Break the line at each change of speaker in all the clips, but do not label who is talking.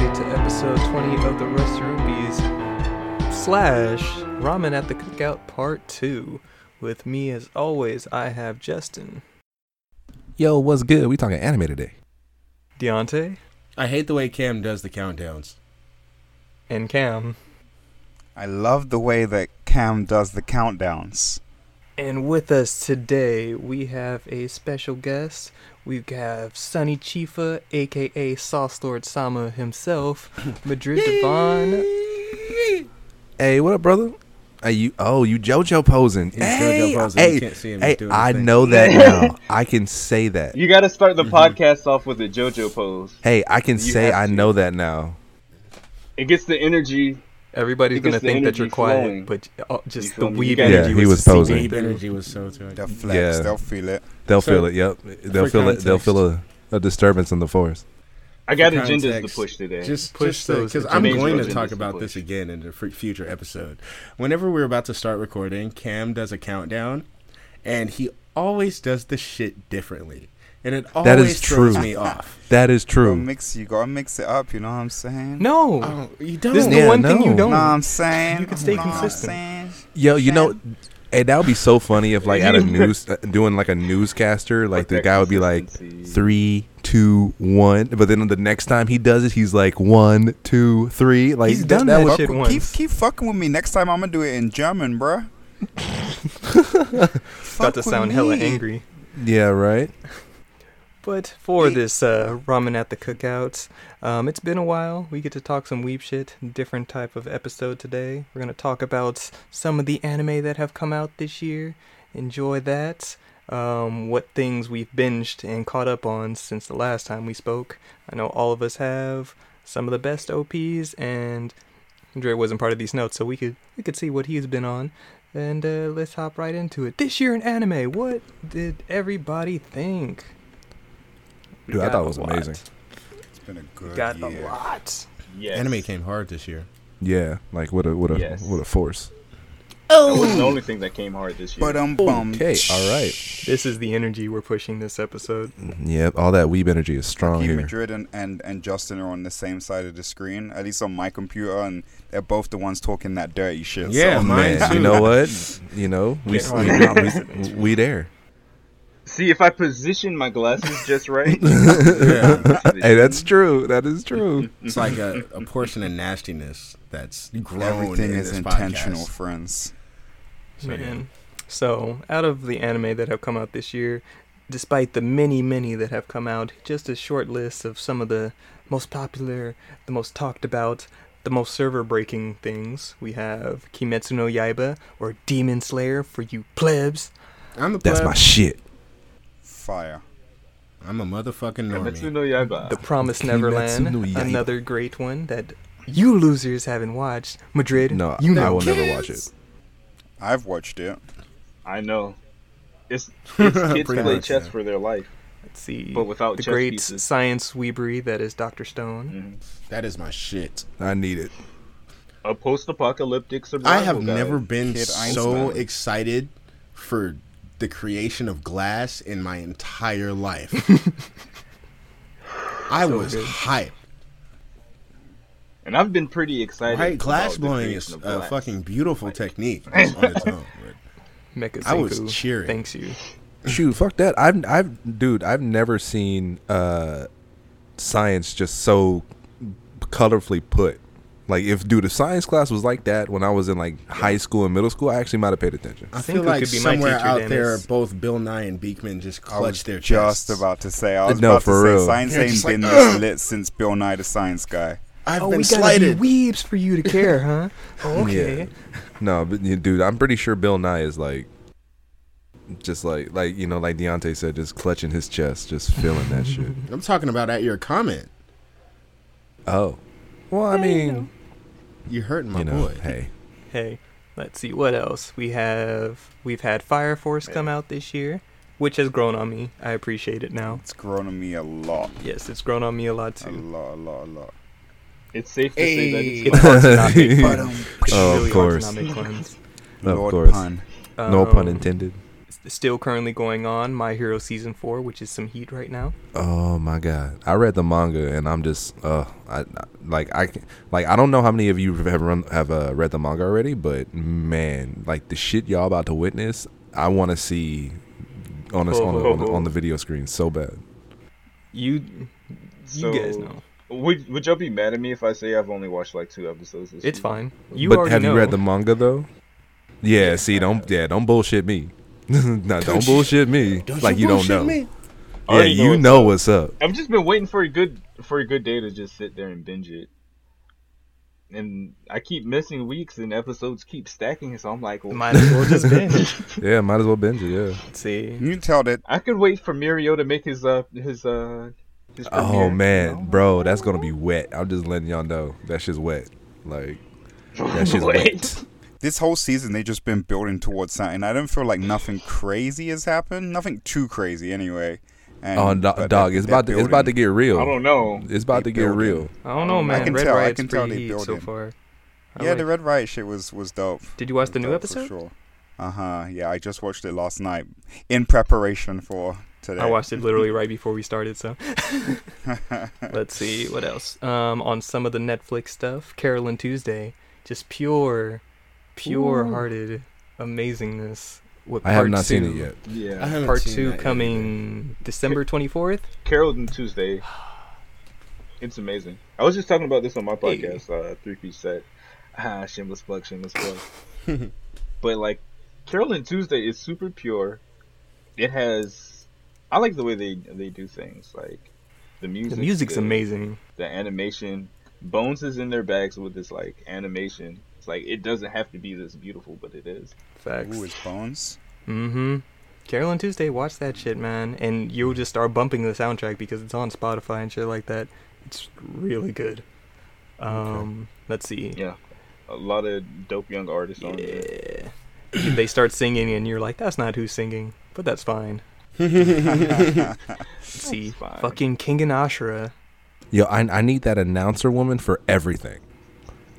episode 20 of the Rusty Rupees slash Ramen at the Cookout Part 2. With me, as always, I have Justin,
Yo, what's good? We talking anime today.
Deontay,
I hate the way Cam does the countdowns.
and Cam.
I love the way that Cam does the countdowns.
And with us today, we have a special guest. We have Sonny Chifa, aka Sauce Lord Sama himself, Madrid Devon.
Hey, what up, brother? Hey, you. Oh, you JoJo posing.
He's
hey,
JoJo posing.
Hey,
You can't see him.
hey,
He's doing his
I
thing.
know that now. I can say that.
You got to start the
Mm-hmm.
podcast off with a JoJo pose.
Hey, I can
You
say
have
I
to.
know that now.
It gets the energy.
Everybody's
It gets
gonna
the
think that
energy
you're quiet,
flowing.
but uh, just
feel
the
me?
weave
You
guys-
energy
Yeah,
was
he was
just
posing.
seeping
Deep
through.
energy was so to it.
The flex,
Yeah.
they'll feel it.
They'll
So,
feel it. Yep. They'll
for
feel it. They'll
context-
feel a, a disturbance in the force.
I got
For
agendas
context,
to push today.
Just
Push
push
those
because I'm
agendas.
going
Agendas
to
to
talk about
push.
this again in a fr- future episode. Whenever we're about to start recording, Cam does a countdown, and he always does the shit differently, and it always
That is
throws
true.
me off.
That is
Gotta
true.
mix, you gotta mix it up, you know what I'm saying?
No,
Oh, you don't.
this is the
Yeah,
one thing you
no.
don't.
Know what I'm saying?
You can stay
Know what I'm
consistent.
saying?
Yo, you know, hey, that would be so funny if like at a news uh, doing like a newscaster, like the
that
guy would be like
consistency.
three, two, one, but then the next time he does it, he's like one, two, three. Like
He's
that-
done
that
that
was-
Fuck
shit
with-
once.
Keep, keep fucking with me. Next time I'm gonna do it in German, bruh. Fuck
About to
with
sound hella
me.
angry.
Yeah, right.
But for
Hey.
this uh, ramen at the cookouts, um, it's been a while. We get to talk some weep shit. Different type of episode today. We're gonna talk about some of the anime that have come out this year. Enjoy that. Um, what things we've binged and caught up on since the last time we spoke. I know all of us have some of the best OPs, and Dre wasn't part of these notes, so we could we could see what he's been on. And uh, let's hop right into it. This year in anime, what did everybody think? We
Dude, I
got
thought it
a
was
lot.
amazing.
It's been a good
Got
year.
a lot.
yes.
Anime came hard this year.
Yeah, like what a what a
Yes.
what a force.
That was the only thing that came hard this year.
uh,
But um, bum.
Okay, all right.
This is the energy we're pushing this episode.
Yep, all that weeb energy is strong
Keith
here.
Madrid and, and, and Justin are on the same side of the screen, at least on my computer, and they're both the ones talking that dirty shit.
Yeah,
so.
mine
Oh, Man,
too.
you know what? You know we
Get
we, we, we, we there.
See, if I position my glasses just right. yeah.
Hey, that's true. That is true.
It's like a, a portion of nastiness that's grown.
Everything
in
is
this
intentional,
podcast.
friends.
So, yeah.
Man. So, out of the anime that have come out this year, despite the many, many that have come out, just a short list of some of the most popular, the most talked about, the most server breaking things, we have Kimetsu no Yaiba or Demon Slayer for you plebs.
I'm a
That's
pleb.
my shit.
Fire.
I'm a motherfucking
Kimetsu
normie.
no Yaiba.
The Promised
Ah, Kimetsu
Neverland,
no Yaiba.
another great one that you losers haven't watched. Madrid,
No,
you
I
know
will
it.
never watch it.
I've watched it.
I know. It's, it's kids
Pretty
play
much,
chess
yeah.
for their life,
Let's see.
but without
the
chess
great
pieces. Mm-hmm.
science weebery that is Dr. Stone.
That is my shit.
I need it.
A post-apocalyptic survival
I have
guide.
never been
Kid
so
Einstein.
excited for the creation of glass in my entire life. I was
good.
hyped.
And I've been pretty excited.
Right? Glass
about the
blowing
creation
is
of
a
glass.
fucking beautiful technique just on its own. but
Mecha
I was
Senku
cheering.
Thanks you.
Shoot, fuck that. I've I've dude, I've never seen uh science just so colorfully put. Like if dude, if science class was like that when I was in like high school and middle school, I actually might have paid attention.
I
Senku
feel like
could be my
somewhere
teacher,
out
Dennis.
there, both Bill Nye and Beekman just
I was
clutched their
just
chests.
about to say. I was
No,
about
for
to
real.
say science
You're
ain't
just like,
been this lit since Bill Nye the Science Guy.
I've
oh,
been
we
slighted.
gotta be weebs for you to care, huh? Oh, okay.
Yeah. No, but you- dude, I'm pretty sure Bill Nye is like just like like you know, like Deontay said, just clutching his chest, just feeling that shit.
I'm talking about at your comment.
Oh. Well, I mean,
You hurting my
you know,
boy.
hey.
Hey, let's see what else we have. We've had Fire Force come out this year, which has grown on me. I appreciate it now.
It's grown on me a lot,
Yes, it's grown on me a lot
a
too.
lot, a lot, a lot.
It's safe to say that it's
It's hard to not make fun.
But, um,
It's
Oh, of
really hard to
course.
not make fun.
Of
Lord
course.
pun.
No pun
Um,
intended.
still currently going on, My Hero Season 4, which is some heat right now.
Oh my god! I read the manga and I'm just uh, I, I- like I can- like I don't know how many of you have run have uh, read the manga already, but man, like the shit y'all about to witness, I want to see on us on, the- on, the- on the video screen so bad.
You you
So,
guys know.
Would would y'all be mad at me if I say I've only watched like two episodes? This
It's
season?
fine. You
but
already
have
know.
you read the manga though? Yeah. see, don't yeah, don't bullshit me. no, don't,
you-
bullshit me.
Don't
like you, don't
bullshit
know.
me.
I
Yeah,
already know
you
what's
know what's up.
I've just been waiting for a good for a good day to just sit there and binge it. And I keep missing weeks and episodes keep stacking, so I'm like, well,
Might as well just binge.
Yeah, might as well binge it. Yeah.
See,
You can tell that
I could wait for Mirio to make his uh his uh his
Oh
premiere.
man, bro, that's gonna be wet. I'm just letting y'all know that shit's wet. Like that shit's wet.
this whole season they just been building towards something. I don't feel like nothing crazy has happened. Nothing too crazy, anyway. And,
Oh, do-
but
dog,
they're-
it's
they're
about to, it's about to
building.
get real.
I don't know.
It's about to
They
get
building.
real.
I don't know,
I
man.
can
Red
tell- I
Riot's
can tell
pretty
they
heat
build
so
it.
far. I
Yeah,
like-
the Red Riot shit was was dope.
Did you watch the new
Dope for
episode?
Sure. Uh huh. Yeah, I just watched it last night in preparation for today.
I watched it literally right before we started, so let's see what else. Um, on some of the Netflix stuff, Carolyn Tuesday, just pure, pure-hearted amazingness. With
I have
part
not seen it
two-
yet.
I
Yeah,
haven't
Part
seen
two
that yet.
coming December twenty-fourth.
Carolyn Tuesday. It's amazing. I was just talking about this on my
Hey.
podcast, uh, Three Piece Set. Ah, shameless plug, shameless plug. but like, Carolyn Tuesday is super pure. It has. I like the way they they do things. Like the music.
The music's
the-
amazing.
The animation. Bones is in their bags with this like animation. It's like it doesn't have to be this beautiful, but it is.
Facts.
Ooh, it's bones.
Mm-hmm. Carolyn Tuesday, watch that shit, man, and you'll just start bumping the soundtrack because it's on Spotify and shit like that. It's really good. Um, let's see.
Yeah. A lot of dope young artists on there.
Yeah. they start singing, and you're like, that's not who's singing, but that's fine. Let's see,
That's fine.
fucking King and Ashura.
Yo, I I need that announcer woman for everything.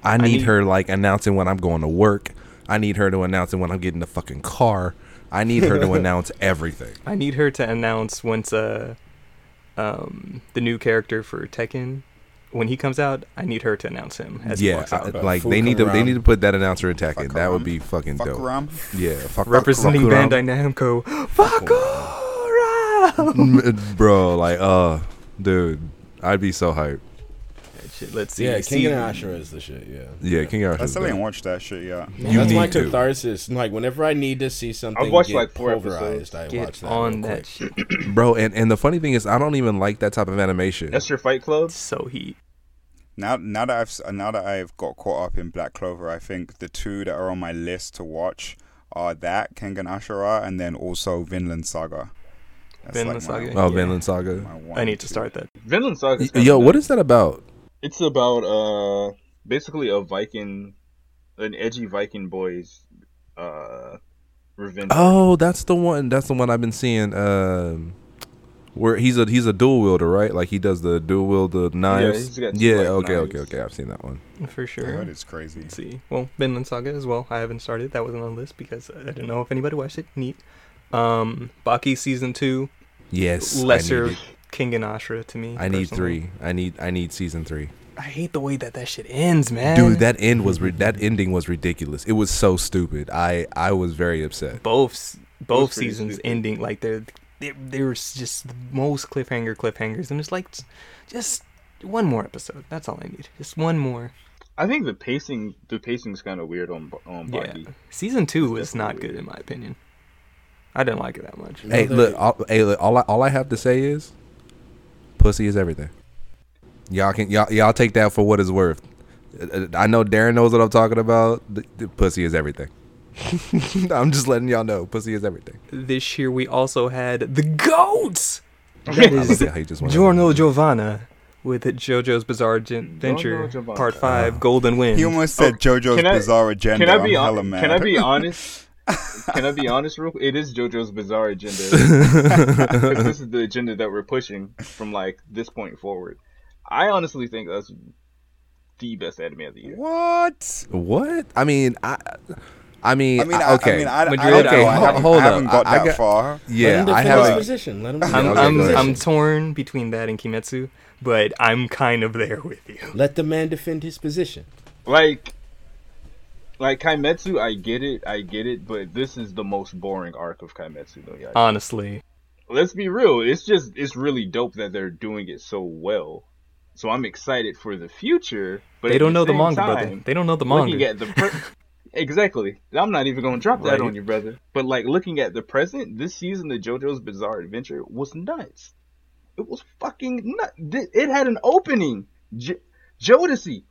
I need,
need-
her like announcing when I'm going to work. I need her to announce it when I'm getting the fucking car. I need her to announce everything.
I need her to announce once uh, um, the new character for Tekken, when he comes out, I need her to announce him as he
yeah,
walks
I-
out.
like
Fuck
they need to they
around.
need to put that announcer in Tekken.
Fuck
That would
around.
be fucking
Fuck
dope.
around.
Yeah, fuck
representing
around.
Bandai Namco. Fakura!
Mm, bro, like, uh, dude, I'd be so hyped.
That shit, Let's see.
Yeah,
see,
King and Ashura is the shit. Yeah.
Yeah, King Arthur.
I still ain't watched that shit yet.
You
That's
need
my
to.
catharsis. Like whenever I need to see something
I've watched,
get
like, four
pulverized,
episodes.
I watch
Get
that.
on
real
that
quick.
shit.
bro. And and the funny thing is, I don't even like that type of animation.
That's your Fight Club.
So heat.
Now, now that I've s- now that I've got caught up in Black Clover, I think the two that are on my list to watch are that Kengan Ashura and then also Vinland Saga.
Vinland Saga.
oh,
yeah.
Vinland Saga.
my one
I
and
need to
two.
start that.
Vinland Saga.
Y- Yo, what is that about?
It's about uh basically a Viking, an edgy Viking boy's uh revenge.
Oh, that's the one. That's the one I've been seeing. Um, where he's a he's a dual wielder, right? Like he does the dual wield the knives.
he's got two,
Yeah.
like,
okay.
knives.
Okay. Okay. I've seen that one.
For
I
sure.
heard it's crazy.
Let's see. Well, Vinland Saga as well. I haven't started. That wasn't on the list because I didn't know if anybody watched it. Neat. Um, Baki season two,
Yes.
lesser
I need, it.
King and Ashura to me.
I need
personally.
three. I need I need season three.
I hate the way that that shit ends, man.
Dude, that end was ri- that ending was ridiculous. It was so stupid. I I was very upset.
both s- both
pretty
seasons
stupid.
ending like they're they they were s- just the most cliffhanger cliffhangers, and it's like s- just one more episode. That's all I need. Just one more.
I think the pacing, the pacing's kind of weird on on
Yeah.
Baki.
Season two was
definitely
not good
weird.
in my opinion. I didn't like it that much.
No,
Hey,
they-
look, all, hey, look, all I all I have to say is, pussy is everything. Y'all can y'all y'all take that for what it's worth. Uh, uh, I know Darren knows what I'm talking about. The, the pussy is everything. I'm just letting y'all know, pussy is everything.
This year we also had the goats.
I
That
love
is
it how you just went
Giorno Giovanna with JoJo's Bizarre Gen-
Giorno
Venture
Giovanna.
Part Five, Golden Wind.
He almost said JoJo's
can I-
Bizarre Agenda.
Can I be
I'm
hon-
hella mad.
Can I be honest? can I be honest? Real, it is JoJo's bizarre agenda. 'Cause this is the agenda that we're pushing from like this point forward. I honestly think that's the best anime of the year.
What?
What? I mean, I I mean,
I mean,
I-
I,
okay.
I mean, I,
Madrid,
I don't know.
okay,
I
ho-
haven't,
hold
I haven't
up.
got
I- I
that
got-
far.
yeah,
Let him
I
defend his
have.
position. Let him defend
Yeah,
I'm
his
okay,
I'm,
go ahead.
I'm
position.
torn between that and Kimetsu, but I'm kind of there with you.
Let the man defend his position.
Like, like Kaimetsu, I get it, I get it, but this is the most boring arc of Kaimetsu no
Uh,
Yaiba.
Honestly,
Let's be real, it's just it's really dope that they're doing it so well. So I'm excited for the future, but
they
at
don't know the
same
manga, brother.
time,
They don't know the
looking
manga.
at the pre- exactly. I'm not even gonna drop that
Right.
on you, brother. But like looking at the present, this season of JoJo's Bizarre Adventure was nuts. It was fucking nuts. It had an opening. J- Jodeci,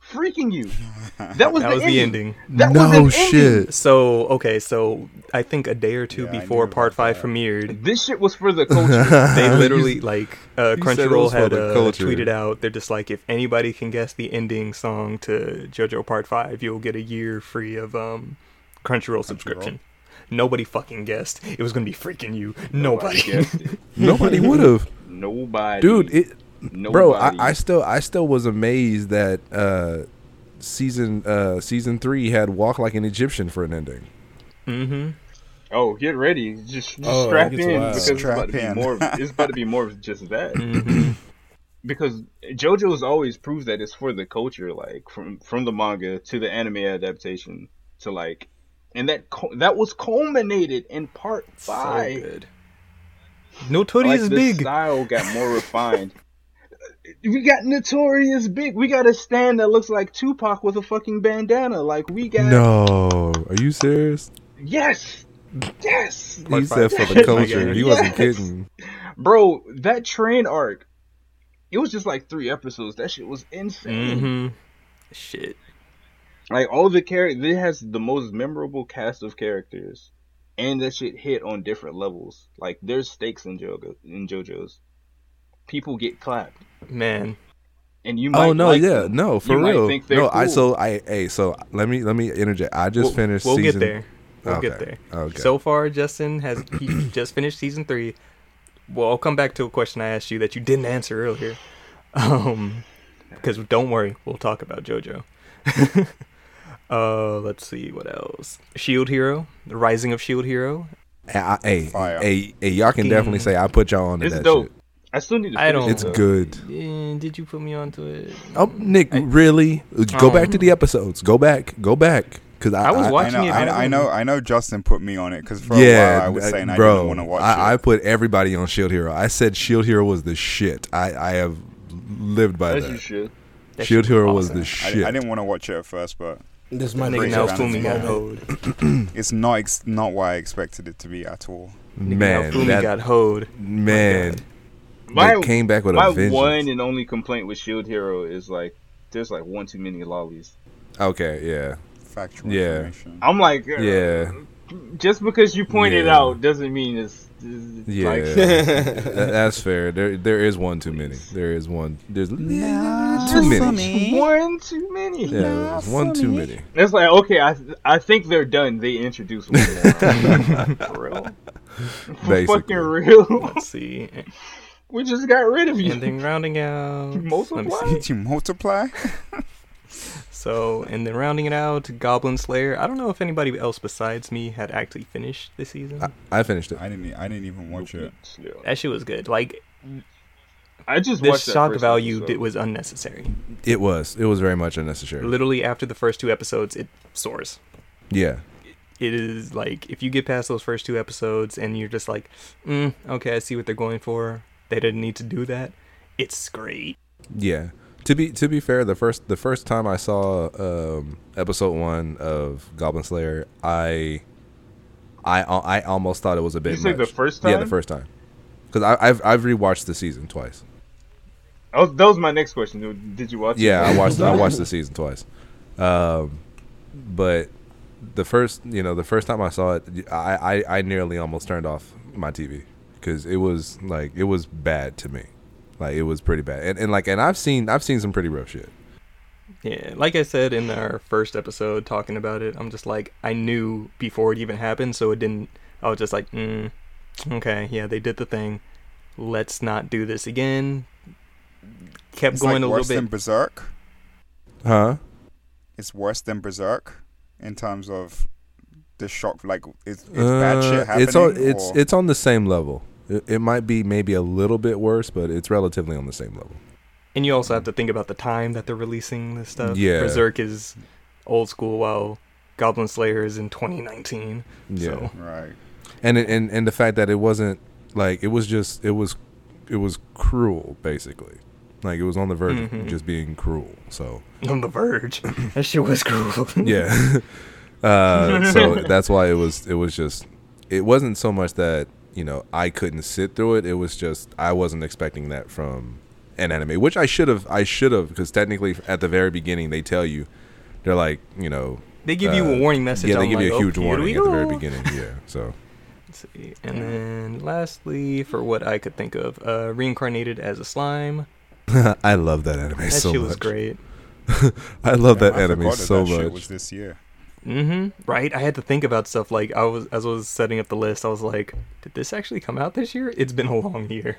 freaking you. That was
that
the
was the
ending.
ending.
That was an
no
ending.
shit.
So okay, so I think a day or two
Yeah, I
before
knew
Part
about
Five
that.
premiered,
This shit was for the culture.
they literally like uh,
you said it
Crunchyroll
was for
had
the
uh,
culture.
tweeted out. They're just like, if anybody can guess the ending song to JoJo Part Five, you'll get a year free of um, Crunchyroll subscription. Nobody fucking guessed. It was gonna be freaking you. Nobody.
Nobody guessed it.
Nobody would have,
Nobody.
dude. It,
nobody.
bro, I, I still, I still was amazed that uh, season, uh, season three had "Walk Like an Egyptian" for an ending.
mm-hmm.
Oh, get ready. Just, just
Oh,
strap
it's
in
wild.
because
Strap
it's about to
in.
be more. It's about to be more of just that.
Mhm.
because JoJo's always proves that it's for the culture, like from from the manga to the anime adaptation to like, and that cu- that was culminated in part five.
So good. No Tooties
like
is
the
big.
style got more refined. We got Notorious Big. We got a stand that looks like Tupac with a fucking bandana. Like we got
No, are you serious?
yes, yes,
He
five.
said for the culture.
Yes.
He wasn't kidding.
bro. That train arc, it was just like three episodes. That shit was insane.
Mm-hmm. Shit.
Like all the characters, it has the most memorable cast of characters, and that shit hit on different levels. Like there's stakes in JoJo in JoJo's. People get clapped,
Man.
and you might
Oh no,
like
yeah,
them.
no, for
You might
real.
think they're
No, I
cool.
so I hey, so let me let me interject. I just
we'll,
finished.
We'll
season,
get there. We'll get
Okay,
there.
okay.
So far, Justin has he just finished season three. Well, I'll come back to a question I asked you that you didn't answer earlier. Um, because don't worry, we'll talk about JoJo. uh, let's see what else. Shield Hero, The Rising of Shield Hero.
Hey, I- Hey,
Fire.
hey, hey, y'all can
Fucking-
definitely say I put y'all on to
Oh, It's
that
dope.
shit.
I still need to.
I
Finish
don't-
it,
It's
though.
good.
Eh, did you put me onto it?
Oh, Nick, really? Go
Oh.
back to the episodes. Go back. Go back. Cause I,
I was
I
watching
know,
it.
I, know- I
didn't-
know, I know. Justin put me on it because for a
yeah,
while I was
uh,
saying I
bro,
didn't want to watch
I,
it.
I put everybody on Shield Hero. I said Shield Hero was the shit. I, I have lived by
As you
that.
should.
that shit
Shield
was
Hero was
awesome.
the
I,
shit.
I didn't want to watch it at first, but
This might
Nigga,
break
now
down
Jonathan's
Fumi got
moment.
hoed.
it's not ex- not what I expected it to be at all.
Nigga, now
man,
Fumi
that
got hoed.
man,
My
they came back with
my
a vengeance.
one and only complaint with Shield E Hero is like there's like one too many lollies.
Okay, yeah,
Factual
Yeah.
information.
I'm like uh,
yeah,
Just because you pointed
Yeah.
out doesn't mean it's, it's
yeah.
like-
Tha- that's fair. There, there is one too many. There is one. There's too
Just
many.
One too many.
Yeah, there's one too many.
It's like okay, I I think they're done. They introduced one more. for real, for
Basically.
fucking real.
Let's see.
we just got rid of you.
And then rounding out.
Multiply?
Let me see.
Did you multiply?
So, and then rounding it out, Goblin Slayer. I don't know if anybody else besides me had actually finished this season.
Uh,
I, I finished it.
I didn't. e- I didn't even watch it.
Yeah.
that shit was good. Like
I just
the
watched that
shock
first
value
episode.
did, was unnecessary.
It was. It was very much unnecessary.
Literally after the first two episodes, it soars.
Yeah.
It is like if you get past those first two episodes and you're just like, mm, okay, I see what they're going for. They didn't need to do that. It's great.
Yeah. To be to be fair, the first the first time I saw um, episode one of Goblin Slayer, I I I almost thought it was a bit.
You say
much.
the first
Yeah, the
time?
first time. Because I've I've rewatched the season twice.
Oh, that was my next question. dude. Did you watch?
Yeah,
it?
I watched I watched the season twice. Um, but the first you know the first time I saw it, I I, I nearly almost turned off my TV because it was like it was bad to me, like it was pretty bad. And, and like and I've seen I've seen some pretty rough shit.
Yeah, like I said in our first episode talking about it, I'm just like I knew before it even happened, so it didn't. I was just like, mm, okay, yeah, they did the thing. Let's not do this again. Kept
It's
going
like
a
worse
little bit.
than Berserk.
Huh?
It's worse than Berserk in terms of the shock? Like, is, is bad
Uh,
shit happening?
It's on it's
or-
it's on the same level. It, it might be maybe a little bit worse, but it's relatively on the same level.
And you also have to think about the time that they're releasing this stuff.
Yeah.
Berserk is old school while Goblin Slayer is in 2019.
Yeah,
So,
right.
and it, and and the fact that it wasn't like it was just it was it was cruel basically. Like it was on the verge
Mhm.
Mm-hmm.
of just being cruel. So
on the verge. that shit was cruel.
yeah, uh, so that's why it was it was just it wasn't so much that you know I couldn't sit through it. It was just I wasn't expecting that from an anime, which I should have I should have because technically at the very beginning they tell you they're like you know
They give you a
Uh,
warning message.
yeah they
I'm
give you
like,
a huge
"Oh, here we
warning at the very
go."
beginning yeah so
Let's see. And then lastly, for what I could think of, uh, reincarnated as a slime.
I love that anime
That
so
shit
much
was great.
I love that
I
anime
forgot
so
that Shit
much
was this year.
hmm Right? I had to think about stuff like I was as I was setting up the list, I was like, did this actually come out this year? It's been a long year.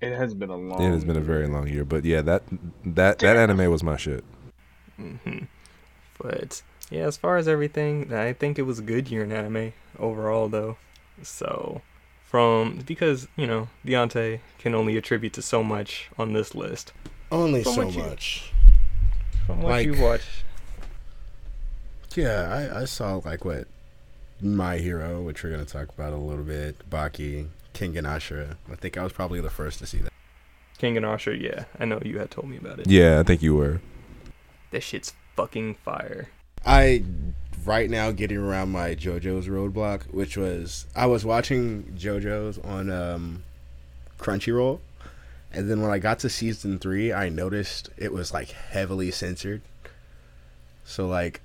It has been a long.
it has been a very long year but yeah that that that anime was my shit
hmm But yeah, as far as everything, I think it was a good year in anime overall, though. So, from because you know Deontay can only attribute to so much on this list
Only
From
so
what you-
much.
from what
Like-
you watch.
Yeah, I, I saw like what My Hero, which we're gonna talk about a little bit, Baki, King and Ashura. I think I was probably the first to see that.
King and Asher, yeah, I know you had told me about it.
yeah I think you were
This shit's fucking fire.
I right now getting around my JoJo's roadblock, which was I was watching JoJo's on um, Crunchyroll, and then when I got to season three, I noticed it was like heavily censored. So like,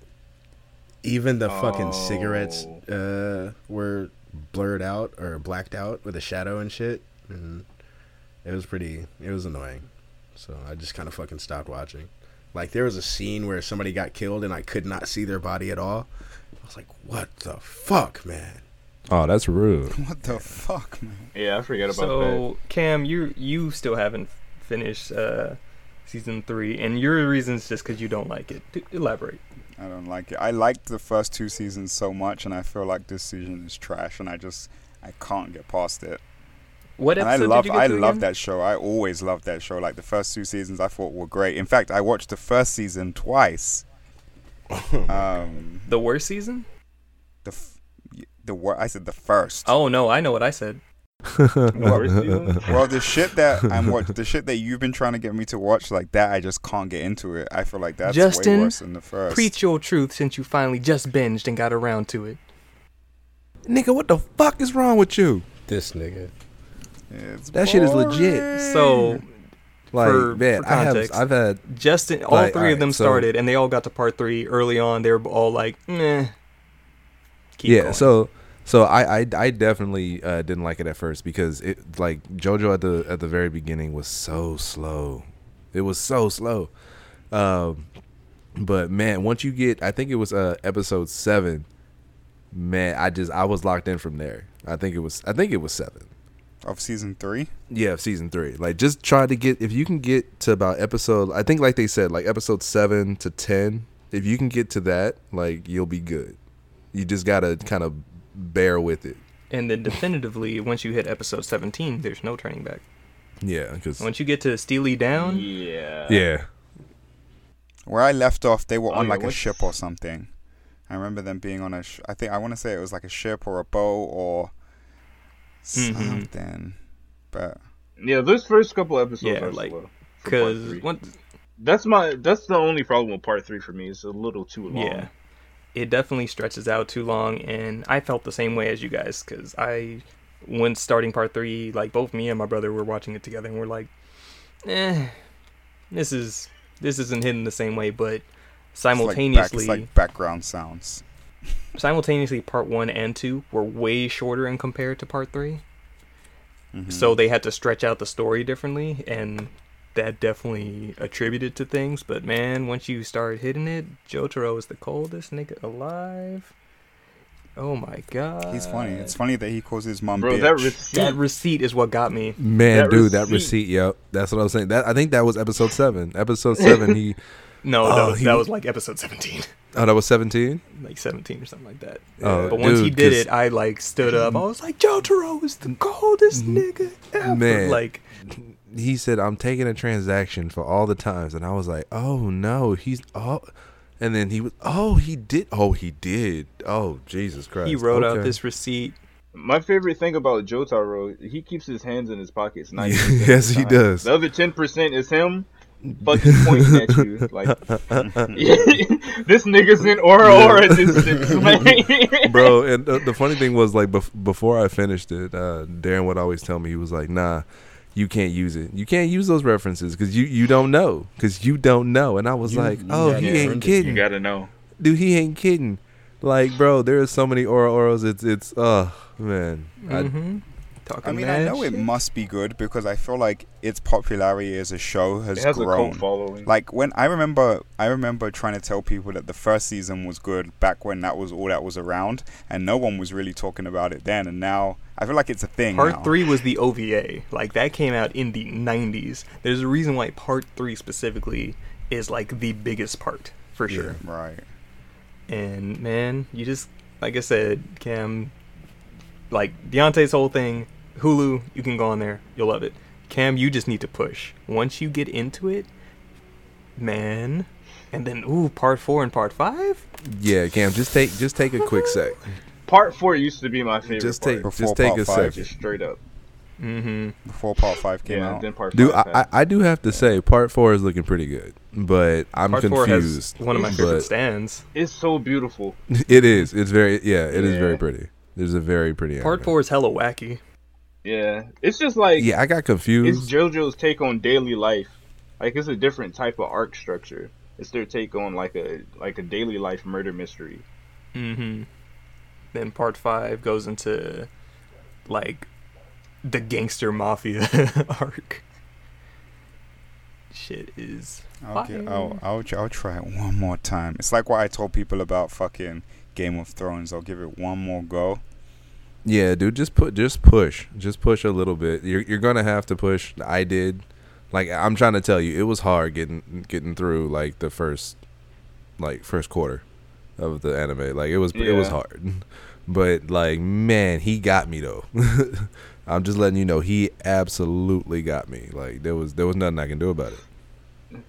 even the fucking cigarettes uh, were blurred out or blacked out with a shadow and shit. And it was pretty. It was annoying. So I just kind of fucking stopped watching. Like there was a scene where somebody got killed and I could not see their body at all. I was like, "What the fuck, man?"
oh that's rude
What the fuck, man?
Yeah, I forgot about that.
So Cam, you you still haven't finished uh, season three, and your reasons just because you don't like it. D- elaborate.
I don't like it. I liked the first two seasons so much, and I feel like this season is trash, and I just I can't get past it.
What
and I
episode
love
did you get
I
to
love
again?
that show. I always loved that show. Like the first two seasons, I thought were great. In fact, I watched the first season twice.
Oh
um,
The worst season?
the f- the wor- I said the first.
Oh no, I know what I said.
Well, the shit that I'm watch- the shit that you've been trying to get me to watch, like that, I just can't get into it. I feel like that's
Justin,
way worse than the first.
Preach your truth since you finally just binged and got around to it.
Nigga, what the fuck is wrong with you?
This nigga.
It's
That shit is legit.
boring.
So
Like,
For-
man,
for
I have,
context.
I've had,
Justin, all
Like,
three of
alright,
them
so-
started, and they all got to part three early on. They were all like, "Meh." Keep
yeah.
going.
So, so I, I, I definitely uh, didn't like it at first because it, like, JoJo at the at the very beginning was so slow. It was so slow. Um, but man, once you get, I think it was uh episode seven. Man, I just I was locked in from there. I think it was, I think it was seven.
of season three.
Yeah, of season three. Like, just try to get if you can get to about episode. I think, like they said, like episode seven to ten. If you can get to that, like you'll be good. You just gotta kind of bear with it.
and then definitively, once you hit episode seventeen, there's no turning back.
Yeah, because
Once you get to Steely Down,
Yeah.
yeah,
Where I left off, they were
Oh,
on
yeah,
like a
what's-
ship or something. I remember them being on a. Sh- I think I want to say it was like a ship or a boat or
Mm-hmm.
Mhm.
something. But
Yeah, those first couple episodes
Yeah,
are
like,
slow. for part
because
three. that's my that's the only problem with part three for me. It's a little too long.
Yeah. It definitely stretches out too long, and I felt the same way as you guys because I, when starting part three, like both me and my brother were watching it together, and we're like, eh, this is this isn't hidden the same way, but simultaneously,
it's like, back, it's like background sounds.
simultaneously, part one and two were way shorter in compared to part 3
Mm-hmm.
so they had to stretch out the story differently, and that definitely attributed to things. But man, once you start hitting it, Jotaro is the coldest nigga alive. Oh my god,
He's funny. It's funny that he calls his mom.
Uh, Bro,
bitch.
that receipt.
That receipt is what got me.
man,
That
dude, that
receipt.
receipt. Yep, that's what I was saying. That I think that was episode seven. Episode seven. He
No,
Oh,
that, was,
he-
that was like episode seventeen.
Oh, that was 17?
like 17 or something like that.
Oh,
but once he
dude,
did
'cause-
it, I like stood up. I was like, Jotaro is the coldest nigga ever.
Man.
Like,
He said, I'm taking a transaction for all the times. And I was like, oh, no. He's, oh. And then he was, oh, he did. Oh, he did. Oh, Jesus Christ.
he wrote out
Okay.
this receipt.
My favorite thing about Jotaro, he keeps his hands in his pockets. 90% of
Yes,
the
he
time.
does.
The other ten percent is him fucking pointing at you. Like this nigga's in aura aura distance, man.
bro. And the, the funny thing was, like, bef- before I finished it, uh, Darren would always tell me he was like, "Nah, you can't use it. You can't use those references because you you don't know because you don't know." And I was
You-
like,
you
"Oh,
gotta
he
learn
ain't
to- you
kidding,
gotta know.
dude. He ain't kidding." Like, bro, there is so many Ora Oros. It's it's uh man. I-
hmm Talking
I mean,
mad
I know
shit.
it must be good because I feel like its popularity as a show has,
It has a
grown.
cult following.
like when I remember, I remember trying to tell people that the first season was good back when that was all that was around, and no one was really talking about it then. And now I feel like it's a thing. now.
Part three was the OVA. Like that came out in the '90s. There's a reason why part three specifically is like the biggest part for sure.
right?
And man, you just like I said, Cam, like Deontay's whole thing, Hulu, you can go on there, you'll love it. Cam, you just need to push. Once you get into it, man, and then ooh, part four and part five.
yeah, Cam, just take just take a quick sec.
Part four used to be my favorite.
Just
part,
take
Before
just take
part
a
five.
second.
just straight up.
Mm-hmm.
Before part five came
Yeah,
out,
then part
Dude,
five.
I, I I do have to say, part four is looking pretty good, but I'm
Part four has
confused.
one of my favorite
but-
stands.
it's so beautiful.
It is. It's very yeah. It is very
Yeah.
pretty. It's a very pretty.
Part
anime.
four is hella wacky.
Yeah, it's just like
Yeah, I got
it's
confused.
JoJo's take on daily life. Like it's a different type of arc structure. It's their take on like a like a daily life murder mystery.
Mm-hmm. Then part five goes into like the gangster mafia arc. Shit is
I'll, get, I'll,
fire.
I'll I'll try it one more time. It's like what I told people about fucking Game of Thrones. I'll give it one more go.
yeah, dude, just put, just push, just push a little bit. You're you're gonna have to push. I did. Like I'm trying to tell you, it was hard getting getting through like the first, like first quarter, of the anime. Like it was it was
Yeah.
hard, but like man, he got me though. I'm just letting you know he absolutely got me. Like there was there was nothing I can do about it.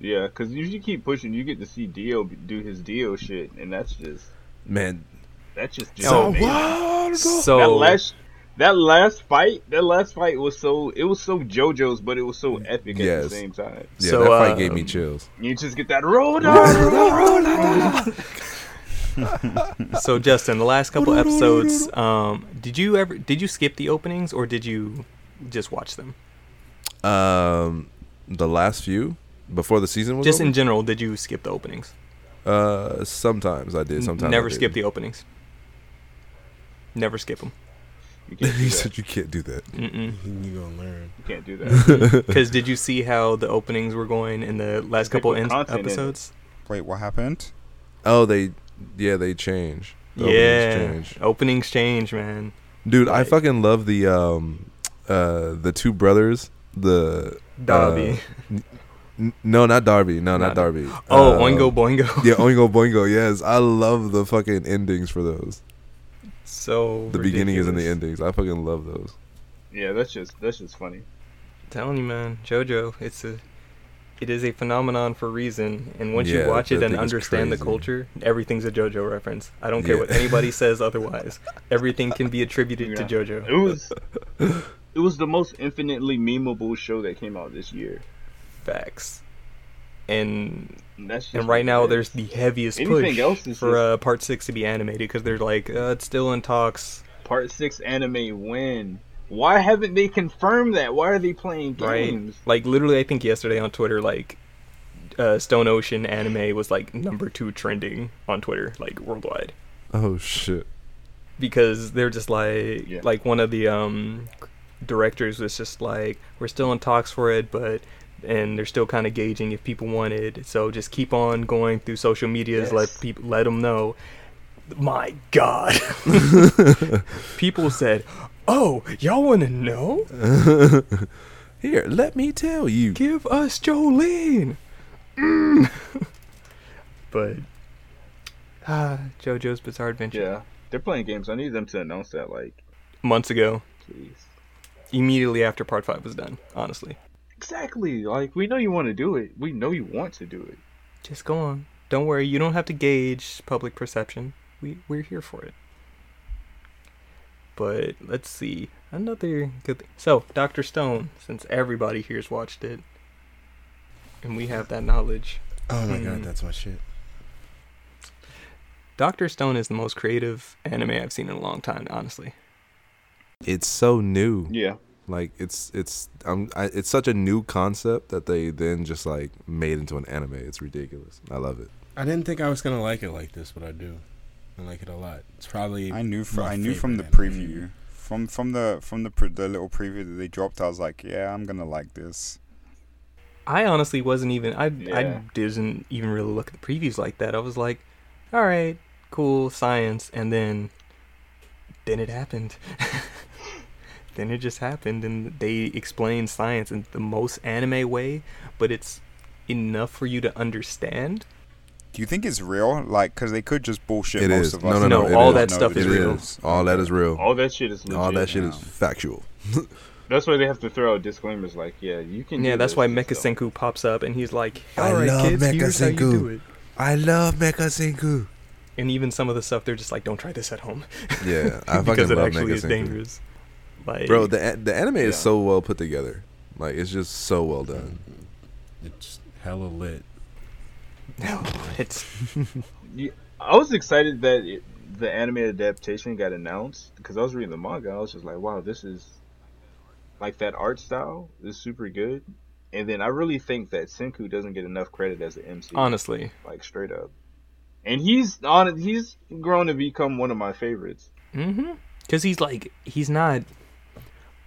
Yeah, because if you keep pushing, you get to see Dio b- do his Dio shit, and that's just
Man,
that's just just
So
amazing.
So
that last that last fight that last fight was so it was so JoJo's, but it was so epic at
Yes.
the same time.
yeah,
So,
that fight gave me
um,
chills.
You just get that roll down.
so Justin, the last couple episodes, um, did you ever did you skip the openings or did you just watch them?
Um, the last few before the season was
Just
over?
in general, did you skip the openings?
Uh, sometimes I did. Sometimes
never
I
skip the openings. Never skip them.
You
the.
can't do
he
that.
said you can't do that.
Mm-mm.
You gonna learn?
You can't do that.
Because did you see how the openings were going in the last
They
couple
put
in-
content in it.
episodes?
Wait, what happened?
Oh, they, yeah, they change. The openings
yeah,
change.
openings change, man.
dude, I
Like-
fucking love the um, uh, the two brothers. The
Dobby.
n- no, not Darby. No, not,
Not-
Darby.
oh,
Uh,
Oingo Boingo.
Yeah, Oingo Boingo. Yes, I love the fucking endings for those.
so
The beginning is in the
ridiculous.
endings. I fucking love those.
yeah, that's just that's just funny.
telling you, man, JoJo, it's a, it is a phenomenon for a reason. And once
Yeah,
you watch
that
it and
thing is
understand the
crazy.
culture, everything's a JoJo reference. I don't care
Yeah.
what anybody says otherwise. Everything can be attributed to
Yeah.
JoJo.
It was it was the most infinitely memeable show that came out this year.
Facts. And
And that's just
and right now
what it
there's
is.
the heaviest
Anything
push
else is
for
just-
uh, part six to be animated because they're like uh, it's still in talks.
part six anime win. Why haven't they confirmed that? Why are they playing
Right.
games?
Like literally, I think yesterday on Twitter, like uh, Stone Ocean anime was like number two trending on Twitter, like worldwide.
Oh shit.
because they're just like
Yeah.
like one of the um directors was just like we're still in talks for it but and they're still kind of gauging if people want it so just keep on going through social medias let
Yes.
people let them know my god people said oh y'all want to know
Here, let me tell you.
give us jolene mm. but Ah, JoJo's Bizarre Adventure.
Yeah, they're playing games. I need them to announce that, like,
Months ago,
please.
immediately after Part 5 was done, honestly.
Exactly. Like, we know you want to do it. We know you want to do it.
Just go on. Don't worry, you don't have to gauge public perception. We, we're here for it. But let's see. Another good thing. So, Dr. Stone, since everybody here's watched it, and we have that knowledge.
Oh my
Mm.
god, that's my shit.
Dr. Stone is the most creative anime I've seen in a long time, honestly.
It's so new.
Yeah.
Like it's it's um I, it's such a new concept that they then just like made into an anime. It's ridiculous. I love it.
I didn't think I was gonna like it like this, but I do. I like it a lot. It's probably
I knew from
my
I knew from the
favorite anime.
preview, from from the from the pre- the little preview that they dropped. I was like, yeah, I'm gonna like this.
I honestly wasn't even I I
Yeah.
didn't even really look at the previews like that. I was like, all right, cool science, and then then it happened. then it just happened, and they explained science in the most anime way, but it's enough for you to understand.
Do you think it's real? Like, because they could just bullshit
It
most
is.
of
No,
us.
no,
and
no,
not
it
know
is.
that stuff
that
is
it's
It
real.
is. All that is real.
All that shit is legit.
All that shit is
now.
factual.
That's why they have to throw out disclaimers like, yeah, you can.
yeah,
do
that's
this
why
and
Mecha
stuff.
Senku pops up, and he's like,
I
all right,
love
kids, here's how you
Mecha
do
Senku."
it.
I love Mecha Senku.
And even some of the stuff, they're just like, don't try this at home
Yeah, I fucking
because it
love
actually
Mecha
is
Senku.
dangerous. Like,
Bro, the a- the anime
Yeah.
is so well put together. Like it's just so well done.
It's hella lit.
it's
I was excited that it, the anime adaptation got announced because I was reading the manga. I was just like, wow, this is like that art style is super good. And then I really think that Senku doesn't get enough credit as an MC,
honestly.
like straight up. And he's on. He's grown to become one of my favorites.
Mm-hmm. Because he's like he's not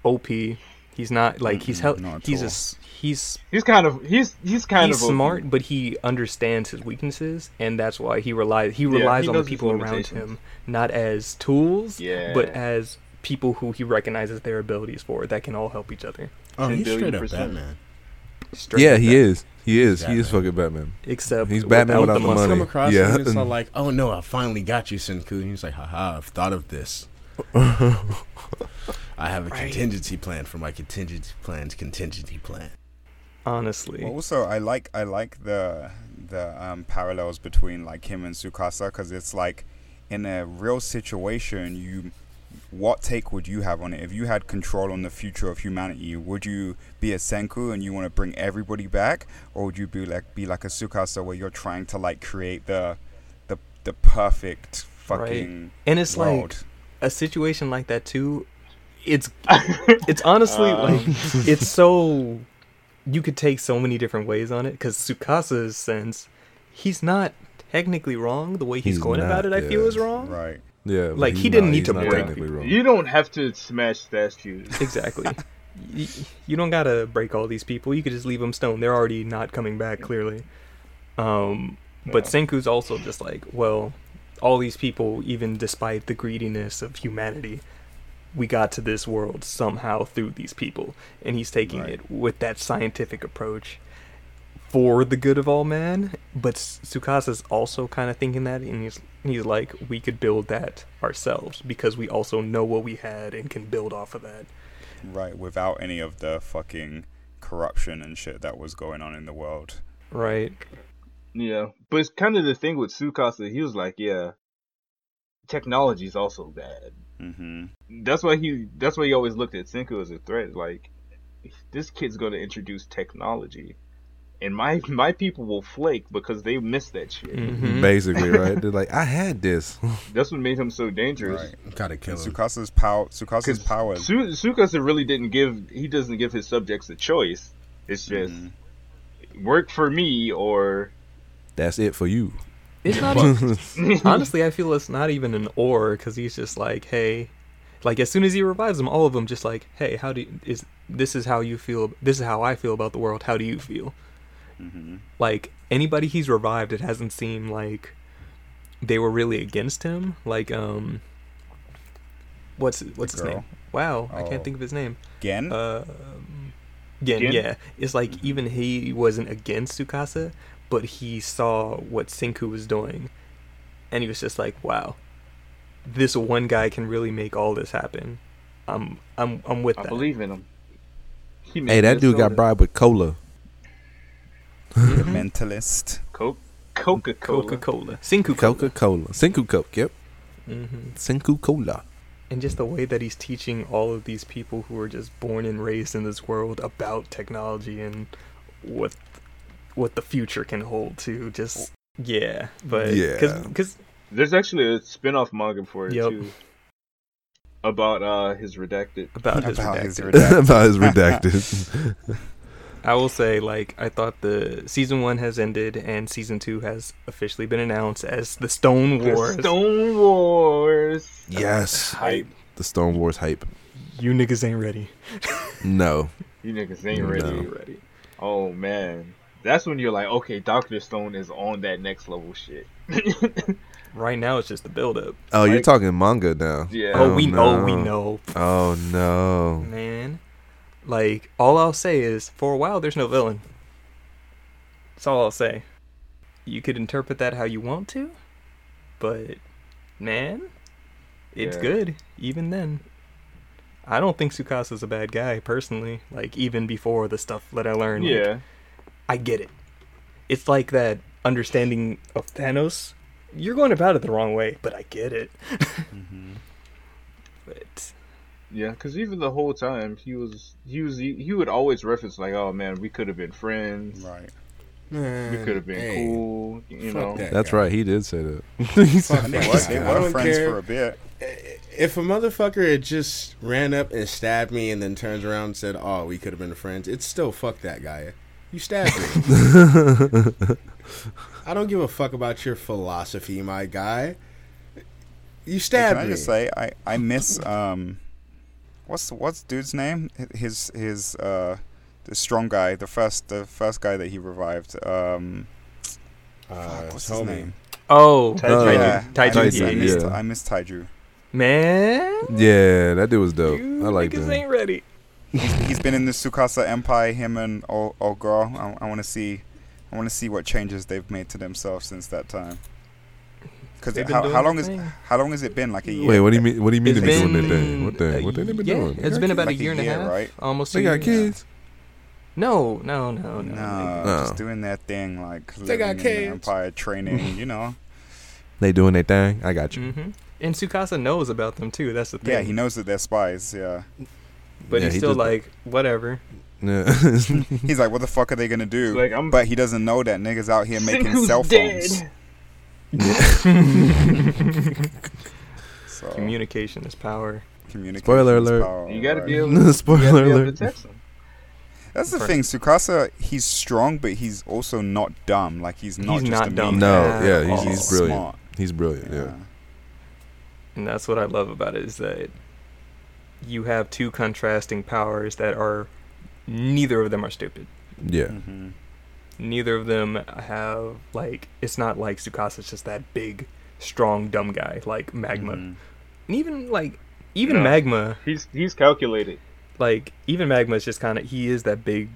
OP. He's not like he's
Mm-mm,
hel-
not at
he's
all.
just he's
He's kind of he's he's kind
he's
of OP.
smart, but he understands his weaknesses, and that's why he relies he relies on the
knows his
people around
limitations.
him, not as tools, but
Yeah.
as people who he recognizes their abilities for that can all help each other.
Oh,
Ten
he's
billion
straight up
percent.
Batman.
Straight
yeah,
like
he
that.
is. He is. He is
Batman.
fucking Batman.
Except
He's Batman without the
Just
money.
come across
Yeah.
him and it's all like, oh no, I finally got you, Senku. And he's like, haha, I've thought of this. I have a
Right.
contingency plan for my contingency plan's contingency plan.
Honestly,
Well, also, I like I like the the um, parallels between like him and Sukasa because it's like in a real situation, you what take would you have on it if you had control on the future of humanity? Would you be a Senku and you want to bring everybody back, or would you be like be like a Sukasa where you're trying to like create the the the perfect
Right.
fucking
and it's like
world?
a situation like that too it's it's honestly like it's so you could take so many different ways on it because sukasa's sense he's not technically wrong the way he's,
He's
going about it
not,
i feel
yeah.
is wrong
right.
Yeah, but
Like,
he's
he didn't
not-
need
he's
to
not
break
technically wrong.
You don't have to smash statues.
exactly you, you don't gotta break all these people you could just leave them stone they're already not coming back clearly um but senku's also just like well all these people even despite the greediness of humanity we got to this world somehow through these people and he's taking
Right.
it with that scientific approach for the good of all man but S- sukasa's also kind of thinking that and he's he's like we could build that ourselves because we also know what we had and can build off of that
Right, without any of the fucking corruption and shit that was going on in the world.
Right.
Yeah, but it's kind of the thing with Tsukasa. He was like, yeah, technology's also bad.
hmm
That's why he. That's why he always looked at Senku as a threat. Like, this kid's going to introduce technology, and my my people will flake because they miss that shit.
Mm. Mm-hmm. Basically, right? They're like, I had this.
That's what made him so dangerous.
Right.
Gotta kill him.
Sukasa's power. Sukasa's
Because
power.
Su- Tsukasa really didn't give. He doesn't give his subjects a choice. It's just
Mhm.
work for me or.
That's it for you.
It's not. honestly, I feel it's not even an or because he's just like, hey, like as soon as he revives them, all of them just like, hey, how do you, is this is how you feel? This is how I feel about the world. How do you feel?
Mm-hmm.
Like anybody he's revived, it hasn't seemed like they were really against him. Like um, what's what's his
girl.
name? Wow, I
Oh.
can't think of his name.
Gen.
Uh, Um, Again,
Gin?
yeah. It's
Mm-hmm.
like even he wasn't against Tsukasa, but he saw what Senku was doing and he was just like, "Wow, this one guy can really make all this happen." I'm I'm I'm with
I
that.
believe in him. He
Hey,
made
that
this
dude got
soda.
bribed with cola.
The mentalist.
Coke, Coca
Coca
Cola.
Cola, Sinku Cola,
Coca Cola. Senku Coke, yep.
hmm
Senku Cola.
and just the way that he's teaching all of these people who are just born and raised in this world about technology and what what the future can hold too. Just yeah, but
Yeah.
because
There's actually a spin off manga for it
Yep.
too. About uh his redacted.
about his
About
redacted.
his redacted.
About his redacted.
I will say, like, I thought the season one has ended and season two has officially been announced as the Stone Wars.
The Stone Wars.
yes.
Hype.
The Stone Wars hype.
You niggas ain't ready.
No.
You niggas ain't
No.
ready.
Ain't ready.
Oh man, that's when you're like, okay, Doctor Stone is on that next level shit.
Right now, it's just the build up.
Oh, you're
Like-
talking manga now.
Yeah.
Oh, we know,
no.
we know,
Oh no.
man. Like, all I'll say is, for a while, there's no villain. That's all I'll say. You could interpret that how you want to, but man, it's
Yeah.
good even then. I don't think Sukasa's a bad guy personally. Like, even before the stuff that I learned, like,
yeah,
I get it. It's like that understanding of Thanos. You're going about it the wrong way, but I get it.
Mm-hmm.
But
yeah. Because even the whole time he was, he was, he, he would always reference like, oh man, we could have been friends.
Right.
We could have been
Hey,
cool. You
fuck
know.
that.
That's
guy.
right. He did say that.
And they were, they
I
were
don't
friends
care.
for a bit.
If a motherfucker had just ran up and stabbed me and then turns around and said, "Oh, we could have been friends," it's still fuck that guy. You stabbed me. I don't give a fuck about your philosophy, my guy. You
Hey, Can
stabbed
I
me.
just say I, I miss um what's what's dude's name? His his uh the strong guy, the first the first guy that he revived. Um
uh,
fuck, what's his
homie.
name?
oh,
Taiju.
Taiju.
yeah,
Taiju,
I miss, I
yeah,
miss,
yeah.
I miss Taiju.
man,
yeah, that dude was dope.
you
I like
niggas
that.
ain't ready.
He's been in the Tsukasa Empire. Him and O- Ogre. I, I want to see, I want to see what changes they've made to themselves since that time. Because
They've been
how,
doing
how long
their
is
thing.
how long has it been? Like a year.
Wait, what do you mean? What do you mean
It's
they been doing their
been
thing? What thing? What thing they been
yeah,
doing?
It's been about
like
a
a
year and a
year,
half,
right?
almost.
they
a
got
year now.
kids.
No, no, no, no.
No,
Oh.
just doing their thing, like
They got
living in the
kids.
empire training. You know.
They doing their thing. I got you.
Mm-hmm. And Tsukasa knows about them too. That's the thing.
Yeah, he knows that they're spies. Yeah.
But
Yeah,
he's
he
still
just-
like, whatever. Mm-hmm.
Yeah.
He's like, what the fuck are they gonna do?
Like I'm.
but he doesn't know that niggas out here making
Who's
cell
dead?
phones. So
Communication is power.
communication.
Spoiler
is
alert.
power,
You gotta
right?
be able. you gotta
Spoiler
be able to
alert.
text him.
That's the
Right.
thing, Tsukasa. He's strong, but he's also not dumb. Like he's not
He's
just
not
a
dumb.
mean
No,
guy.
yeah,
at
he's,
all.
he's brilliant. He's brilliant. Yeah.
And that's what I love about it is that you have two contrasting powers that are neither of them are stupid.
Yeah.
Mm-hmm.
Mhm.
Neither of them have like it's not like Tsukasa's just that big, strong, dumb guy like Magma.
Mhm.
And even like even
No.
Magma,
He's he's calculated.
like even Magma is just kind of he is that big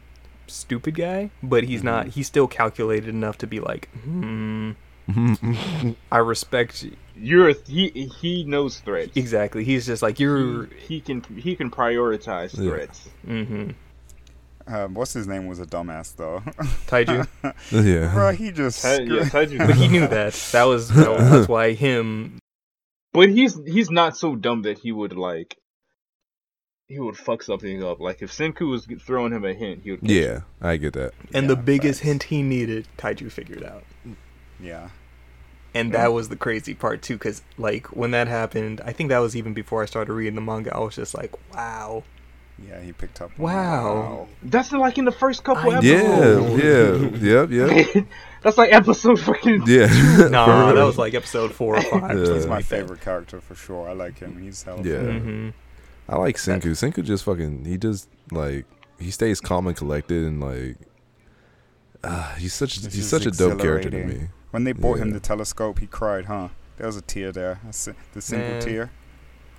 stupid guy, but he's not
Mm-hmm.
he's still calculated enough to be like, "Hmm, I respect you."
You're a, he he knows threats.
exactly. He's just like
He,
you're
he can he can prioritize
Yeah.
threats.
Mm-hmm.
mhm.
Um, what's his name was a dumbass though.
Uh-huh.
Taiju.
yeah.
Bro, he just.
Ta- yeah, Taiju-
but he knew that. That was that's why him
But he's he's not so dumb that he would like he would fuck something up. Like if Senku was throwing him a hint, he would.
Yeah. I get that.
And the
Yeah,
biggest
facts.
hint he needed, Taiju figured out.
yeah.
And that was the crazy part too, because like when that happened, I think that was even before I started reading the manga. I was just like, "Wow,
Yeah, he picked up. on
Wow.
That's like in the first couple
I
Yeah.
know.
episodes.
Yeah. Yep. Yep.
That's like episode fucking.
Yeah.
nah, that was like episode four or five.
Yeah.
or
He's
something
my
like that.
favorite character for sure. I like him. He's hella
Uh, Yeah.
fun.
Mhm.
I like Senku. Senku just fucking he just like he stays calm and collected and like uh, he's such
This
he's
is
such a dope character to
exhilarating.
me.
When they bought him
Yeah.
the telescope, he cried, huh? There was a tear there. A si- the single
Man.
tear.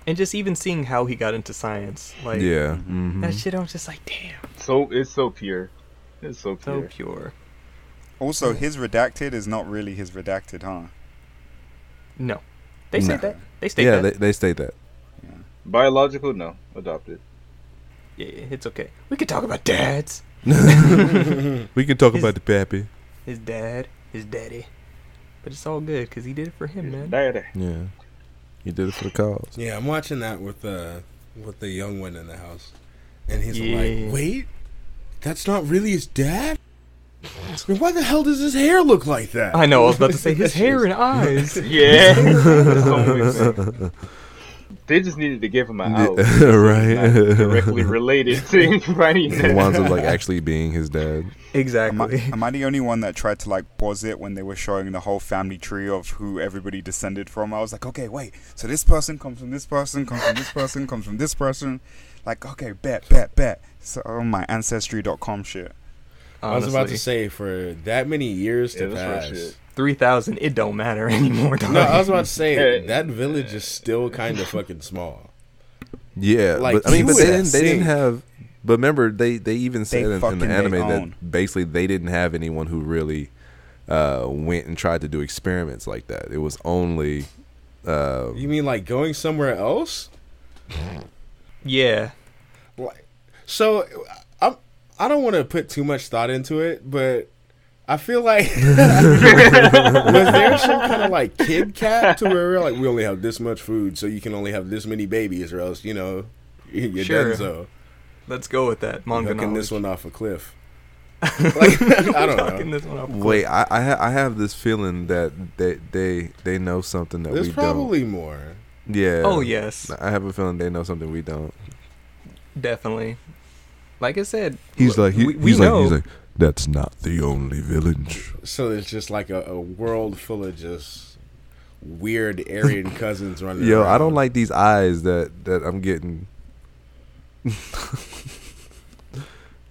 And just even seeing how he got into science, like
yeah. Mm-hmm.
Mhm.
Mm-hmm.
that shit, I was just like, "Damn,
So it's so pure. It's so
so
pure.
pure."
Also, his redacted is not really his redacted, huh?
No, they state
No.
that. They state
yeah,
that.
They, they state that.
Biological, no. Adopted.
Yeah, yeah, it's okay. We could talk about dads.
We can talk
Is-
about the pappy.
His dad. His daddy. But it's all good because he did it for him, man.
Daddy.
Yeah, you did it for the cause.
Yeah, I'm watching that with the with the young one in the house, and he's
Yeah.
like, "Wait, that's not really his dad. I mean, why the hell does his hair look like that?"
I know. I was about to say his hair and eyes.
Yeah. Something. they just needed to give him an
Oh.
out. Not directly
right.
related to anybody. in that-
Wands of like actually being his dad.
Am I,
Exactly.
am I the only one that tried to like pause it when they were showing the whole family tree of who everybody descended from? I was like, okay, wait. So this person comes from this person, comes from this person, comes from this person. Like, okay, bet, bet, bet. So on my ancestry.com shit.
I was about
Honestly.
to say for that many years
Yeah,
to
that's real
pass.
shit.
three thousand. It don't matter anymore. Dog.
No, I was about to say
Hey.
that village is still kind of fucking small.
Yeah,
Like,
but I mean,
he
but
was
they didn't. They didn't
sick.
have. But remember, they they even said in, in
fucking
the
they
anime
own.
that basically they didn't have anyone who really uh, went and tried to do experiments like that. It was only. Uh,
You mean like going somewhere else?
Yeah.
Like, so I'm I don't want to put too much thought into it, but I feel like was there some kind of like kid cap to where we're like we only have this much food, so you can only have this many babies, or else you know you're
Sure.
done. So
Let's go with that manga
hooking
knowledge.
this one off a cliff. Like, I don't
Fucking
know.
this one up.
wait, I I, ha- I have this feeling that they they they know something that
There's
we
probably more.
don't. Yeah.
Oh yes,
I have a feeling they know something we don't.
definitely. Like I said,
He's
look,
like, he,
we, we
he's
know.
like, he's like, that's not the only village.
So there's just like a, a world full of just weird Aryan cousins running.
Yo, I
around.
don't like these eyes that that I'm getting.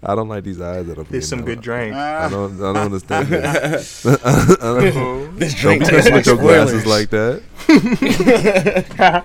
I don't like these eyes that I'm getting.
there's some good
I-
drink.
I
Ah,
don't. I don't understand this. I don't,
Oh,
this
don't
drink
piss
tastes
with
like
your glasses like
spoilers.
that.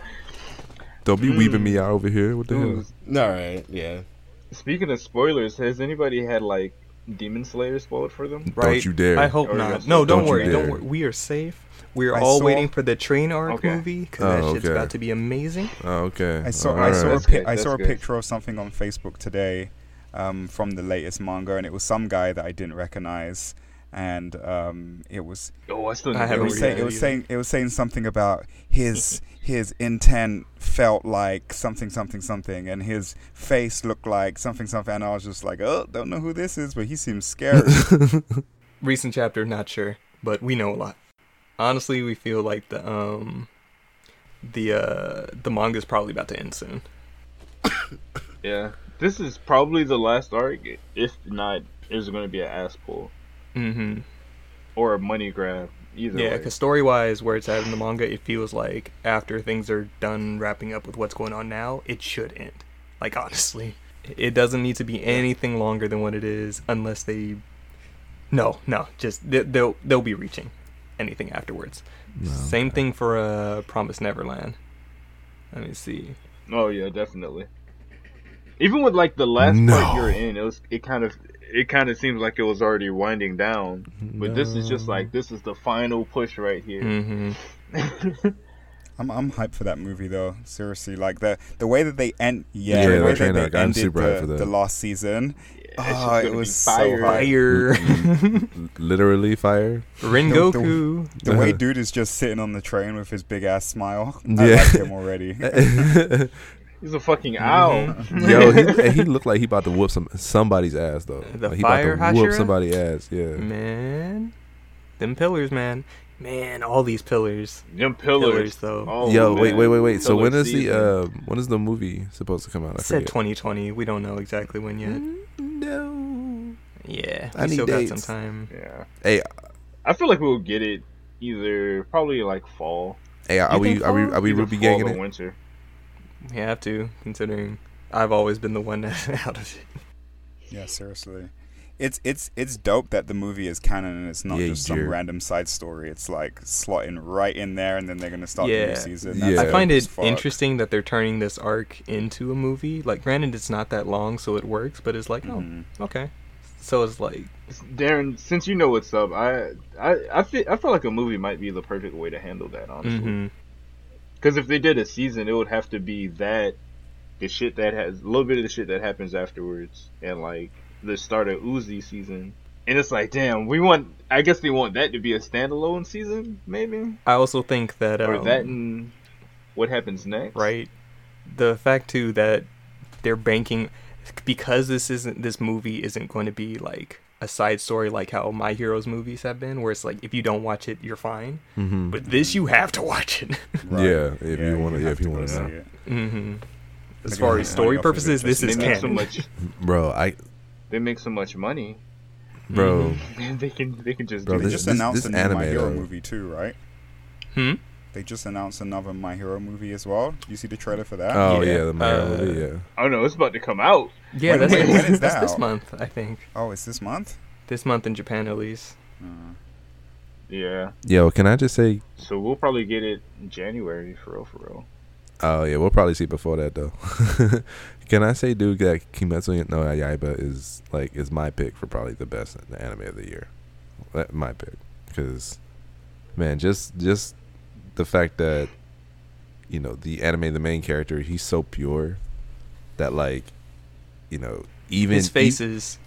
Don't be weeping me out over here. What the hell?
Ooh,
All right, yeah.
Speaking of spoilers, has anybody had like Demon Slayer spoiled for them?
right.
Don't you dare.
I hope
Oh,
Or
not.
just-
No, don't,
Don't you
worry. Don't
dare.
worry. We are safe. We're
I
all
saw-
waiting for the train arc
Okay.
movie because
Oh,
that shit's
okay.
about to be amazing.
oh, okay.
I saw,
All
I
right.
saw, a,
That's
pi-
good,
I saw
that's
a
good.
picture of something on Facebook today um, from the latest manga, and it was some guy that I didn't recognize. And um, it was
Oh, I still
I
need
it
haven't
was,
read
saying,
that
it was
either.
saying it was saying something about his his intent felt like something something something and his face looked like something something and I was just like oh don't know who this is but he seems scary
Recent chapter, not sure, but we know a lot. Honestly, we feel like the um, the uh, the manga's probably about to end soon.
Yeah, this is probably the last arc. If not, it's going to be an ass pull
Mm-hmm.
or a money grab. Either
Yeah,
way.
because story wise, where it's at in the manga, it feels like after things are done wrapping up with what's going on now, it should end. Like, honestly, it doesn't need to be anything longer than what it is unless they. No, no, just they- they'll they'll be reaching anything afterwards.
No.
Same thing for uh, Promise Neverland. Let me see.
Oh yeah, definitely. Even with like the last part
No.
you're in, it was it kind of it kind of seems like it was already winding down. But this is just like this is the final push right here.
hmm
I'm I'm hyped for that movie though seriously like the the way that they end yeah,
Yeah,
the
the
way
train
that they
arc,
ended
I'm super hyped
the,
for that.
the last season
It's just
oh
gonna
it
be
was so
fire.
hype.
Fire,
Literally fire.
Rengoku.
the way dude is just sitting on the train with his big ass smile I
Yeah.
like him already
He's a fucking owl.
Mm-hmm. Yo, he, and he looked like he about to whoop some somebody's ass though.
The
like, he
fire
about to whoop
Hashira?
somebody's ass. Yeah.
Man, them pillars, man, man, all these pillars.
Them
Pillars,
pillars.
though.
Oh,
Yo, wait,
man.
wait, wait, wait. So
Pillar
when is the
season.
uh, when is the movie supposed to come out? I
It said
forget.
2020. We don't know exactly when yet.
No.
Yeah,
I
we
need
still got
dates.
some time.
Yeah.
Hey,
I feel like we'll get it either probably like fall.
hey, are
You
we
think
are we
fall?
are we
either
Ruby
fall
ganging
or
it?
winter.
We have to, considering I've always been the one that out of it.
Yeah, seriously. It's it's it's dope that the movie is canon and it's not
Yeah,
just
you
some
do.
random side story. It's like slotting right in there and then they're gonna start the
Yeah.
new season.
Yeah.
I find
dope as
it
fuck.
interesting that they're turning this arc into a movie. Like, granted, it's not that long, so it works. But it's like,
Mhm.
oh, okay, So it's like,
Darren, since you know what's up, I I I feel, I feel like a movie might be the perfect way to handle that, honestly.
hmm
Because if they did a season, it would have to be that the shit that has a little bit of the shit that happens afterwards, and like the start of Uzi season. And it's like, damn, we want. I guess they want that to be a standalone season, maybe,
I also think that um,
or that and what happens next.
right? The fact too that they're banking because this isn't this movie isn't going to be like a side story like how My Heroes movies have been, where it's like if you don't watch it, you're fine.
Mm-hmm.
But this, you have to watch it.
Right.
Yeah, if you wanna- yeah,
have
if you
go
wanna
see
know.
it.
hmm As
Like,
far
you
as
Mm-hmm. know,
story
like,
purposes, this
just-
They
is
make so
canon.
much.
Bro, I
They make so much money.
bro,
they can. They can just
Bro,
do
They
this-
just announced
this
a new My
anime,
Hero
though.
movie too, right?
Hmm?
They just announced another My Hero movie as well. You see the trailer for that?
oh
Yeah.
yeah, the Mario
Uh,
movie, yeah.
I don't know. oh, It's about to come out.
Yeah,
Wait,
that's,
wait, when is
that's
that
this
out?
month, I think.
Oh, it's this month.
This month in Japan, at least.
Uh,
Yeah.
Yo, can I just say?
So we'll probably get it in January for real, for real.
Oh yeah, we'll probably see before that though. can I say, dude, that Kimetsu no Yaiba is like is my pick for probably the best anime of the year. That my pick, because man, just just the fact that you know the anime, the main character, he's so pure that like you know even e
His faces.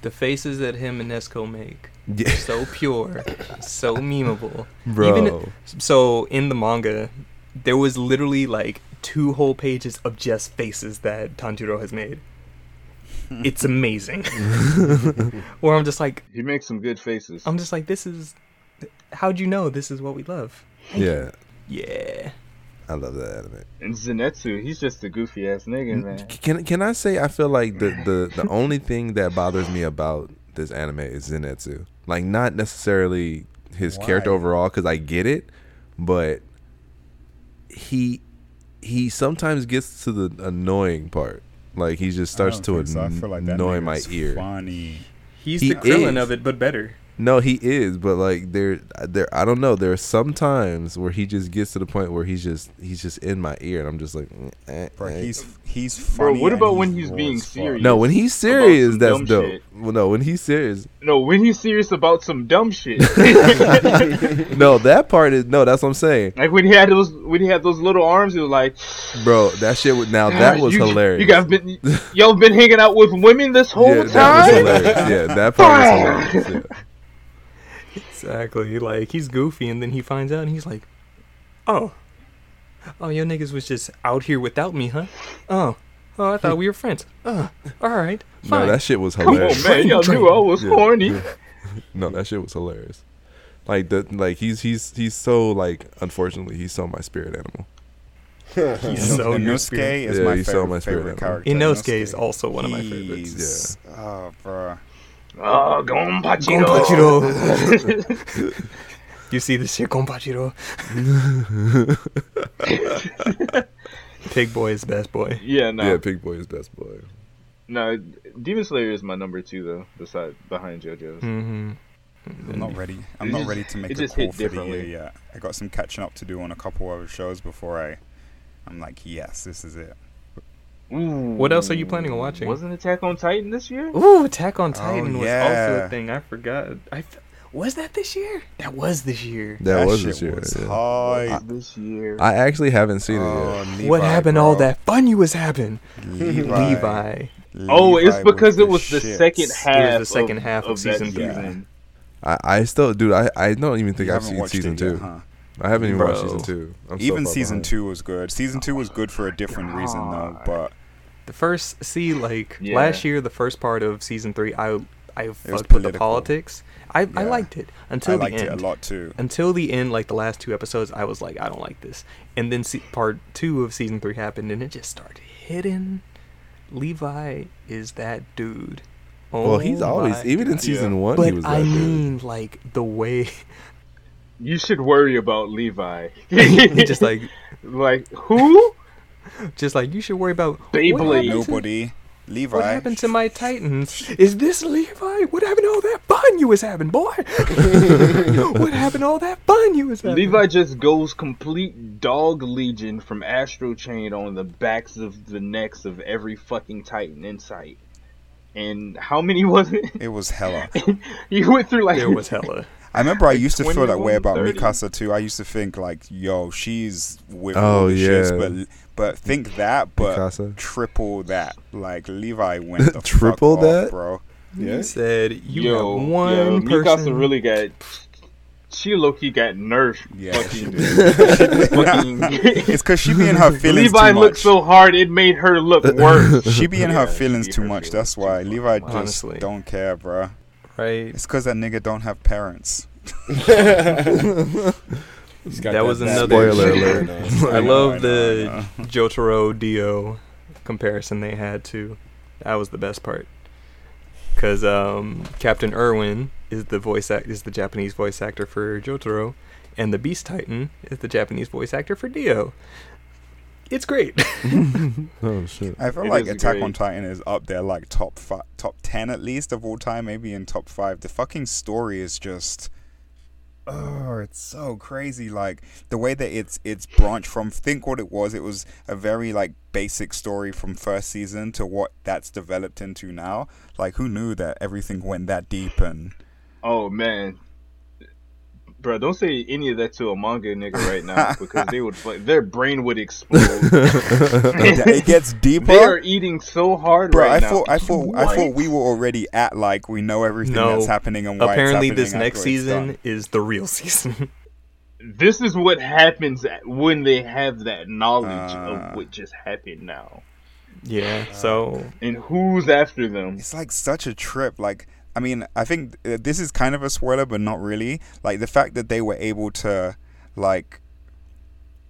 The faces that him and Nesco make.
Yeah.
So pure. so memeable.
bro.
So in the manga, there was literally like two whole pages of just faces that Tanjiro has made. It's amazing. Where I'm just like,
He makes some good faces.
I'm just like, this is. How'd you know this is what we love?
yeah,
Yeah.
I love that anime.
and Zenetsu, he's just a goofy ass nigga, man.
Can can I say I feel like the the, the only thing that bothers me about this anime is Zenetsu. Like not necessarily his
Why?
character overall cuz I get it, but he he sometimes gets to the annoying part. Like he just starts
I
to
don't
an-
think Oh, so. I feel like that
annoy
nigga's
my ear.
Funny.
He's
He
the Krillin
is.
of it, but better.
No, he is, but like there there I don't know, there are some times where he just gets to the point where he's just he's just in my ear and I'm just like mm, eh,
Bro,
eh.
he's he's
Bro,
funny.
what
and
about when he's
raw
being
as fuck.
serious?
No, when he's
about
serious,
some
that's
dumb
dope.
shit.
Well, no, when he's serious,
No, when he's serious about some dumb shit,
no, that part is no. That's what I'm saying,
like when he had those when he had those little arms, he was like,
bro. That shit. Was, now Oh, that
"Ah,
was
you-
hilarious.
You guys been y'all been hanging out with women this whole
yeah, that was
time.
hilarious. Yeah, that part was hilarious. Yeah.
Exactly. Like he's goofy, and then he finds out, and he's like, "Oh, oh, your niggas was just out here without me, huh? Oh, oh, I thought we were friends. Oh, all right,
No,
fine.
that shit was
Come on,
hilarious.
Oh, man, y'all knew I was
Yeah.
horny.
No, that shit was hilarious. Like the like he's he's he's so like unfortunately he's so my spirit animal.
he's so
Inosuke
goofy.
is
Yeah,
my
he's
favorite,
so my spirit
favorite
animal.
character.
Inosuke is also one of my favorites.
He's- Oh, bro.
Oh, Gonpachiro.
Gonpachiro. you see this shit, Gonpachiro? Pig boy is best boy.
Yeah, no,
Yeah, Pig Boy is best boy.
no. Demon Slayer is my number two though, beside behind JoJo's.
Mm-hmm.
I'm not ready. I'm
It
not
just-
ready to
it
make a
just
call
hit
for the year
differently.
yet. I got some catching up to do on a couple other shows before I. I'm like, yes, this is it.
Ooh.
What else are you planning on watching?
Wasn't Attack on Titan this year?
Ooh, Attack
Oh,
on Titan was also
yeah.
a thing. I forgot. I f- was that this year? That was this year.
That, was
shit
this year.
was
yeah.
hype.
this year.
I actually haven't seen
Oh,
it
Levi,
what happened? to All
bro.
that fun you was having,
Levi.
Levi.
oh, it's
Levi
because it
the
was the
shit.
second half.
the second
of,
half of
that
season
three.
season.
yet. I, I still, dude. I, I don't even think
You
I've
haven't
seen
watched
season
it
two.
yet, huh?
I haven't even watched
Bro.
season two. I'm so
Even
far
season
behind.
two was good. Season two was good for a different reason though, but
The first, see, like
Yeah.
last year, the first part of season three, I I fucked with the
political.
politics. I I
Yeah.
liked it
I
until the
liked
end.
it a lot too.
Until the end, like the last two episodes, I was like, I don't like this. And then se- part two of season three happened, and it just started hitting. Levi is that dude. Oh
Well, he's always
my
even in
God.
season one. he was
But
that
I
dude.
mean, like the way,
You should worry about Levi.
just like,
like who?
just like you should worry about what
Beyblade.
happened to-
Nobody. Levi.
What happened to my Titans? Is this Levi? What happened to all that fun you was having, boy? what happened to all that fun you was having?
Levi just goes complete dog legion from Astro Chain on the backs of the necks of every fucking Titan in sight. and how many was it?
It was hella.
you went through like
There was hella.
I remember I used to feel that way
21,
about
30.
Mikasa too. I used to think like, yo, she's with
Oh,
all the
yeah.
shits, but but think that, but
Mikasa.
triple that. Like Levi went the
Triple
fuck off,
that?
bro.
He
Yeah.
said, "You
yo,
got one
yo,
person."
Mikasa really got she low key got nerfed.
Yeah, she
fucking,
did.
fucking
It's because she be in her feelings
Levi
too
looked
much.
so hard it made her look worse.
she be in her
Yeah, she
feelings
be
too
her
much.
feelings
That's why
too
Levi
much.
just
Honestly.
don't care, bro.
right.
It's because that nigga don't have parents.
He's got
That was
bad
another-
bitch.
Spoiler
alert.
Yeah,
I love
know, I know, I
the
know.
Jotaro Dio comparison they had too. That was the best part. Cause um, Captain Irwin is the voice act is the Japanese voice actor for Jotaro, and the Beast Titan is the Japanese voice actor for Dio. It's great.
Oh shit.
I feel
It
like
is
Attack on
great.
Titan is up there, like top fi- top ten at least of all time, maybe in top five. The fucking story is just, oh, it's so crazy. Like the way that it's it's branched from. Think what it was. It was a very like basic story from first season to what that's developed into now. Like who knew that everything went that deep and
Oh man. Bro, don't say any of that to a manga nigga right now because they would fu- their brain would explode.
it gets
they
deeper.
are eating so hard
Bro,
right
I
now.
thought I thought I thought
What?
we were already at like we know everything
No.
that's happening and why
Apparently,
it's happening
this next
after it's done.
season is the real season.
this is what happens at- when they have that knowledge
Ah.
of what just happened now
yeah. So
and who's after
Um,
them.
It's like such a trip. Like, I mean, I think uh, this is kind of a spoiler, but not really. Like the fact that they were able to, like,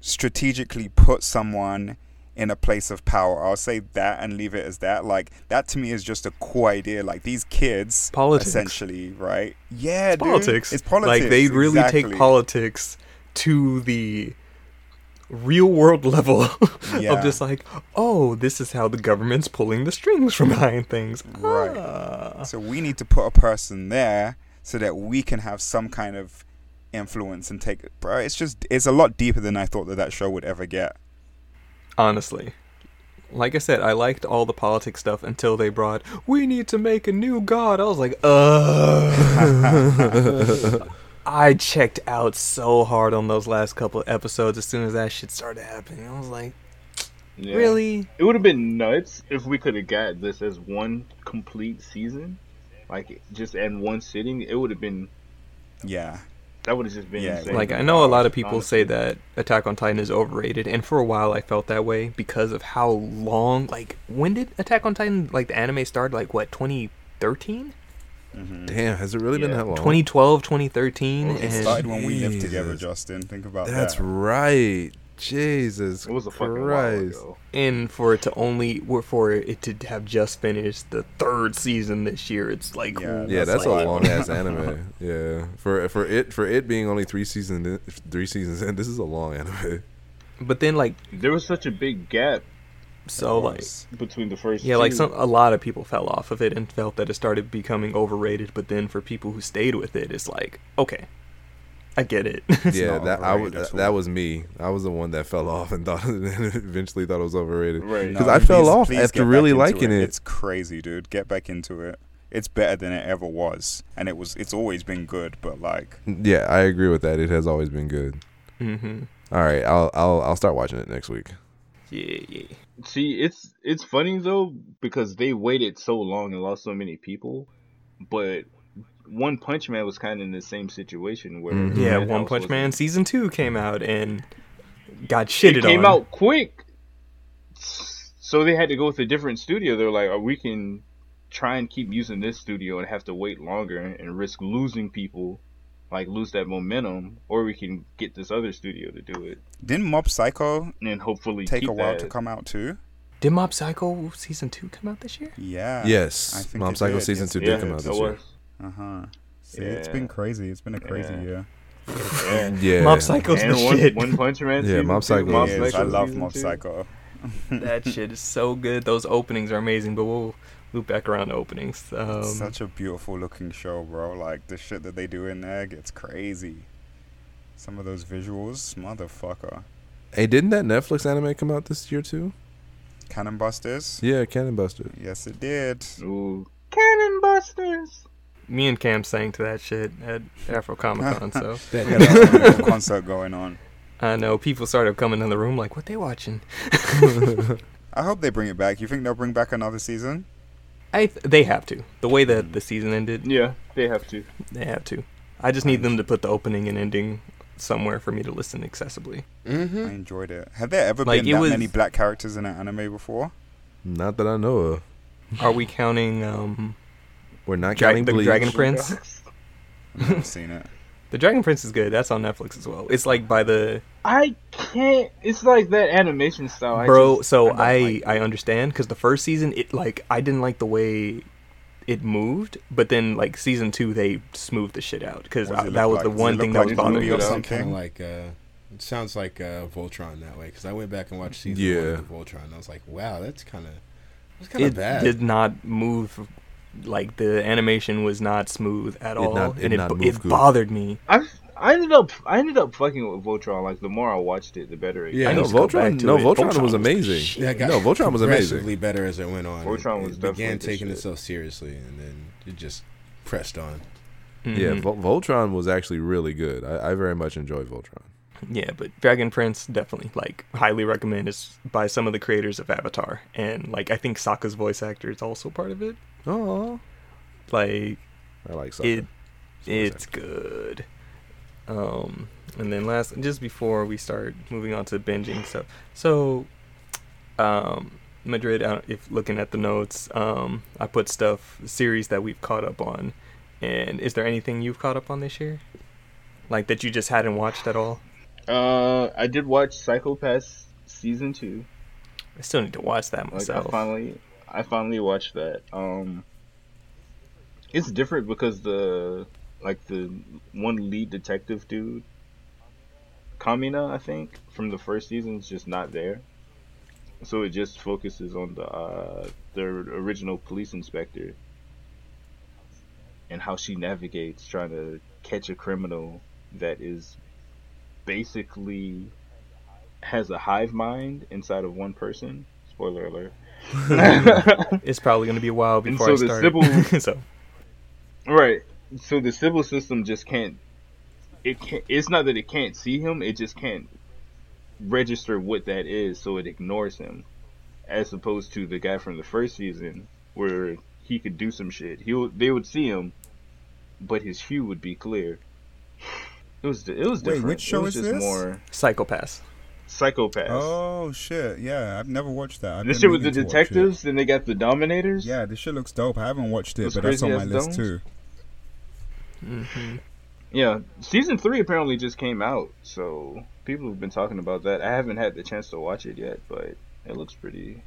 strategically put someone in a place of power. I'll say that and leave it as that. Like that to me is just a cool idea. Like these kids,
Politics.
essentially, right? Yeah, dude.
politics.
It's politics.
Like they really
exactly.
take politics to the real world level
Yeah.
of just like, oh, this is how the government's pulling the strings from behind things.
Right.
Ah.
So we need to put a person there so that we can have some kind of influence and take it. Bro, it's just, it's a lot deeper than I thought that that show would ever get.
Honestly. Like I said, I liked all the politics stuff until they brought, we need to make a new god. I was like, ugh. I checked out so hard on those last couple episodes as soon as that shit started happening. I was like,
Yeah.
really?
It would have been nuts if we could have got this as one complete season, like just in one sitting. It would have been
Yeah.
that would have just been
Yeah,
insane.
Like I know a lot of people say that Attack on Titan is overrated, and for a while I felt that way because of how long. Like when did Attack on Titan like the anime start? Like what 2013,
Damn, has it really been
Yeah.
that long?
2012, 2013,
It started
and
when we lived together,
Jesus.
Justin. Think about
That's
that.
right. Jesus
It was a fucking
Christ.
while ago.
and for it to only were for it to have just finished the third season this year, it's like
Yeah.
yeah,
That's
that's,
like-
a long ass anime. Yeah, for for it for it being only three seasons three seasons in, this is a long anime.
But then like
There was such a big gap
so like
between the first.
Yeah, like
two.
some a lot of people fell off of it and felt that it started becoming overrated, but then for people who stayed with it, it's like, okay. I get it.
yeah,
not
that I was
overrated at
that
all.
was me. I was the one that fell off and thought eventually thought it was overrated.
Right.
No,
Because I fell off after
get back
really
into
liking it.
It's crazy, dude. Get back into it. It's better than it ever was, and it was. It's always been good, but like,
Yeah, I agree with that. It has always been good.
hmm
All right, I'll I'll I'll start watching it next week.
Yeah, yeah.
See, it's it's funny though because they waited so long and lost so many people, but One Punch Man was kind of in the same situation where
Mhm.
Mm-hmm. Yeah,
Madhouse
One Punch
wasn't-
Man season two came out and got shitted
It came
on.
out quick, so they had to go with a different studio. They're like, "Oh, we can try and keep using this studio and have to wait longer and risk losing people, like lose that momentum, or we can get this other studio to do it
didn't Mob Psycho
and hopefully
take
keep
a while
that.
to come out too?
Did Mob Psycho season two come out this year?
Yeah. I
Yes,
think
Mom
it
Psycho
did.
season
Yes,
two
it
yeah,
did come out
it
this year.
was.
Uh huh. See, it's been
Yeah.
crazy. It's been a crazy
Yeah.
year.
Yeah.
Yeah,
Mob Psycho's
And
the
one,
shit.
one Punch Man.
Yeah,
season
Mob
two,
Psycho
Mob
is-
Yes,
Psycho
I love
season
Mob
two.
Psycho.
that shit is so good. Those openings are amazing, but we'll loop back around to openings. Um,
Such a beautiful looking show, bro. Like the shit that they do in there gets crazy. Some of those visuals, motherfucker.
Hey, didn't that Netflix anime come out this year too?
Cannon Busters.
Yeah, Cannon Buster.
Yes, it did.
Ooh, Cannon Busters.
Me and Cam sang to that shit at Afro Comic Con, so
We had a little concert going on.
I know people started coming in the room like, "What they watching?"
I hope they bring it back. You think they'll bring back another season?
I th- they have to. The way that the season ended,
Yeah, they have to.
they have to. I just need them to put the opening and ending somewhere for me to listen accessibly.
I
Mm-hmm.
enjoyed it. Have there ever
Mm. Like,
been
it
that
was-
many black characters in an anime before?
Not that I know of.
Are we counting um,
We're not
Dra-
counting
the
Bleach.
Dragon Prince?
I've never seen it.
The Dragon Prince is good. That's on Netflix as well. It's like by the
I can't. It's like that animation style. I
bro.
just-
so
don't
I
like it.
I understand because the first season it like I didn't like the way it moved, but then like season two they smoothed the shit out because
What does it
that was
look like?
the
Does it
one
look
thing
like
that was
a movie
bothering
or
me.
something?
Kind of like uh, it sounds like uh, Voltron that way because I went back and watched season
Yeah.
one of Voltron. And I was like, wow, that's kind of that's kind
It
of bad.
did not move. Like the animation was not smooth at
It
all,
not- it
and it
not
bo-
move
it
good.
bothered me.
I I ended up I ended up fucking with Voltron. Like the more I watched it, the better. It
Yeah.
I
no,
need to go back
Voltron.
to
No,
it.
Voltron, was
the
amazing.
shit.
Yeah, it got
No, Voltron was
progressively
amazing.
better as it went on.
Voltron
It-
was
it
definitely
began
the
taking
shit.
itself seriously, and then it just pressed on.
Yeah,
Mhm.
Vol- Voltron was actually really good. I, I very much enjoyed Voltron.
Yeah, but Dragon Prince definitely like highly recommend. It's by some of the creators of Avatar, and like I think Sokka's voice actor is also part of it.
Oh,
Like
I like Sokka.
it,
Sokka's
it's
actually-
good. Um, and then last, just before we start moving on to binging stuff, so, um, Madrid. I don't- If looking at the notes, um, I put stuff series that we've caught up on, and is there anything you've caught up on this year, like that you just hadn't watched at all?
Uh, I did watch Psychopaths season two.
I still need to watch that
Like
myself.
I finally, I finally watched that. Um, it's different because the like the one lead detective dude, Kamina, I think from the first season is just not there. So it just focuses on the uh, the original police inspector and how she navigates trying to catch a criminal that is basically has a hive mind inside of one person. Spoiler alert.
It's probably going to be a while
And
before
so
I
the
start.
civil-
so
right. So the civil system just can't. It can't. It's not that it can't see him. It just can't register what that is, so it ignores him. As opposed to the guy from the first season, where he could do some shit. He would. They would see him, but his hue would be clear. It was. It
Wait,
was different.
which
it
show
was
is
just
this?
more
psychopaths.
psychopaths.
Oh shit! Yeah, I've never watched that. I've
this
been
shit with the
meaning to watch it.
detectives, then they got the Dominators.
Yeah, this shit looks dope. I haven't watched it,
Those
but that's on my
crazy-ass
list
domes?
too.
hmm
Yeah, season three apparently just came out, so people have been talking about that. I haven't had the chance to watch it yet, but it looks pretty.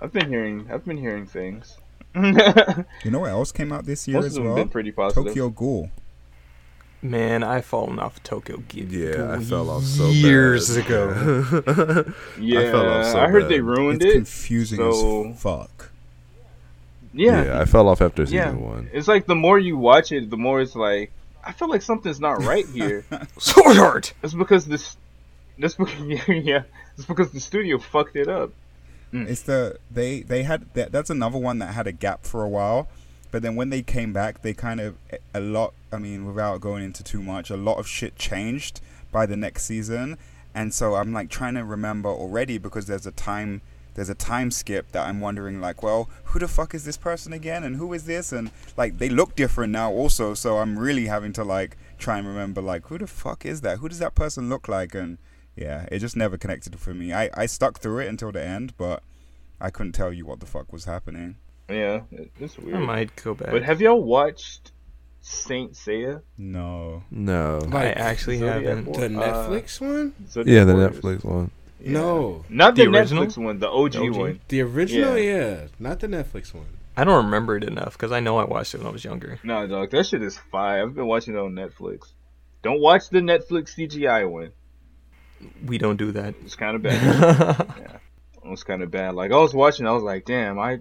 I've been hearing, I've been hearing things. Most
You know what else came out this year
of
as
them have
well?
been pretty positive.
Tokyo Ghoul.
Man, I've fallen off Tokyo Gi-
Yeah, I
Ghoul
fell off so
years
bad.
ago.
Yeah, I,
fell off so
heard
bad.
they ruined
it's
it.
confusing
so-
as fuck.
Yeah,
I fell off after season
Yeah.
one.
it's like the more you watch it, the more it's like I feel like something's not right here.
Sword Art.
it's because this, that's because yeah, it's because the studio fucked it up.
It's the they they had that, that's another one that had a gap for a while, but then when they came back, they kind of a lot. I mean, without going into too much, a lot of shit changed by the next season, and so I'm like trying to remember already because there's a time there's a time skip that I'm wondering like, well, who the fuck is this person again, and who is this, and like they look different now also, so I'm really having to like try and remember like who the fuck is that, who does that person look like, and yeah, it just never connected for me. I I stuck through it until the end, but I couldn't tell you what the fuck was happening.
Yeah, it- it's weird.
I might go back.
But have y'all watched Saint Seiya?
No.
No.
I
Like,
actually
Zodiac
haven't.
War?
The
Uh,
Netflix one?
Zodiac
Yeah, the
Warriors.
Netflix one.
Yeah.
No,
Not
The
the,
original?
Netflix one, the OG,
The OG?
one.
the original.
Yeah.
Yeah. not the Netflix one.
I don't remember it enough because I know I watched it when I was younger.
Nah, dog, that shit is fire. I've been watching it on Netflix. Don't watch the Netflix CGI one.
We don't do that.
It's kind of bad. it was kind of bad. Like I was watching, I was like, damn, I,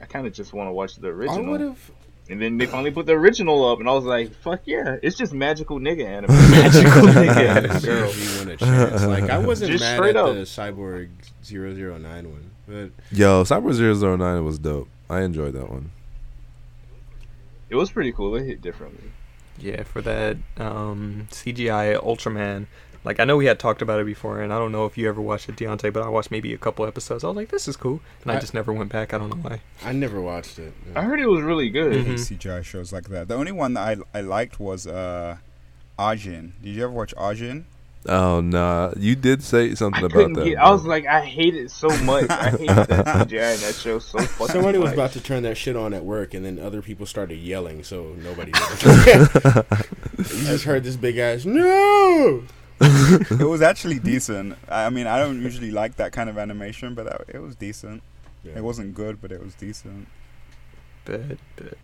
I kind of just want to watch the
I
original.
would have.
And then they finally put the original up, and I was like, "Fuck yeah!" It's just magical nigga anime. magical nigga anime.
If you want a chance. Like I wasn't
Just
mad
straight
at
up.
the Cyborg 009 one, but
Yo, Cyber 009 was dope. I enjoyed that one.
It was pretty cool. It hit differently.
Yeah, for that um, CGI Ultraman. Like I know we had talked about it before, and I don't know if you ever watched it, Deontay, but I watched maybe a couple episodes. I was like, "This is cool," and I,
I-
just never went back. I don't know why.
I never watched it.
I heard it was really good.
Mhm.
CGI shows like that. The only one that I I liked was uh, Ajin. Did you ever watch Ajin?
Oh nah, you did say
I
something about
couldn't
that.
get. I
bro.
was like, I hate it so much. I hate that CGI and that show so fucking.
Somebody was
much.
about to turn that shit on at work, and then other people started yelling, so nobody. you just heard this big ass no.
it was actually decent. I I mean, I don't usually like that kind of animation, but that, it was decent. It wasn't good, but it was decent.
But, but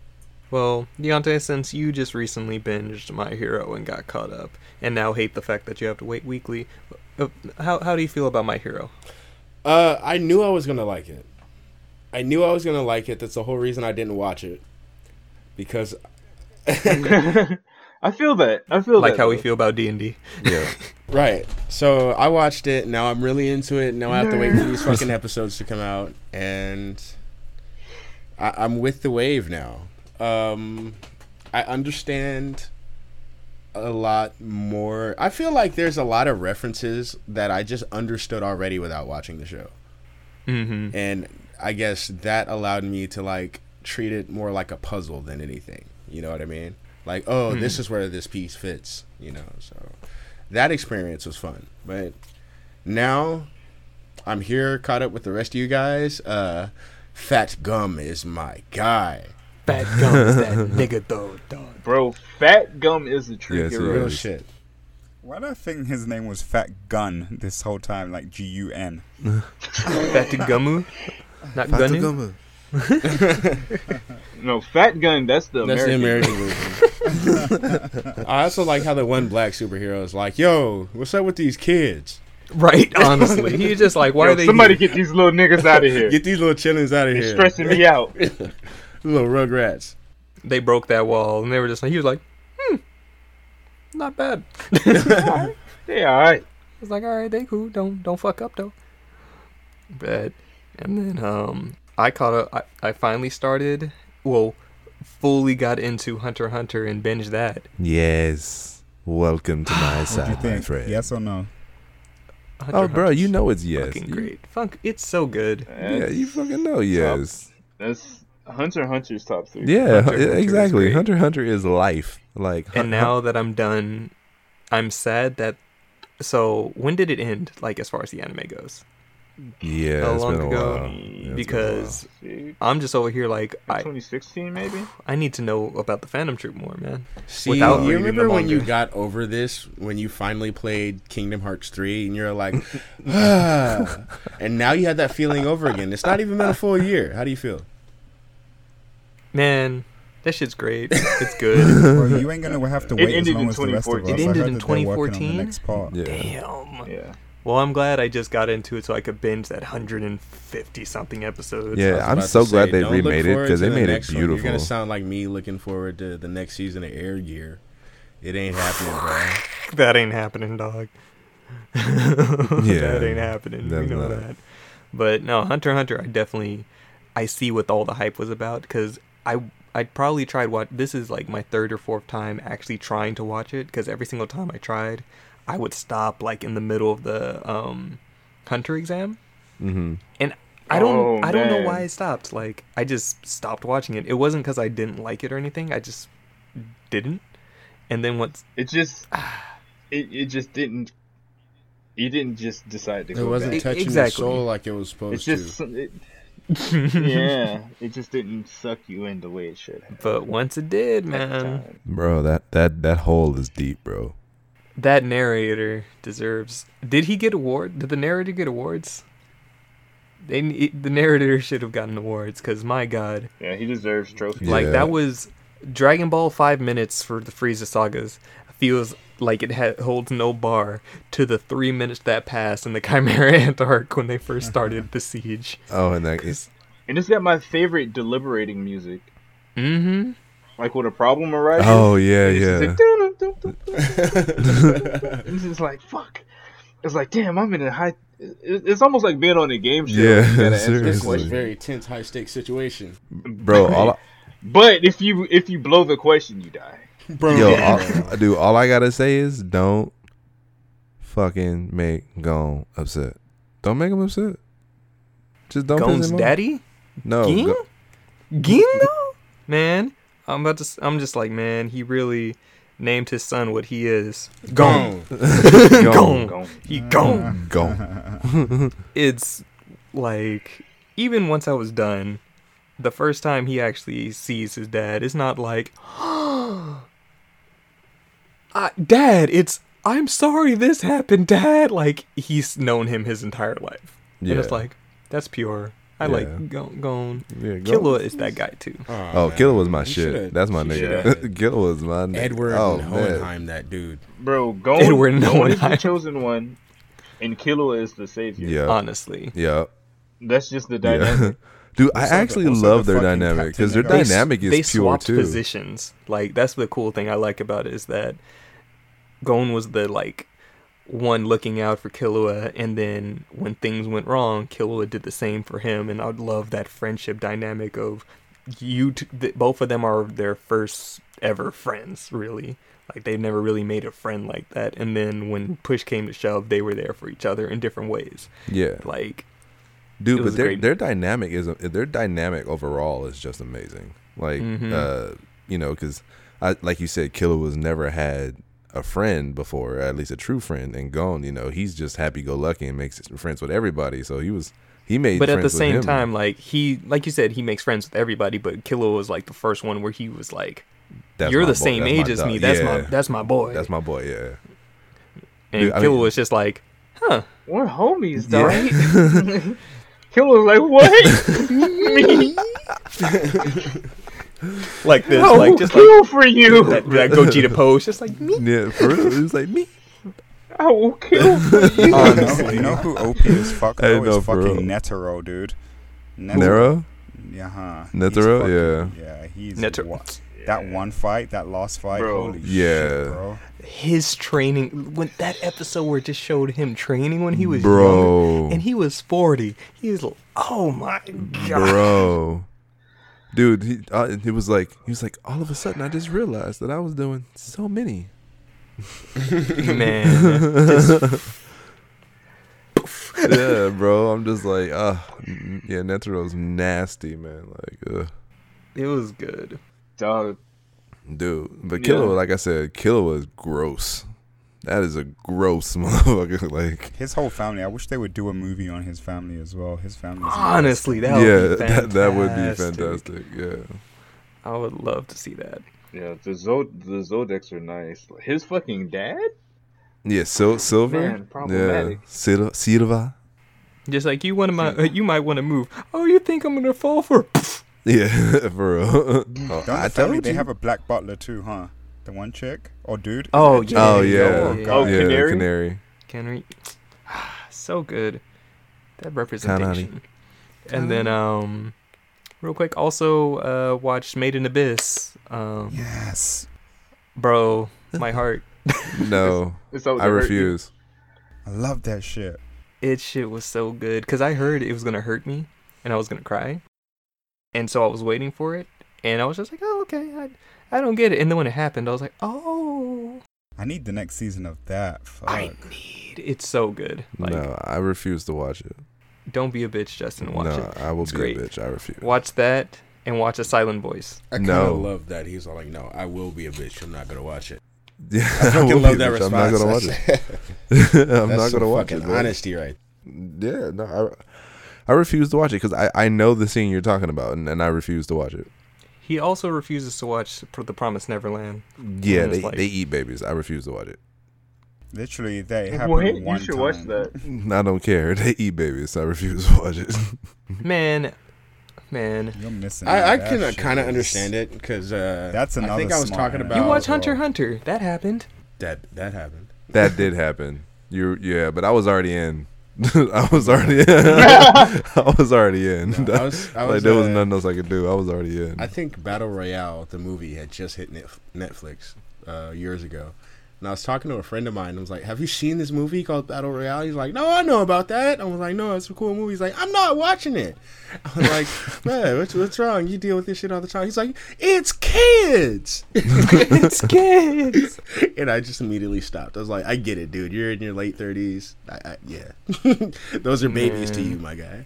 well, Deontay, since you just recently binged My Hero and got caught up, and now hate the fact that you have to wait weekly, uh, how how do you feel about My Hero?
Uh, I knew I was gonna like it. I knew I was gonna like it. That's the whole reason I didn't watch it, because
I feel that. I feel
Like
that,
how we
though.
feel about D and D.
yeah.
right. So I watched it. Now I'm really into it. Now I have to wait for these fucking episodes to come out, and I, I'm with the wave now. Um, I understand a lot more. I feel like there's a lot of references that I just understood already without watching the show.
Mm-hmm.
and I guess that allowed me to like treat it more like a puzzle than anything. You know what I mean? Like, oh, this is where this piece fits. You know, so that experience was fun. But now I'm here, caught up with the rest of you guys. Uh, Fat Gum is my guy.
Fat gums, that nigga though, dog.
bro. Fat gum is the truth.
Yes, it
you're right.
Real
is.
shit.
Why do I think his name was Fat Gun this whole time? Like G U N.
Fat gumu, not gunu.
No, fat gun. That's the
That's the
American.
American version. I also like how the one black superhero is like, "Yo, what's up with these kids?
Right, honestly, he's just like, why
Yo,
are they?
somebody
here?
get these little niggas out of here.
Get these little chillins out of
They're
here,
stressing me out.
little rugrats."
They broke that wall, and they were just like, he was like, hmm, not bad.
Yeah, all right.
It's like, all right, they cool. Don't don't fuck up though. But and then um, I caught up. I, I finally started. Well, fully got into Hunter x Hunter and binge that.
Yes. Welcome to my
What do you
side, my
think?
friend.
Yes or no?
Hunter
Oh,
x
bro,
Hunter's
you know it's yes.
fucking
You-
great. Funk, it's so good.
Yeah, you fucking know yes.
That's Hunter x Hunter's top three.
Yeah,
Hunter
yeah,
Hunter is
exactly.
great.
Hunter x Hunter is life. Like
And
Hun-
now that I'm done, I'm sad that. So when did it end? Like as far as the anime goes,
yeah,
how
it's
long
been a
ago?
while. Yeah, it's been a
because
Dude,
I'm just over here like I
2016 maybe.
I need to know about the Phantom Troop more, man.
See,
without
you
reading the
remember when
manga.
you got over this when you finally played Kingdom Hearts 3 and you're like, "Ah." and now you have that feeling over again. It's not even been a full year. How do you feel?
Man, that shit's great. It's good.
Bro, you ain't gonna have to
It
wait as
ended
long
in
as the rest of us.
2014. It
I heard
ended in
that they're working on
2014?
the next part.
while. Yeah.
Damn.
Yeah.
Well, I'm glad I just got into it so I could binge that 150 something episodes.
Yeah.
I was
I'm
about to
so glad
say,
they
don't look
remade it,
forward
'cause
to
they
the
made it
next one. You're
beautiful.
gonna sound like me looking forward to the next season of Air Gear. It ain't happening, bro.
That ain't happening, dog. that ain't happening. we
that's
know
not-
that. But no, Hunter x Hunter, I definitely, I see what all the hype was about because I I probably tried watch. This is like my third or fourth time actually trying to watch it because every single time I tried, I would stop like in the middle of the um, Hunter exam.
Mm-hmm.
and I don't
Oh,
I don't know
man.
why I stopped. Like I just stopped watching it. It wasn't because I didn't like it or anything. I just didn't. And then once
It just it, it just didn't you didn't just decide to
It
go
wasn't
back.
touching your
exactly.
soul like it was supposed
E, It's just
to.
it, yeah, it just didn't suck you in the way it should have.
but once it did,
at
Uh-huh.
the
man,
time.
Bro, that that that hole is deep, bro.
that narrator deserves. Did he get award? Did the narrator get awards? They ne- the narrator should have gotten awards because my god,
Yeah, he deserves trophies.
like
Yeah.
that was Dragon Ball five minutes for the Frieza sagas feels like it ha- holds no bar to the three minutes that passed in the Chimera Ant arc when they first started the siege.
Oh, and that is
And it's got my favorite deliberating music.
Mm-hmm.
Like when a problem arises.
Oh yeah,
it's just
yeah.
like, dun, dun, dun, dun, dun.
yeah,
It's just like fuck. It's like damn, I'm in a high. it- It's almost like being on a game show.
Yeah,
You gotta answer
seriously.
this
this was
question.
very tense, high stakes situation.
Bro, all I,
But if you if you blow the question, you die.
Bro,
yo, uh, all, dude, all I gotta say is don't fucking make Gone upset. Don't make him upset. Just don't. piss
Gone's
him off.
daddy?
No.
Ging?
Go-
Ging though? Man, I'm about to. s- I'm just like, man, he really named his son what he is. Gone.
oh,
Gone.
Gone.
He
Mm.
gone.
Gone.
It's like even once I was done, the first time he actually sees his dad, it's not like, uh, Dad. It's I'm sorry this happened, Dad. Like he's known him his entire life, and it's
Yeah.
like that's pure. I
Yeah.
like gone. gone.
Yeah, Gone.
Killer is that guy too.
Oh, Killer was my
You
shit.
shoulda-
That's my
you
nigga.
shoulda-
Killer was my nigga.
Edward
Oh, man.
Hohenheim, that dude.
Bro, Gon,
Edward
Gon
Norton.
is the chosen one, and Killua is the savior.
Yeah.
Honestly,
yeah.
That's just the
Yeah.
dynamic.
Dude, I
What's up-
actually
what's up
love
the
their
fucking
dynamic
Captain
because their
America?
dynamic is
they
pure
swapped
too.
positions. Like that's the cool thing I like about it is that Gon was the like one looking out for Killua, and then when things went wrong, Killua did the same for him. And I would love that friendship dynamic of you. T- th- both of them are their first ever friends, really. Like they've never really made a friend like that. And then when push came to shove, they were there for each other in different ways.
Yeah,
Like It
dude, but
was
their
great.
their dynamic is their dynamic overall is just amazing. Like,
Mm-hmm.
uh, you know, because I like you said, Killer was never had a friend before, or at least a true friend, and gone. You know, he's just happy go lucky and makes friends with everybody. So he was he made.
but at
friends
the
with
same
him.
time, like he, like you said, he makes friends with everybody. But Killer was like the first one where he was like,
That's
"You're
my
the
boy-
same
that's my
age as
dog.
me. That's my
Yeah.
that's my boy."
That's my boy. Yeah,
and
dude, I
Killer
mean-
was just like, "Huh,
We're homies,
Yeah.
dog. Killua's like, what? Me?
like this,
I
like
will
just like
kill for you.
that, that Gogeta pose, just like me."
yeah, for real. He was like me.
I will kill for you.
Oh, no, you know who OP is fuck
Um, Hey,
though?
no,
is
for real.
fucking Netero, dude.
Nero.
Yeah, huh.
Netero?
yeah. Yeah, he's
Netero.
wa- that one fight, that last fight,
Bro.
holy
Yeah.
shit, bro.
His training when that episode where it just showed him training when he was young,
bro.
and he was forty. He's l- oh my god,
bro dude he, uh, he was like he was like all of a sudden i just realized that i was doing so many
man.
yeah bro i'm just like uh yeah netero's nasty man like uh
It was good.
Dog,
dude but
Yeah.
killer like i said killer was gross that is a gross motherfucker like
His whole family. I wish they would do a movie on his family as well. His family.
Honestly, that
yeah
would be
that, that would be
fantastic.
fantastic yeah
I would love to see that.
yeah, the Zod the Zodex are nice. His fucking dad?
yeah sil- silver
Man, problematic.
yeah Sil- silva
Just like you want to, uh, you might want to move. Oh, you think I'm gonna fall for?
yeah for real Oh,
Don't
i
the family,
told
they
you
have a black butler too, huh? The one chick or dude?
Oh yeah.
oh yeah
Oh,
yeah
Canary?
canary.
Canary, so good. That
out.
representation. And then um, real quick, also uh, watched Made in Abyss. Um,
Yes.
bro, my heart.
No,
Is that what
I
they hurt Oh, you?
refuse.
I love that shit.
It shit was so good because I heard it was gonna hurt me and I was gonna cry, and so I was waiting for it, and I was just like, oh okay, I, I don't get it. And then when it happened, I was like, oh,
I need the next season of that. Fuck.
I need. It's so good. Like,
no, I refuse to watch it.
don't be a bitch, Justin.
No,
Watch it.
I will
It's
be
great.
a bitch. I refuse.
Watch that and watch a silent voice.
I kind
No.
of love that. He's all like, no, I will be a bitch. I'm not going to watch it.
Yeah,
I
will
fucking
be
love
a bitch.
that
I'm
response.
not gonna watch it.
That's-
I'm
that's
not
some
gonna watch
fucking
it. bro.
Honesty, right?
Yeah, no, I, I refuse to watch it because I, I know the scene you're talking about, and, and I refuse to watch it.
He also refuses to watch Pr- The Promised Neverland.
Yeah,
it's
they,
like-
they eat babies. I refuse to watch it.
Literally, they have
Wait,
one
you should
time.
watch that.
I don't care. They eat babies. I refuse to watch it. Mm-hmm.
Man, man.
You're missing. out.
I, I
That
can
shit
kind of
is-
understand it because uh,
That's
I think
another
I was
smart
talking
ass.
about
You
Oh,
watch
well.
Hunter x Hunter. That happened.
that that happened.
that did happen. You yeah, but I was already in. I was already I was already in.
No, I was- I
like
was,
there was
uh,
nothing else I could do. I was already in.
I think Battle Royale, the movie, had just hit Netf- Netflix uh, years ago. And I was talking to a friend of mine. and I was like, Have you seen this movie called Battle Royale? He's like, No, I know about that. I was like, No, it's a cool movie. He's like, I'm not watching it. I was like, Man, what's, what's wrong? You deal with this shit all the time. He's like, It's kids.
it's kids.
and I just immediately stopped. I was like, I get it, dude. You're in your late 30s. I, I, yeah. Those are babies to
Man.
you, my guy.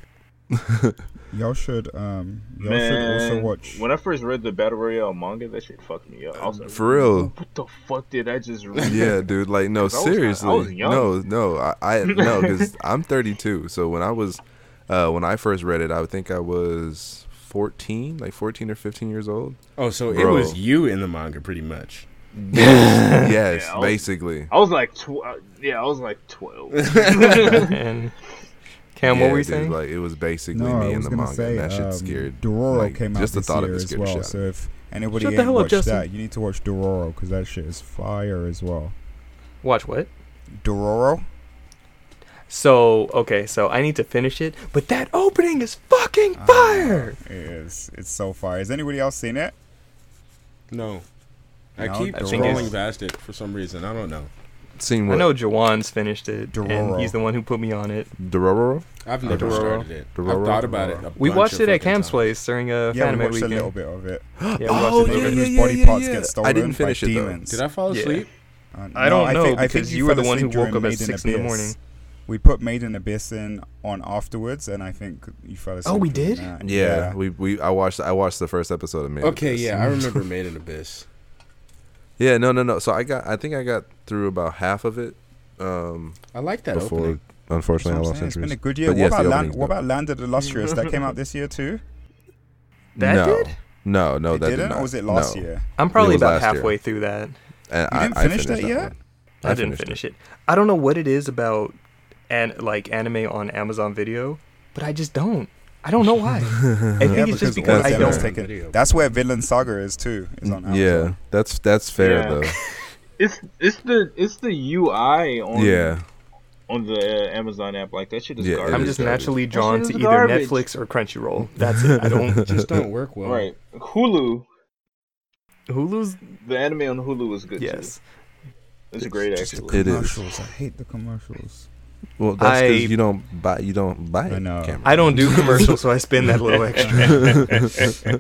Y'all should um y'all
Man,
should also watch
when I first read the Battle Royale manga, that shit fucked me up. I was like,
For real.
What the fuck did I just read?
Yeah, dude. Like no,
'Cause I was- I was
seriously.
young.
No, no. I, I no because I'm 32. So when I was uh, when I first read it, I would think I was 14, like 14 or 15 years old.
Oh, so
Bro.
it was you in the manga, pretty much.
yes,
Yeah, I was-
basically.
I was like, tw- uh, yeah, I was like twelve.
and Cam, what
Yeah,
were you
dude,
saying?
Like it was basically
No,
me
I
in
was
the
gonna
manga.
say
and that shit
um,
scared.
Dororo
like,
came out
just the
this
thought of
year
it
as
scared the
well.
shit out of
So if
anybody
Shut the
ain't
hell up,
watched
Justin.
that, you need to watch
Dororo, because that shit is fire as well.
Watch what?
Dororo.
So okay, so I need to finish it, but that opening is fucking
Uh,
Ah.
fire.
It is it's so far. Has anybody else seen it?
No. I
No,
keep
I
think
scrolling
it's-
past it for some reason. I don't know.
Seen
I
what?
know Jawan's finished it, and
Dororo.
he's the one who put me on it.
Dororo.
I've never
Dororo.
started it.
Dororo,
I've thought about it.
Dororo.
a
We
bunch
watched
of
it at
fucking
Cam's
times.
place during a
yeah,
Fanime
we watched
weekend.
a little bit of it.
Yeah, we
Oh,
watched a
yeah,
little
Logan
bit.
whose
yeah,
body
yeah,
parts
yeah. I
get stolen
didn't
by
finish it, though.
demons.
Did I fall
Yeah.
asleep?
Uh,
I
no,
don't know
think- I think
because you were
fell
the one who
asleep during
woke up at
Made
six in the
Abyss.
morning.
We put Made in Abyss in on afterwards, and I think you fell asleep.
Oh, we
during
did?
that.
Yeah, we we I watched I watched the first episode of Made. in
Okay,
Abyss.
yeah, I remember Made in Abyss.
Yeah, no, no, no. So I got I think I got through about half of it. Um,
I like that
before
opening.
That's what
unfortunately I
I'm
lost
saying, it's been a
interest.
good year.
But
what,
yes, the
about Land,
opening's
what
dope.
about Land of the Lustrous that came out this year too?
That
no,
did?
no, no,
It
that
didn't,
did not.
or was it last
No.
year?
I'm probably
was
about
last year.
halfway through that.
And
You
I,
didn't
I
finish
finished
that
that
yet?
one.
I, didn't
finished
finish it. I don't know what it is about an like anime on Amazon Video, but I just don't. I don't know why. I think
Yeah,
it's just
because
because I
all
Amazon's
don't.
Zen's taken-
Video.
That's where Villain Saga is too. Is on Amazon.
Yeah, that's that's fair
Yeah.
though.
it's it's the it's the UI on
Yeah,
on the uh, Amazon app. Like that shit is
Yeah, it
garbage.
I'm just
garbage.
naturally
shit
drawn
is
to either
garbage.
Netflix or Crunchyroll. That's it. I don't.
Just don't work well.
right. Hulu,
Hulu's
the anime on Hulu is good.
yes.
too. it's great
Just the
actually.
It is.
commercials. I hate the commercials.
well that's
I-
because you don't buy you don't buy
I
it.
know.
Cameron.
I don't do commercials, so I spend that little extra.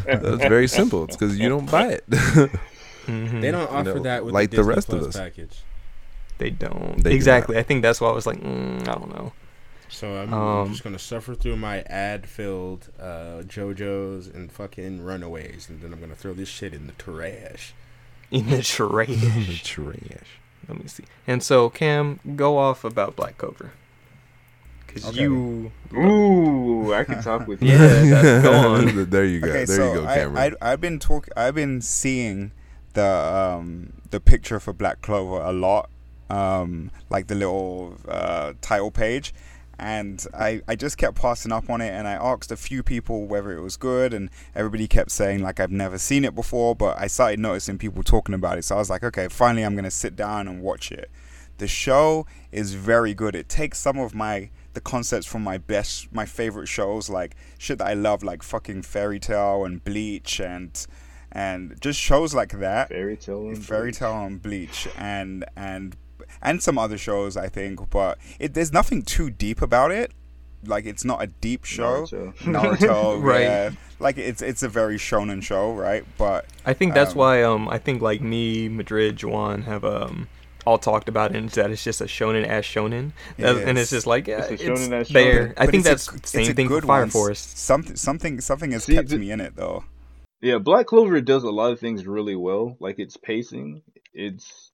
That's very simple. It's because you don't buy it.
Mhm.
They don't offer
know,
that with
like
the,
the
Disney
rest of us.
Plus package.
They don't.
They do
exactly. I think that's why I was like, mm, I don't know.
So I'm
Um,
just gonna suffer through my ad-filled uh, JoJo's and fucking Runaways, and then I'm gonna throw this shit in the trash.
In the trash.
Trash.
Let me see. And so, Cam, go off about Black Cobra. Because
Okay.
you.
Ooh, I can talk with you.
Yeah, that's gone.
there you go.
Okay,
there
so
you go, Cameron.
I, I I've been talk I've been seeing the um the picture for Black Clover a lot, um like the little uh, title page, and I I just kept passing up on it, and I asked a few people whether it was good, and everybody kept saying like I've never seen it before, but I started noticing people talking about it, so I was like, okay, finally I'm gonna sit down and watch it. The show is very good. It takes some of my the concepts from my best my favorite shows like shit that I love like fucking Fairy Tale and Bleach and and just shows like that.
Fairy tale. and
Fairy
Bleach.
Tale and Bleach and and and some other shows I think, but it there's nothing too deep about it. Like it's not a deep show.
Naruto.
Naruto,
Right.
yeah. Like it's it's a very shonen show, right? But
I think that's
Um,
why um I think like me, Madrid, Juan have um all talked about it, and that it's just a shonen as shonen, That- and it's
Yes.
just like yeah,
It's
it's,
a shonen as
there.
shonen.
I
but
think
it's
that's
a g-
the
it's
same
a
thing for
good
Fire
one.
Force.
Something something something has
See,
kept
th-
me in it though.
Yeah, Black Clover does a lot of things really well. Like its pacing, it's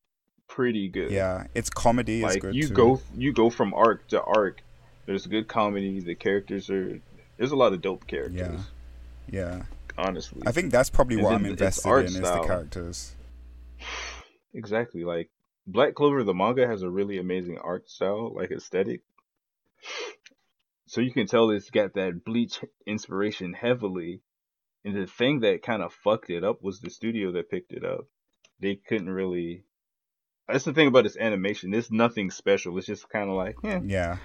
pretty good.
Yeah, its comedy is
like
good
you
too.
go you go from arc to arc. There's good comedy. The characters are there's a lot of dope characters.
yeah.
Honestly,
I think that's probably
And
what
then
I'm
its
invested
art
in is the
style.
characters.
exactly like Black Clover. The manga has a really amazing art style, like aesthetic. So you can tell it's got that Bleach inspiration heavily. And the thing that kind of fucked it up was the studio that picked it up. They couldn't really. that's the thing about this animation. It's nothing special. It's just kind of like, eh.
Yeah.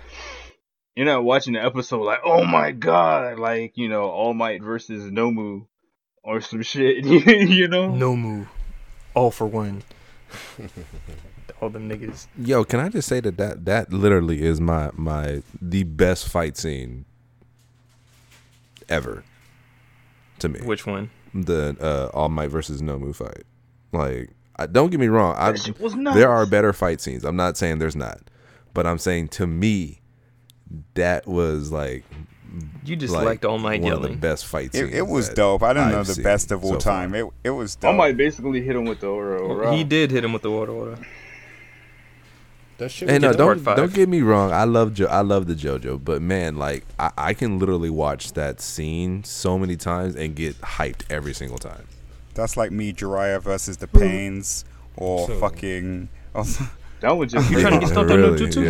you're not watching the episode like, oh my god, like you know, All Might versus Nomu or some shit. you know?
No move. All for one. All them niggas.
Yo, can I just say that that, that literally is my my the best fight scene ever to me.
Which one?
the uh, All Might versus Nomu fight. Like, I, don't get me wrong. I,
That shit was nuts.
there are better fight scenes. I'm not saying there's not, but I'm saying to me, that was like
You just
like,
liked All Might
one of the
yelling.
best fight scenes.
It, it was
that
dope. I don't know
I've
the
seen
best of all
so far.
time. It it was dope.
All Might basically hit him with the aura. aura.
He did hit him with the water water.
That shit.
And
get
no,
to part
don't
five.
don't get me wrong. I love jo- I love the JoJo, but man, like I, I can literally watch that scene so many times and get hyped every single time.
That's like me, Jiraiya versus the Pains, or
So-
fucking. Or,
That was just.
You trying to get stomped on
really,
Nojutsu?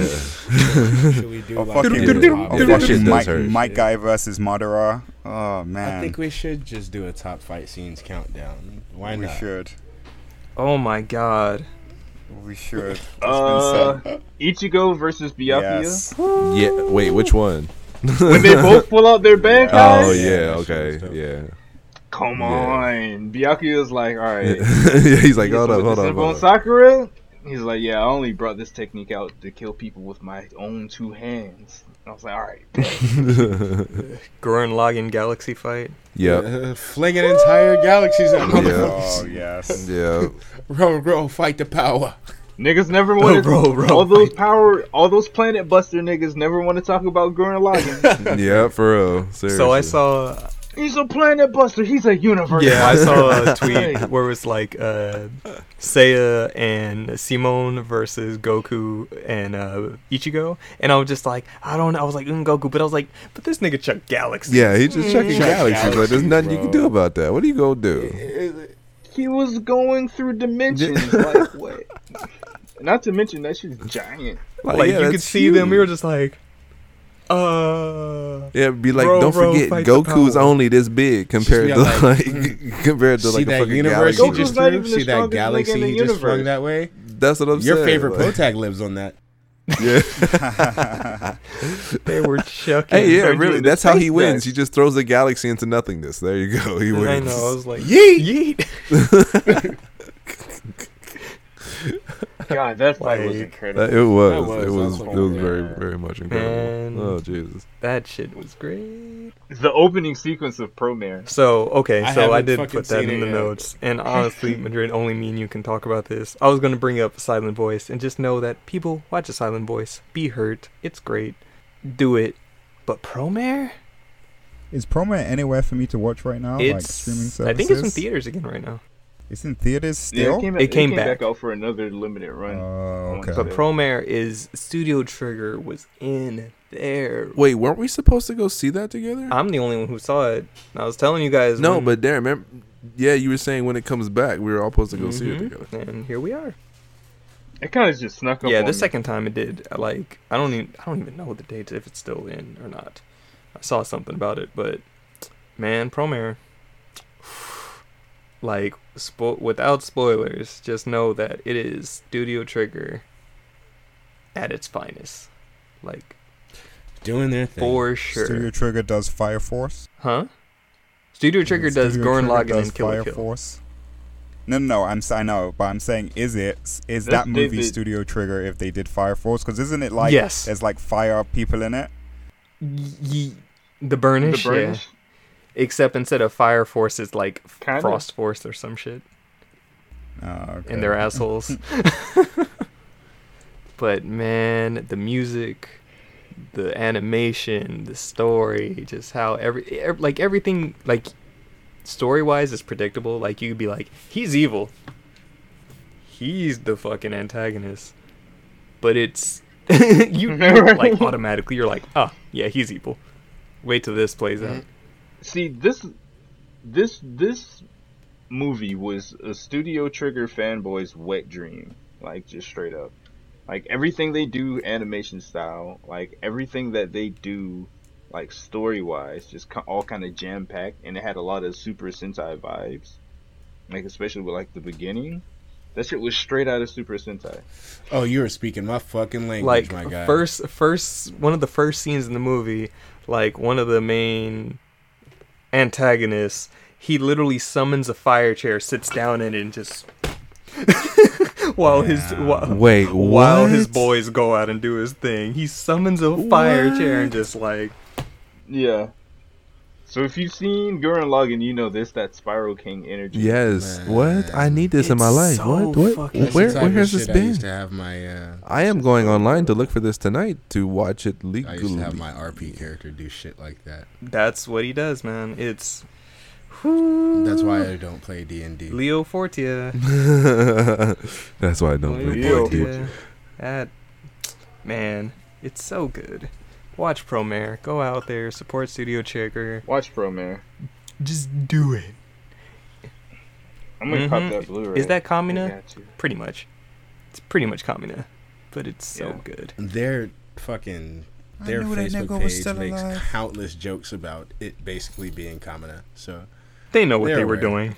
yeah.
should we do
or
like,
fucking,
Yeah,
a top
yeah,
fucking
that shit does
Mike,
hurt.
Mike Guy versus Madara. Oh man,
I think we should just do a top fight scenes countdown. Why
we
not?
should.
Oh my god.
We should. It's been
Uh, Oh,
said.
Ichigo versus Byakuya.
yes.
Yeah. Wait, which one?
When they both pull out their bad guys.
Oh
Yeah,
yeah.
that shit
Okay.
was dope.
Yeah.
Come
Yeah.
on, Byakuya's like, all right.
yeah, he's like,
You
hold
just
up,
put
hold
this
up,
info on
hold up.
Sakura. He's like, yeah, I only brought this technique out to kill people with my own two hands. And I was like, all right.
Gurren Lagann Galaxy fight.
Yep.
Uh, flinging entire galaxies at
Oh
motherfuckers.
yes.
Yeah.
Row, row, fight the power.
Niggas never
Oh,
wanted
bro, bro,
all those power, all those Planet Buster niggas never want to talk about Gurren Lagann.
Yeah, for real. Seriously.
So I saw
he's a Planet Buster. He's a universe.
Yeah, I saw a
Hey.
tweet where it's like uh, Seiya and Simone versus Goku and uh, Ichigo, and I was just like, I don't know. I was like, mm, Goku, but I was like, but this nigga Chuck Galaxy.
Yeah, he's just checking
Check
galaxies. Like, there's
galaxies,
nothing you can do
bro.
about that. What are you gonna do?
It's
he was going through dimensions. like what? Not to mention that she's giant.
like,
yeah,
you could
that's
see them. We were
huge.
just like, uh,
Yeah, be like,
Bro,
don't
bro,
forget,
fight the
Goku's
power.
only this big compared
She's
to
not
like, compared to
See
like a
that
fucking
universe
galaxy.
he
Goku's
just threw?
not even the
See that
strongest nigga
galaxy
in the
he just
universe.
flung that way?
That's what I'm
Your
saying.
favorite
like-
Protag lives on that.
Yeah.
they were chucking.
hey, yeah,
Goku
really.
in the
That's how he
space
wins. He
jets.
just throws the galaxy into nothingness. There you go. He
And
wins.
I know. I was like,
Yeet!
yeet.
God, that fight was
Like,
incredible.
That- it was.
was-
It
that
was.
was
It was
cool.
very, very much incredible.
Man.
Oh Jesus.
That shit was great.
the opening sequence of Promare.
So okay,
I
so I
haven't
did
fucking
put that
seen
in
it
the
yet.
notes, and honestly, Madrid, only me and you can talk about this. I was gonna bring up Silent Voice, and just know that people watch a Silent Voice, be hurt, it's great, do it, but Promare,
Is Promo anywhere for me to watch right now? like
it's
streaming services?
I think it's in theaters again right now.
It's in theaters
Yeah,
still.
it came,
It came
back.
back.
out for another limited run.
Uh,
Oh,
But
okay.
But Promare is Studio Trigger was in there.
Wait, weren't we supposed to go see that together?
I'm the only one who saw it. I was telling you guys.
no,
when-
but Darren, remember, yeah, you were saying when it comes back, we were all supposed to go see it
Mhm,
together.
and here we are.
It kind of just snuck up.
yeah,
on
the
me.
second time it did. I, Like I don't even I don't even know the dates if it's still in or not. I saw something about it, but man, Promare. Like spo- without spoilers, just know that it is Studio Trigger at its finest. Like
Doing their thing.
for sure.
Studio Trigger does Fire Force.
huh? Studio Trigger does
Studio
Gurren
Trigger
Lagann
does
and Kill
Fire
la Kill.
Force. No, no, no. I'm s- I know, but I'm saying, is it is
That's
that movie
David-
Studio Trigger if they did Fire Force? Because isn't it like
Yes.
there's like fire people in it?
Y- the
the
Burnish,
burnish.
yeah. Except instead of Fire Force, it's like
Kinda.
Frost Force or some shit.
Oh, okay.
and their assholes. but man, the music, the animation, the story, just how every ev- like everything like story wise is predictable. Like you could be like, he's evil. He's the fucking antagonist. But it's you you, like automatically you're like, ah, yeah, he's evil. Wait till this plays out.
See this, this this movie was a Studio Trigger fanboy's wet dream. Like just straight up, like everything they do animation style, like everything that they do, like story wise, just ki- all kind of jam packed, and it had a lot of Super Sentai vibes. Like especially with like the beginning, That shit was straight out of Super Sentai.
Oh, you were speaking my fucking language,
like
my guy.
first first one of the first scenes in the movie like one of the main antagonists he literally summons a fire chair sits down in it and just while his while,
Wait,
while his
what?
boys go out and do his thing he summons a fire chair and just like
Yeah. So if you've seen Gurren Lagann, you know this that Spiral King energy.
Yes.
Man.
What? I need this in my
It's
life.
so
what? What?
fucking-
Where,
That's the
where
type of
has this
shit I
been?
used to have my. Uh,
I am going online to look for this tonight to watch it
I used to
legally.
have my RP character do shit like that.
that's what he does man it's
That's why I don't play D and D.
leo fortia
That's why I don't
Leo
play
Leo.
D&D.
Fortia. that man it's so good watch promare go out there support studio checker
Watch Pro Man.
just do it
I'm gonna cop
Mhm.
that Blu-ray.
Is that
I
Kamina?
got you.
Pretty much. It's pretty much Kamina, but it's so
Yeah.
good.
Their fucking
I
their
knew that
Facebook
nigga was
page
still
makes
alive.
countless jokes about it basically being Kamina. So
They know what
They're
they were
aware.
doing.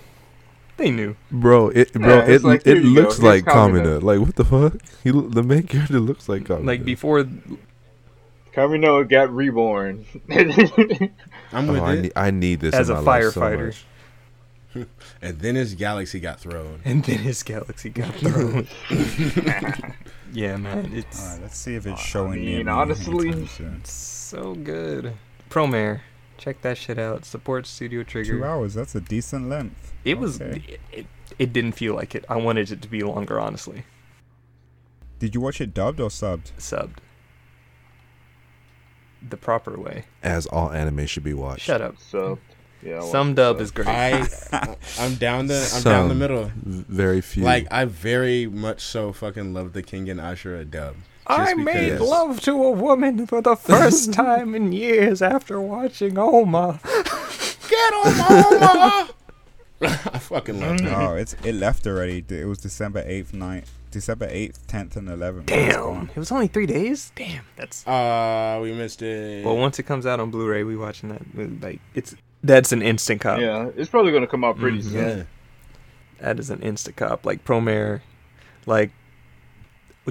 They knew.
Bro, it bro,
Yeah,
it
it's like, here
it
you go,
looks
here's
like
Kamina.
Kamina. Like what the fuck? He lo- the main character looks like Kamina.
Like before,
Kamino got reborn.
I'm
Oh,
with
I,
it.
need, I need this
As
in
a
my life so
firefighter.
much.
and then his galaxy got thrown.
and then his galaxy got thrown. yeah, man, it's
Alright, let's see if it's
I
showing
mean,
near me
honestly-
anytime soon.
it's so good. Promare, check that shit out. Support Studio
Two
Trigger.
hours. That's a decent length.
It was.
Okay.
It, it, it didn't feel like it. I wanted it to be longer, honestly.
Did you watch it dubbed or subbed?
Subbed. The proper way.
As all anime should be watched.
Shut up.
so, yeah. I
Some
watched
dub
that.
is great.
I I'm down the I'm down the
Some.
middle.
V- Very few.
Like I very much so fucking love the King and Ashura dub.
I
Just
made
because-
love to a woman for the first time in years after watching Oma.
Get on my I fucking love that.
Oh,
No, it's it left already. D- It was December eighth night, December eighth, tenth, and eleventh.
Damn. It was only three days? Damn. That's.
Uh we missed it.
Well, once it comes out on Blu ray, we watching that. Like, it's. That's an instant cop.
Yeah, it's probably gonna come out pretty
Mhm.
soon.
yeah.
That is an insta cop. Like, Promare. Like.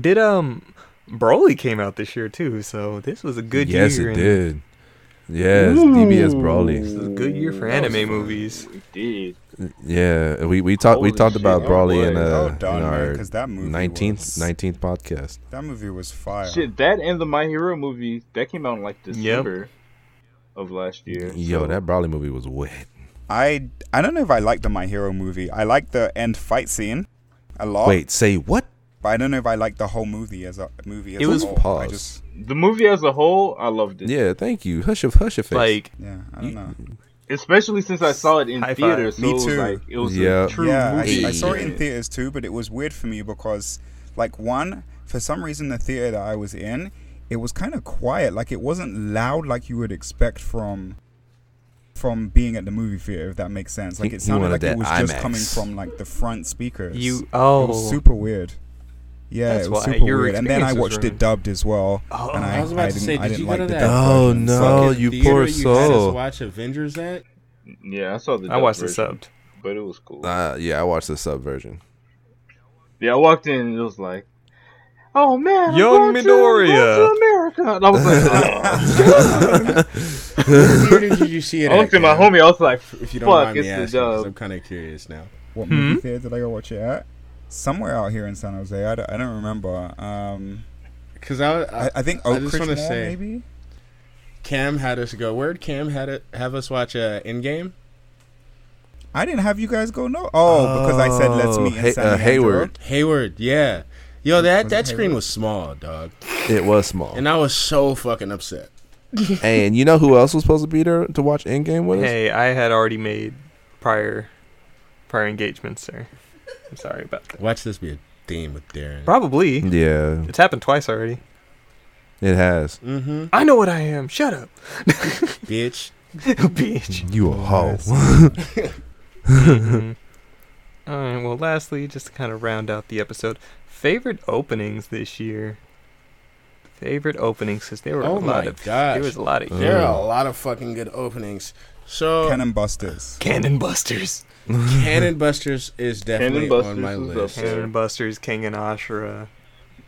Did, um. Broly came out this year, too, so this was a good
yes,
year.
it
in-
did. Yes, DBS Brawly.
This is a good year for
That was
anime
fun.
movies.
We did.
Yeah, we we talked we
Holy
talked
shit,
about
oh
Brawly
boy.
in,
oh,
uh,
done,
in
man,
our
because that movie
nineteenth
was,
nineteenth podcast.
That movie was fire.
Shit, that and the My Hero movie that came out in like December of last year.
Yo,
so-
that Brawly movie was wet.
I I don't know if I like the My Hero movie. I like the end fight scene a lot.
Wait, say what?
but I don't know if I like the whole movie as a movie. As
It
a
was-
whole. I
Pause.
just
the movie as a whole, I loved it.
Yeah, thank you. Hush your hush your face.
Like,
yeah, I don't know.
Especially since I saw it in
High five.
theater, so
Me
it was
too.
like it was
Yeah.
a true
yeah,
movie.
I, I saw it in theaters too, but it was weird for me because, like, one for some reason the theater that I was in, it was kind of quiet. Like, it wasn't loud like you would expect from from being at the movie theater. If that makes sense, like
You
it sounded
wanted
like it
that
was
IMAX.
just coming from like the front speakers.
you.
it
Oh.
was super weird. Yeah,
That's
it was
why
super
your
weird. And then I
experience was
watched
ruined.
it dubbed as well.
Oh.
and I,
I was about to
didn't,
say, did
I didn't
you go
like
to
the
that?
dub
Oh,
version, so-
no.
Fucking
Oh, you
theater
poor
You had us
soul.
watch Avengers at?
Yeah, I saw the.
I watched
dub
it
version,
subbed.
but it was cool.
uh, yeah, I watched the sub version.
Yeah, I walked in and it was like, "Oh man, I'm
Young
going to-
Midoriya."
going to America," and I was like, oh.
Where did you see it?
I looked at my
Cam?
homie, I was like,
Oh. If you don't mind
"Fuck,
me
it's the
asking, 'cause I'm
dub."
kind of curious now.
What
Hmm?
movie theater did I go watch it at?
somewhere out here in San Jose. I don't, I don't remember. Um,
Because I,
I,
I,
I think
I
Oak
just
Ridge
wanna
Mall,
say-
maybe.
Cam had us go. Where'd Cam had it, have us watch uh, Endgame?
I didn't have you guys go. No. Oh, because I said let's
Oh,
meet in
Hey-
San
uh,
Leandro.
Hayward.
Hayward, yeah. Yo, that,
Was it
that screen
Hayward?
was small, dog.
It was small.
And I was so fucking upset.
Hey, and you know who else was supposed to be there to watch Endgame with us?
Hey, I had already made prior prior engagements, sir. I'm sorry about that.
Watch this be a theme with Darren.
Probably.
Yeah,
It's happened twice already.
it has.
Mm-hmm.
I know what I am. Shut up,
Bitch.
bitch.
You a hoe.
Mhm. All right. Well, lastly, just to kind of round out the episode, favorite openings this year. Favorite openings because there were
Oh
a lot
my
of
gosh. Uh.
there was a lot of
There are a lot of fucking good openings. So
Cannon Busters.
Cannon Busters,
Cannon Busters is definitely
Cannon Busters
on my
is up
list.
there.
Cannon Busters, King and Ashura.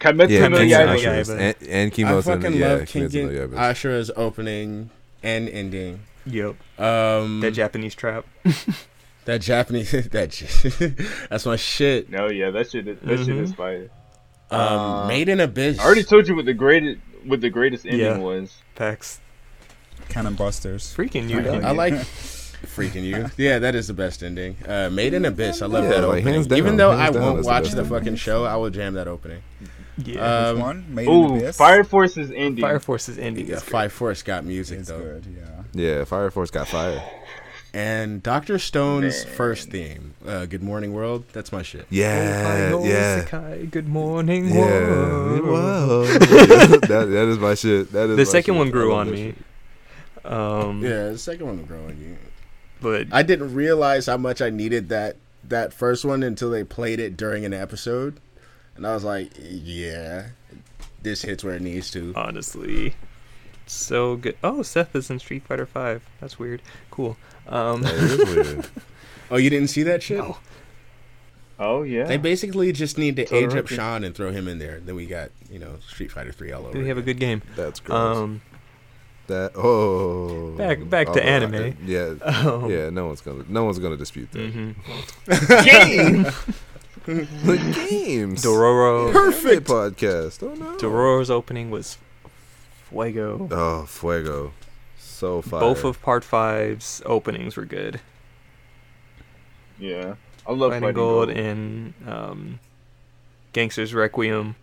Kimetsu
Yeah,
no
Kimetsu
King
no
Yaiba.
Asher's
Yaiba.
and, and
I
Kimo's and
fucking
yeah,
love King
Kimetsu no Yaiba.
Ashura's opening and ending.
Yep,
Um,
that Japanese trap.
that Japanese that j- that's my shit.
No, yeah, that shit. Is, that shit
Mm-hmm.
is fire.
Um,
Uh,
Made in Abyss.
I already told you what the greatest what the greatest ending
Yeah.
was.
Facts,
Cannon Busters.
freaking you,
I
dog.
I like freaking you. Yeah, that is the best ending. Uh, Made in Abyss. I love
Yeah,
that
like,
opening.
hands down,
Even though
hands
I
down,
won't
that's the
watch
best
the
ending.
fucking show, I will jam that opening.
yeah.
Uh,
Which
Um,
one? Made in
Ooh,
Abyss.
Fire Force's ending.
Fire Force's ending.
Yeah,
is
Fire Force got music
It's
though,
good. Yeah.
Yeah, Fire Force got fire.
and Doctor Stone's
Man.
first theme, uh, "Good Morning World." That's my shit.
Yeah,
Oh, hi,
yeah.
Isekai, Good morning,
Yeah,
world.
Whoa. that, that is my shit. That is my
The second
shit.
one grew
I love
on
that
me.
shit.
Um,
Yeah, the second one will grow on you.
but
I didn't realize how much I needed that that first one until they played it during an episode, and I was like, "Yeah, this hits where it needs to."
Uh,
honestly, so good. Oh, Seth is in Street Fighter Five. That's weird. Cool. Um,
That is weird.
Oh, you didn't see that shit?
No.
Oh yeah.
They basically just need to age up
Todoroki.
Sean and throw him in there. Then we got you know Street Fighter Three all over.
we have a
again.
good game.
That's gross.
Um,
that oh.
Back- back to
Although I-
anime.
yeah,
um,
yeah. No one's gonna, no one's gonna dispute that.
mhm.
game.
The games.
Dororo.
Perfect podcast. Oh no.
Dororo's opening was Fuego.
Oh, Fuego. So fire.
Both of Part Five's openings were good.
yeah. I love
Fighting
Fighting
Gold
Gold.
and um, Gangster's Requiem.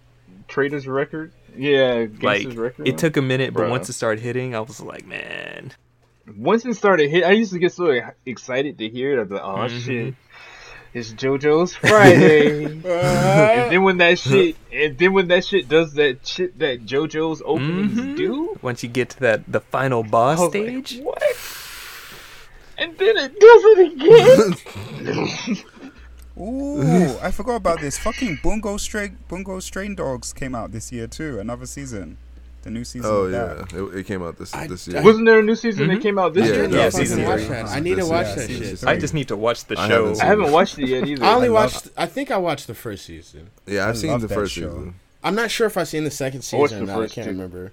Trader's Record. Yeah,
Like,
Gangster's Record.
It took a minute, but
Bruh.
once it started hitting, I was like, man.
once it started hit. I used to get so e- excited to hear it. I was like, oh
Mhm.
shit, it's JoJo's Friday. And then when that shit, and then when that shit does that shit that JoJo's openings
Mhm.
do,
Once you get to that the final boss
I was like,
stage,
what? And then it does it again.
Ooh, I forgot about this. Fucking Bungo Stray Bungo Strain Dogs came out this year too. Another season, the new season.
Oh
of
yeah,
that.
it, it came out this
I-
this
I-
year.
Wasn't there a new season that
Mhm.
came out this
Yeah,
I
year?
didn't
no,
fucking
season
watch
three.
that. I need to
This
watch
is-
that
yeah,
shit.
season
I just need to watch the
I
show.
haven't
I
seen
haven't watched it yet either.
I only
I love-
watched. I think I watched the first season.
Yeah, I've
I
seen
love
the
that
first
show.
season.
I'm not sure if I've seen the second
I watched
season. Or
the
not. I
first
can't
two.
remember.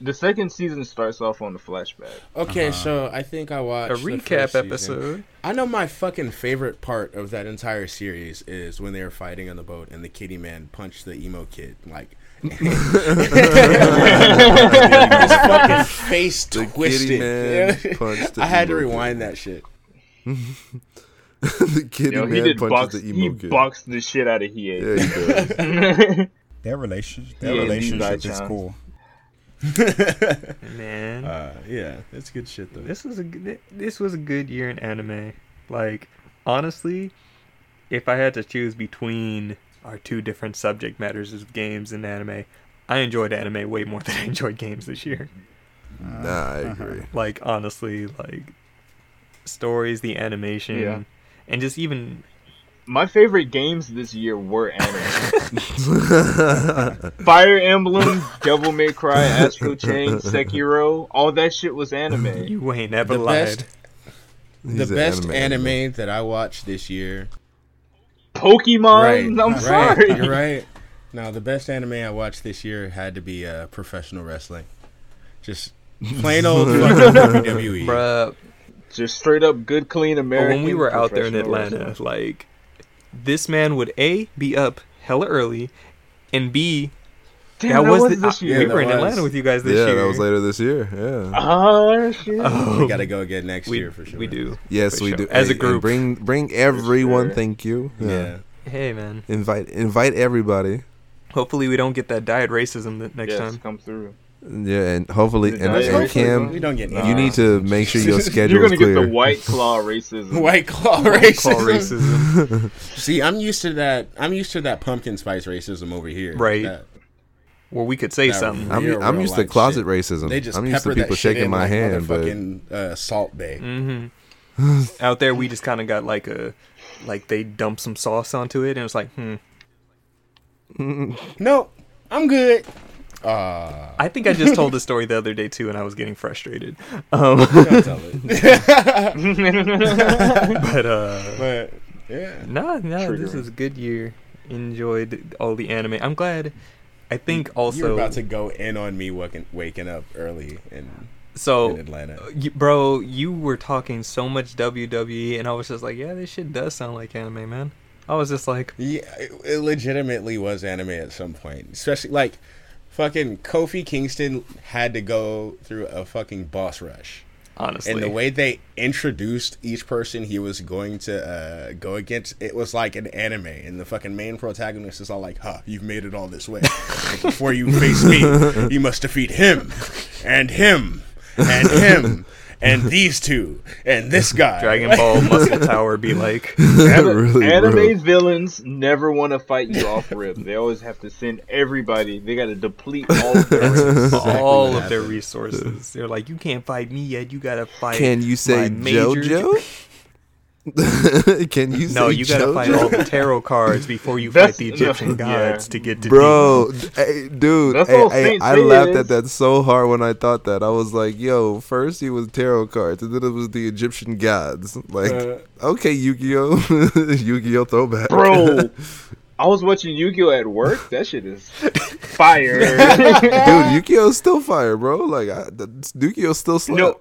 The second season starts off on the flashback.
Okay, so I think I watched
Uh-huh. a
the
recap
first season.
episode.
I know my fucking favorite part of that entire series is when they were fighting on the boat and the kitty man punched the emo kid like his fucking face
The Kitty
twisted.
Man
Yeah.
punched. The
I had to
emo kid.
rewind that shit.
the Kitty
Yo, he
Man
did
punches
box.
the
He
emo kid.
boxed the shit out of
Yeah,
Hiei.
he does.
Their relationship, their
Yeah,
relationship
Levi
is
Johnson.
cool.
Man,
Uh, yeah, that's good shit though.
this was a g- this was a good year in anime. Like honestly, if I had to choose between our two different subject matters of games and anime, I enjoyed anime way more than I enjoyed games this year.
Uh,
nah, I agree.
Like honestly, like stories, the animation,
Yeah.
and just even
My favorite games this year were anime. Fire Emblem, Devil May Cry, Astro Chain, Sekiro, all that shit was anime.
you ain't ever
The
lied.
best, the
He's an
best anime,
anime.
that I watched this year.
Pokemon, Um, I'm
right,
sorry.
You're right. No, the best anime I watched this year had to be uh, professional wrestling. Just plain old fucking E. WWE.
Bruh,
Just straight up good, clean
But
American.
when we were out there in
professional
Atlanta,
wrestling.
like this man would a be up hella early, and b
Damn,
that was, the,
this
I-
year.
we
Yeah,
were in
that was.
Atlanta with you guys this
yeah,
year.
that was later this year. Yeah.
Ah, shit.
Oh,
We gotta go again next
we,
year for sure.
we do.
Yes,
For
we
sure.
do.
As a
and
group.
bring bring everyone.
sure.
Thank you. Yeah.
yeah.
Hey man,
Invite invite everybody.
hopefully we don't get that diet racism the next
yes,
time.
come through.
Yeah, and hopefully,
Is
and,
it nice
and
racism?
Cam,
We don't get
Nah.
you need to make sure your
You're
schedule
gonna
is clear.
get the white claw racism.
White Claw
Call
racism.
racism.
See, I'm used to that. I'm used to that pumpkin spice racism over here.
Right.
That-
Where we could say
Nah,
something.
I'm,
Real,
I'm
real
used to
life
closet
shit.
racism.
they just
I'm used to
pepper that
people
shit
shaking
in
my
like
hand, but Mm.
motherfucking, uh, Salt Bay.
hmm out there, we just kind of got like a, like they dumped some sauce onto it, and it was like, hmm,
Nope. I'm good. Uh,
I think I just told the story the other day too, and I was getting frustrated. Um,
don't tell it.
but uh,
but yeah,
no, no, this
Triggering.
was a good year. Enjoyed all the anime. I'm glad. I think
you're
also
about to go in on me waking, waking up early in, in
so.
Atlanta.
You, bro, you were talking so much WWE, and I was just like, "Yeah, this shit does sound like anime, man." I was just like,
Yeah, it it legitimately was anime at some point, especially like fucking Kofi Kingston had to go through a fucking boss rush.
honestly,
and the way they introduced each person he was going to uh, go against it was like an anime and the fucking main protagonist is all like huh you've made it all this way before you face me you must defeat him and him and him and these two and this guy
Dragon Ball Muscle Tower be like,
Really,
Anime
bro.
villains never want to fight you off rip. They always have to send everybody. They got to deplete all of their ranks.
all of
what
their resources. They're like, you can't fight me yet. You gotta fight.
Can you say
my major-
JoJo? Can you say
No, you gotta
JoJo?
fight all the tarot cards before you
That's-
fight the
no,
Egyptian
yeah.
gods to get to
Bro, d- hey, dude,
That's
hey,
all
hey,
Saint
I
Seiya
laughed
is.
at that so hard when I thought that. I was like, "Yo, first it was tarot cards, and then it was the Egyptian gods." Like,
Uh,
okay, Yu-Gi-Oh, Yu-Gi-Oh throwback,
Bro, I was watching Yu-Gi-Oh at work. That shit is fire.
dude, Yu-Gi-Oh's still fire, bro. Like, I, the, Yu-Gi-Oh's still slap.
no,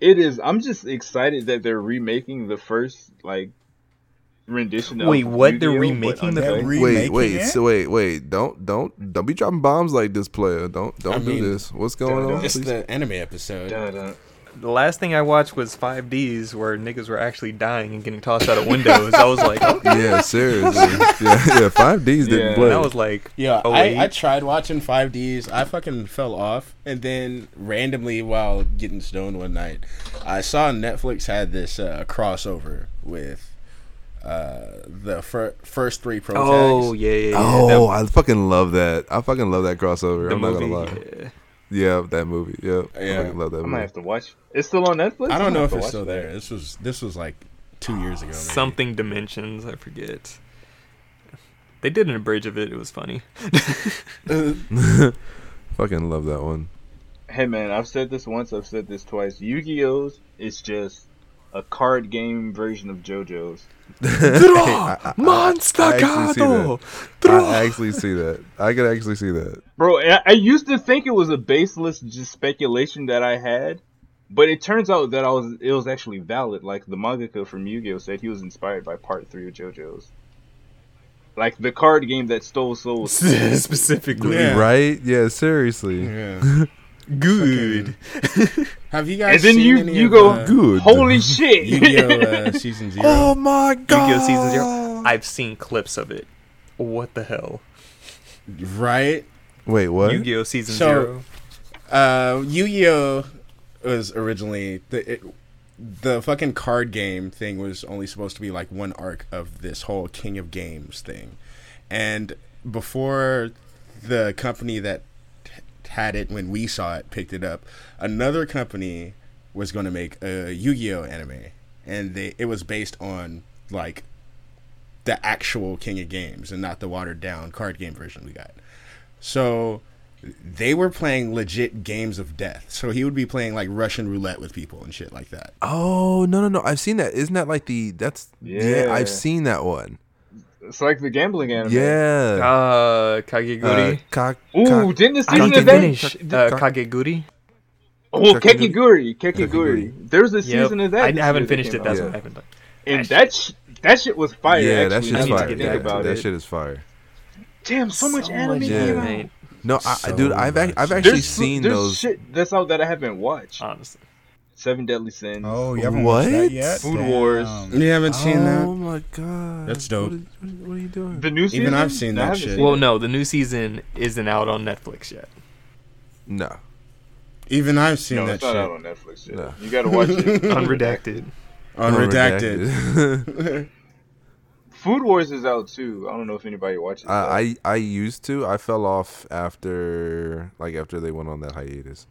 it is. I'm just excited that they're remaking the first like rendition.
Wait,
of
what? They're
Yu-Gi-Oh,
remaking
but
the-
uncut.
They're
Wait,
remaking
wait,
it?
so wait, wait! Don't, don't, don't be dropping bombs like this, player. Don't, don't
I
do
mean,
this. What's going on?
it's
please?
the anime episode
Da-da.
The last thing I watched was 5Ds where niggas were actually dying and getting tossed out of windows. I was like, okay.
yeah, seriously. yeah, yeah. Five Ds didn't
Yeah.
play.
that was like,
Yeah,
oh wait,
I, I tried watching 5Ds. I fucking fell off. And then randomly, while getting stoned one night, I saw Netflix had this uh, crossover with uh, the fir- first three pro
oh
tags.
yeah, yeah, yeah.
Oh, I fucking love that. I fucking love that crossover.
that, the
I'm
movie.
not gonna lie.
yeah.
Yeah, that movie. Yeah,
Yeah.
I fucking love that
I might
movie.
have to watch. It's still on Netflix.
I don't know
I'm
if
gonna have to
it's
watch
still
that.
there. This was this was like two years ago. Maybe.
something dimensions. I forget. They did an abridge of it. It was funny.
Fucking love that one.
Hey man, I've said this once, I've said this twice. Yu-Gi-Oh's is just a card game version of JoJo's.
Draw,
I
monster
actually see
Kado!
I actually see that. I could actually see that.
Bro, I, I used to think it was a baseless just speculation that I had, but it turns out that I was it was actually valid. Like the mangaka from Yu-Gi-Oh said he was inspired by part 3 of JoJo's. Like the card game that stole souls.
Specifically,
Yeah.
Right? Yeah. Seriously.
Yeah.
good.
Have you guys?
And then
seen
you
any
you
of,
go
uh,
Good.
Holy shit.
Yu-Gi-Oh uh, season zero.
Oh my god.
Yu-Gi-Oh season zero. I've seen clips of it. What the hell?
Right.
Wait, what?
Yu-Gi-Oh season
So-
zero.
uh, Yu-Gi-Oh was originally the it, the fucking card game thing was only supposed to be like one arc of this whole King of Games thing, and before the company that t- had it when we saw it picked it up, another company was going to make a Yu-Gi-Oh anime, and they it was based on like the actual King of Games and not the watered down card game version we got. So they were playing legit games of death. So he would be playing like Russian roulette with people and shit like that.
Oh no no no! I've seen that. Isn't that like the? That's yeah.
Yeah.
I've seen that one.
It's like the gambling anime.
Yeah.
Uh,
Uh,
Kageguri.
cock,
Ooh,
cock-
didn't the
I
season
didn't
of that
finish. Uh, Kageguri.
Oh,
Kakiguri.
Kekiguri, Kekiguri. There's a season of that.
I
this year
haven't
that
finished it.
came out.
That's
out.
what happened.
And that sh- that shit was fire.
yeah,
actually.
that
now
shit's
that you
need to
fire.
get
Think
Yeah,
about
that
it.
shit is fire.
Damn, so much anime
Yeah.
came
anime.
out.
No, I,
So
dude, I've ac-
much.
I've actually
There's
seen
there's
those.
shit that's out that I haven't watched.
Uh,
Honestly,
Seven Deadly Sins.
Oh, you haven't watched
What?
that yet?
Food Wars.
Damn.
You haven't seen
oh
that?
my god,
That's dope.
What are, what are you doing?
The new season.
I've seen
No, I
that
haven't
shit.
seen
well,
it.
no, the new season isn't out on Netflix yet.
No,
Even I've seen
no,
that
it's not
shit.
out on Netflix. Yet.
No.
You gotta watch it.
Unredacted.
Unredacted.
Food Wars is out too. I don't know if anybody watches.
I, I I used to. I fell off after like after they went on that hiatus,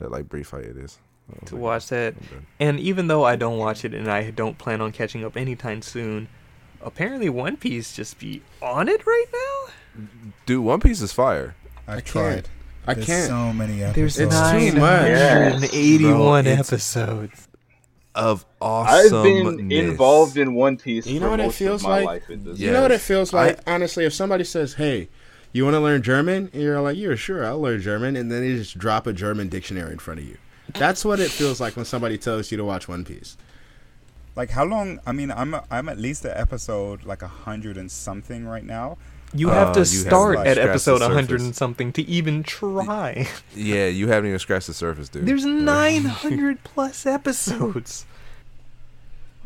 that like brief hiatus. I was
to
like,
watch that.
I'm done.
And even though I don't watch it and I don't plan on catching up anytime soon, apparently One Piece just be on it right now.
Dude, One Piece is fire.
I
I've
can't.
tried.
I
There's
can't.
so many episodes.
There's
It's too much.
981
Bro, it's-
episodes.
Of
I've
awesome.
been involved in One Piece
You know
for
what it
most
feels
of my
like?
life at this
Yeah.
point.
You know what it
Yes.
feels
I-
like? Honestly, if somebody says, "Hey, you want to learn German?" and you're like, "Yeah, sure, I'll learn German," and then they just drop a German dictionary in front of you. That's what it feels like when somebody tells you to watch One Piece.
Like how long? I mean, I'm I'm at least at episode like a hundred and something right now.
You
Uh,
have to
you have
start
to
at
scratch the
episode 100
surface.
and something to even try.
Yeah, you haven't even scratched the surface, dude.
There's 900 plus episodes.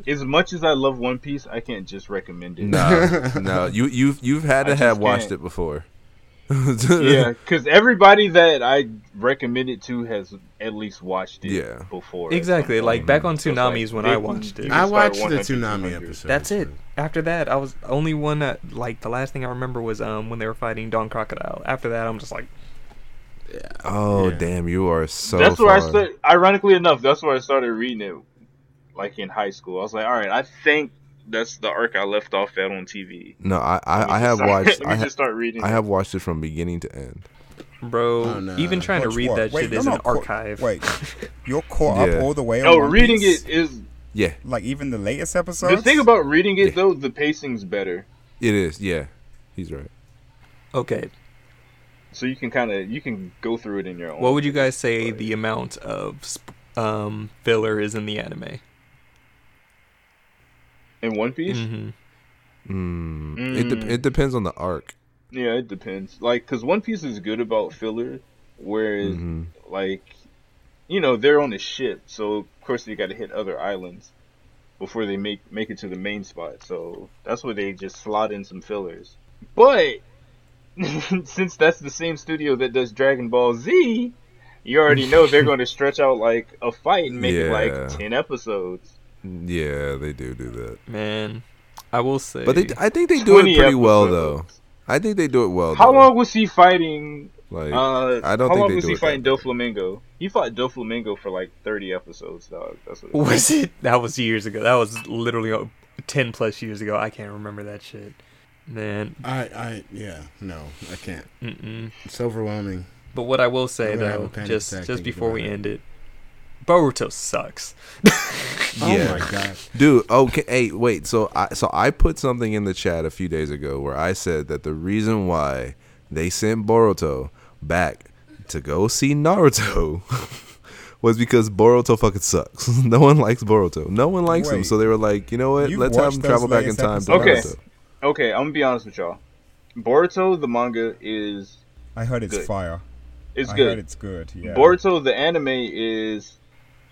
As much as I love One Piece, I can't just recommend it.
No, no. You you've you've had
I
to
just
have watched
can't.
it before.
yeah, because everybody that I recommend it to has at least watched it
Yeah.
before. at
Exactly.
some
Like
point.
back on
So it's
Tsunami is
like,
when I
they-
watched
you
it.
can
I
start
watched the
100 to
tsunami
200.
episode.
That's it. After that, I was only one that like the last thing I remember was um when they were fighting Don Crocodile. After that, I'm just like
Oh
Yeah.
damn, you are so.
that's where I
far.
started. Ironically enough, that's where I started reading it, like in high school. I was like, all right, I think that's the arc I left off at on TV.
No, I
Let me
I, I
just
have
start-
watched.
Let me
I, ha-
just start reading.
I
it.
have watched it from beginning to end.
Bro,
Oh, no.
even trying
Watch
to read
what?
that
Wait,
shit
you're
is an
not caught-
archive.
Wait, you're caught
Yeah.
up all the way. on
Oh,
One
reading
Piece?
it is
Yeah,
like even the latest
the
episodes.
thing about reading
Yeah.
it though. The pacing's better,
it is. Yeah, he's right.
Okay,
so you can kind of you can go through it in your own.
what would you guys say
Right.
the amount of sp- um filler is in the anime?
in One Piece?
Mm-hmm.
Mm, It de-
Mm.
it depends on the arc.
Yeah, it depends. Like, cause One Piece is good about filler, whereas
Mhm.
like, you know, they're on a ship, so of course they got to hit other islands before they make make it to the main spot. So that's where they just slot in some fillers. But since that's the same studio that does Dragon Ball Z, you already know they're going to stretch out like a fight and make it
Yeah.
like ten episodes.
Yeah, they do do that,
Man, I will say,
but they I think they do it
20
pretty well though.
episodes.
I think they do it well.
How
though.
long was he fighting
Like
Uh,
I don't
how
think
long
they
was
do
he
it
fighting
that way.
Doflamingo? He fought Doflamingo for like thirty episodes, dog. That's what it was.
was it that was years ago? That was literally uh, ten plus years ago. I can't remember that shit. Man,
I, I, yeah, no, I can't.
mm-mm.
It's overwhelming.
But what I will say
I'm gonna have a
though,
panic
just
attack
just
thinking
before
about
we
it.
end it, Boruto sucks.
Yeah.
Oh my god.
Dude, okay, hey, wait. So I so I put something in the chat a few days ago where I said that the reason why they sent Boruto back to go see Naruto was because Boruto fucking sucks. no one likes Boruto. No one likes him.
Wait.
So they were like, you know what?
You've
Let's have
watched
him
those
travel back in
latest
time to
episodes?
Naruto.
Okay, I'm gonna be honest with y'all. Boruto the manga is
I heard it's
Good.
fire.
is
I heard
good.
it's good. Yeah.
Boruto the anime is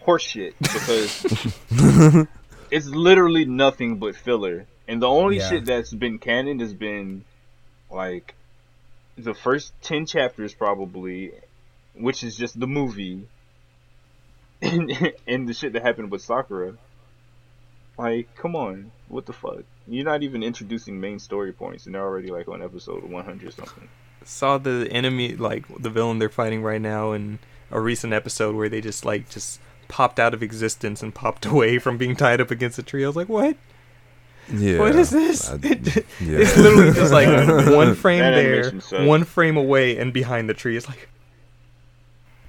horseshit because it's literally nothing but filler. And the only
Yeah.
shit that's been canon has been like the first 10 chapters probably, which is just the movie and, and the shit that happened with Sakura. Like, come on. What the fuck? You're not even introducing main story points and they're already like on episode 100 something.
Saw the enemy like the villain they're fighting right now in a recent episode where they just like just popped out of existence and popped away from being tied up against a tree. I was like, what?
Yeah.
What is this?
I-
It-
yeah.
It's literally just like one frame
That
there,
animation sucks.
one frame away, and behind the tree. It's like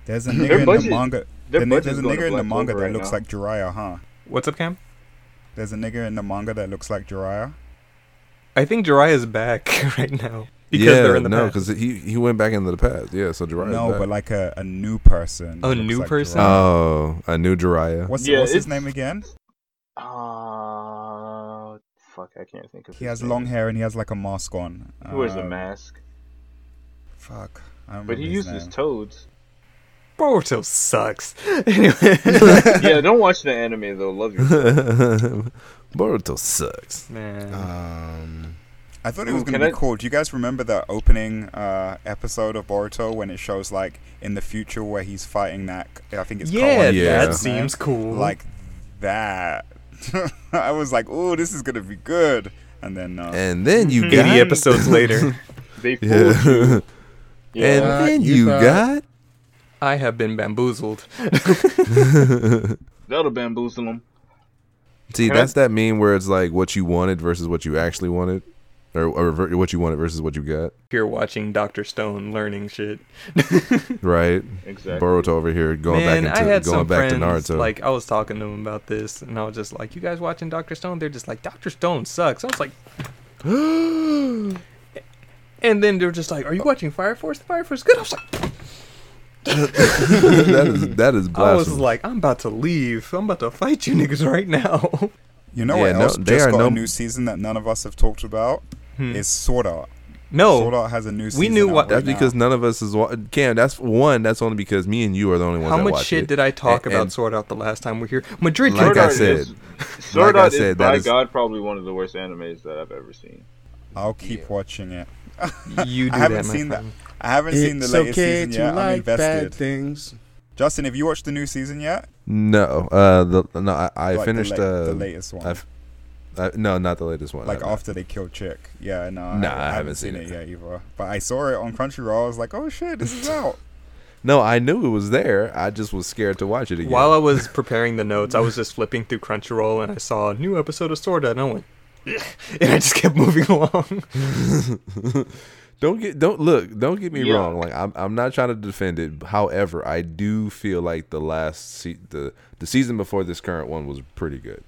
There's a
Their
nigga in
budget-
the manga.
their
the ni-
budget's
there's a
going to
nigga in the
Black
manga
Clover
that
right
looks
now.
like Jiraiya, huh?
What's up, Cam?
There's a nigga in the manga that looks like Jiraiya.
I think Jiraiya's back right now because
yeah,
they're in the
no,
past.
because he he went back into the past. Yeah, so Jiraiya.
no, but like a, a new person.
A
that
new
looks like
person?
Jiraiya.
oh, a new Jiraiya.
what's
Yeah,
what's his
it's-
name again?
Uh, fuck, I can't think of
He
his
has
name.
long hair and he has like a mask on.
He wears a
Um,
mask.
Fuck. I don't
But he
remember his
uses
name.
toads.
Boruto sucks. anyway,
yeah, don't watch the anime though. Love you.
Boruto sucks.
man,
Uh,
Um,
I thought it
Ooh,
was going
Hmm, can
to
I-
be cool. Do you guys remember the opening uh, episode of Boruto when it shows like in the future where he's fighting that? I think it's
yeah,
Kawaii,
Yeah.
that
his name?
seems cool.
like that. I was like, "Oh, this is gonna be good," and then uh,
And then you
eighty
got
episodes later,
They fooled you.
Yeah.
Yeah.
And
Uh,
then
you
you
thought-
got
I have been bamboozled.
That'll bamboozle him.
see
Can I-
that's that meme where it's like what you wanted versus what you actually wanted. or, or ver- what you wanted versus what you got,
Here watching Doctor Stone learning shit.
right?
Exactly.
Boruto over here going
Man,
back
I
into
had
going
some
back to
friends,
Naruto.
Like I was talking to them about this, and I was just like, "You guys watching Doctor Stone?" They're just like, "Doctor Stone sucks." I was like, and then they're just like, "Are you watching Fire Force? The Fire Force is good." I was like,
that is that is
I was
blasphemy.
like, "I'm about to leave. I'm about to fight you niggas right now."
You know
Yeah,
what
no-
else
they
just
are
got
no-
a new season that none of us have talked about?
Hmm.
Is Sword Art. Sword
no,
Art has a new season.
we knew
out
what-
right
that's
now.
because none of us is wa- Cam. That's one. That's only because me and you are the only ones.
how
that
much
watch
shit
it.
did I talk
A-
about
and-
Sword Out the last time we're here? Madrid,
Like
Jordan.
I
Art
said,
is- Sword
like I
Art is
said, that
by
is-
God probably one of the worst animes that I've ever seen.
I'll keep watching it.
you do
I haven't
that, my
seen that.
friend.
I haven't seen the
It's
latest
okay
season
to
yet. I'm
like bad
invested.
things.
Justin, have you watched the new season yet?
No, uh, the, no, I, I
Like the
finished
la-
uh,
the latest one.
I've- I, no, not the latest one.
like
I-
after they killed Chick. Yeah, no,
Nah, I haven't seen it.
yet either. But I saw it on Crunchyroll. I was like, oh shit, this is out.
no, I knew it was there. I just was scared to watch it again.
While I was preparing the notes, I was just flipping through Crunchyroll and I saw a new episode of Sword Art and I went, "Ugh," and I just kept moving along.
don't get don't look. Don't get me
Yeah.
wrong. Like I'm, I'm not trying to defend it. However, I do feel like the last se- the the season before this current one was pretty good.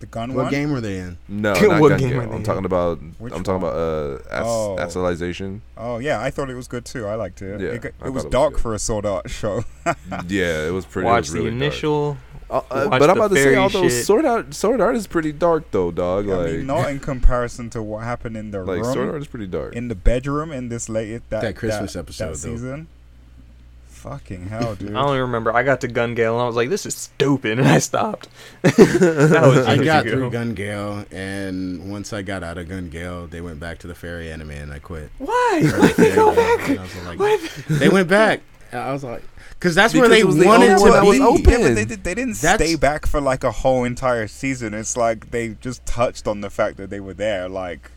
The gun
What
one.
game were they in?
No,
What
not Gun
game
Game.
are they
I'm
in?
talking about.
Which
I'm talking
one?
about uh, as-
Oh.
Astralization.
Oh yeah, I thought it was good too. I liked it.
Yeah,
it, got-
I
it
thought
was
it was
dark
good.
for a Sword Art show.
yeah, it was pretty. it
Watch
was
the
really dark.
initial.
Uh, uh,
watch
but I'm
the
about to say,
fairy
although
shit.
Sword Art, Sword Art is pretty dark though, dog.
I
Like,
mean, not in comparison to what happened in the
like
room,
Sword Art is pretty dark.
in the bedroom, in this latest that,
That Christmas
that-
episode,
that
though.
season. Fucking hell, dude!
I only remember I got to Gun Gale and I was like, "This is stupid," and I stopped. that was
I
years
got
ago.
through Gun Gale, and once I got out of Gun Gale, they went back to the fairy anime, and I quit.
Why? Why they go back?
And I was like,
Why?
they went back. And I was like, because that's where
Because
they
it was the
wanted
only
to
one that
be.
was
Yeah, but
open.
they, did, they didn't
That's-
stay back for like a whole entire season. It's like they just touched on the fact that they were there. Like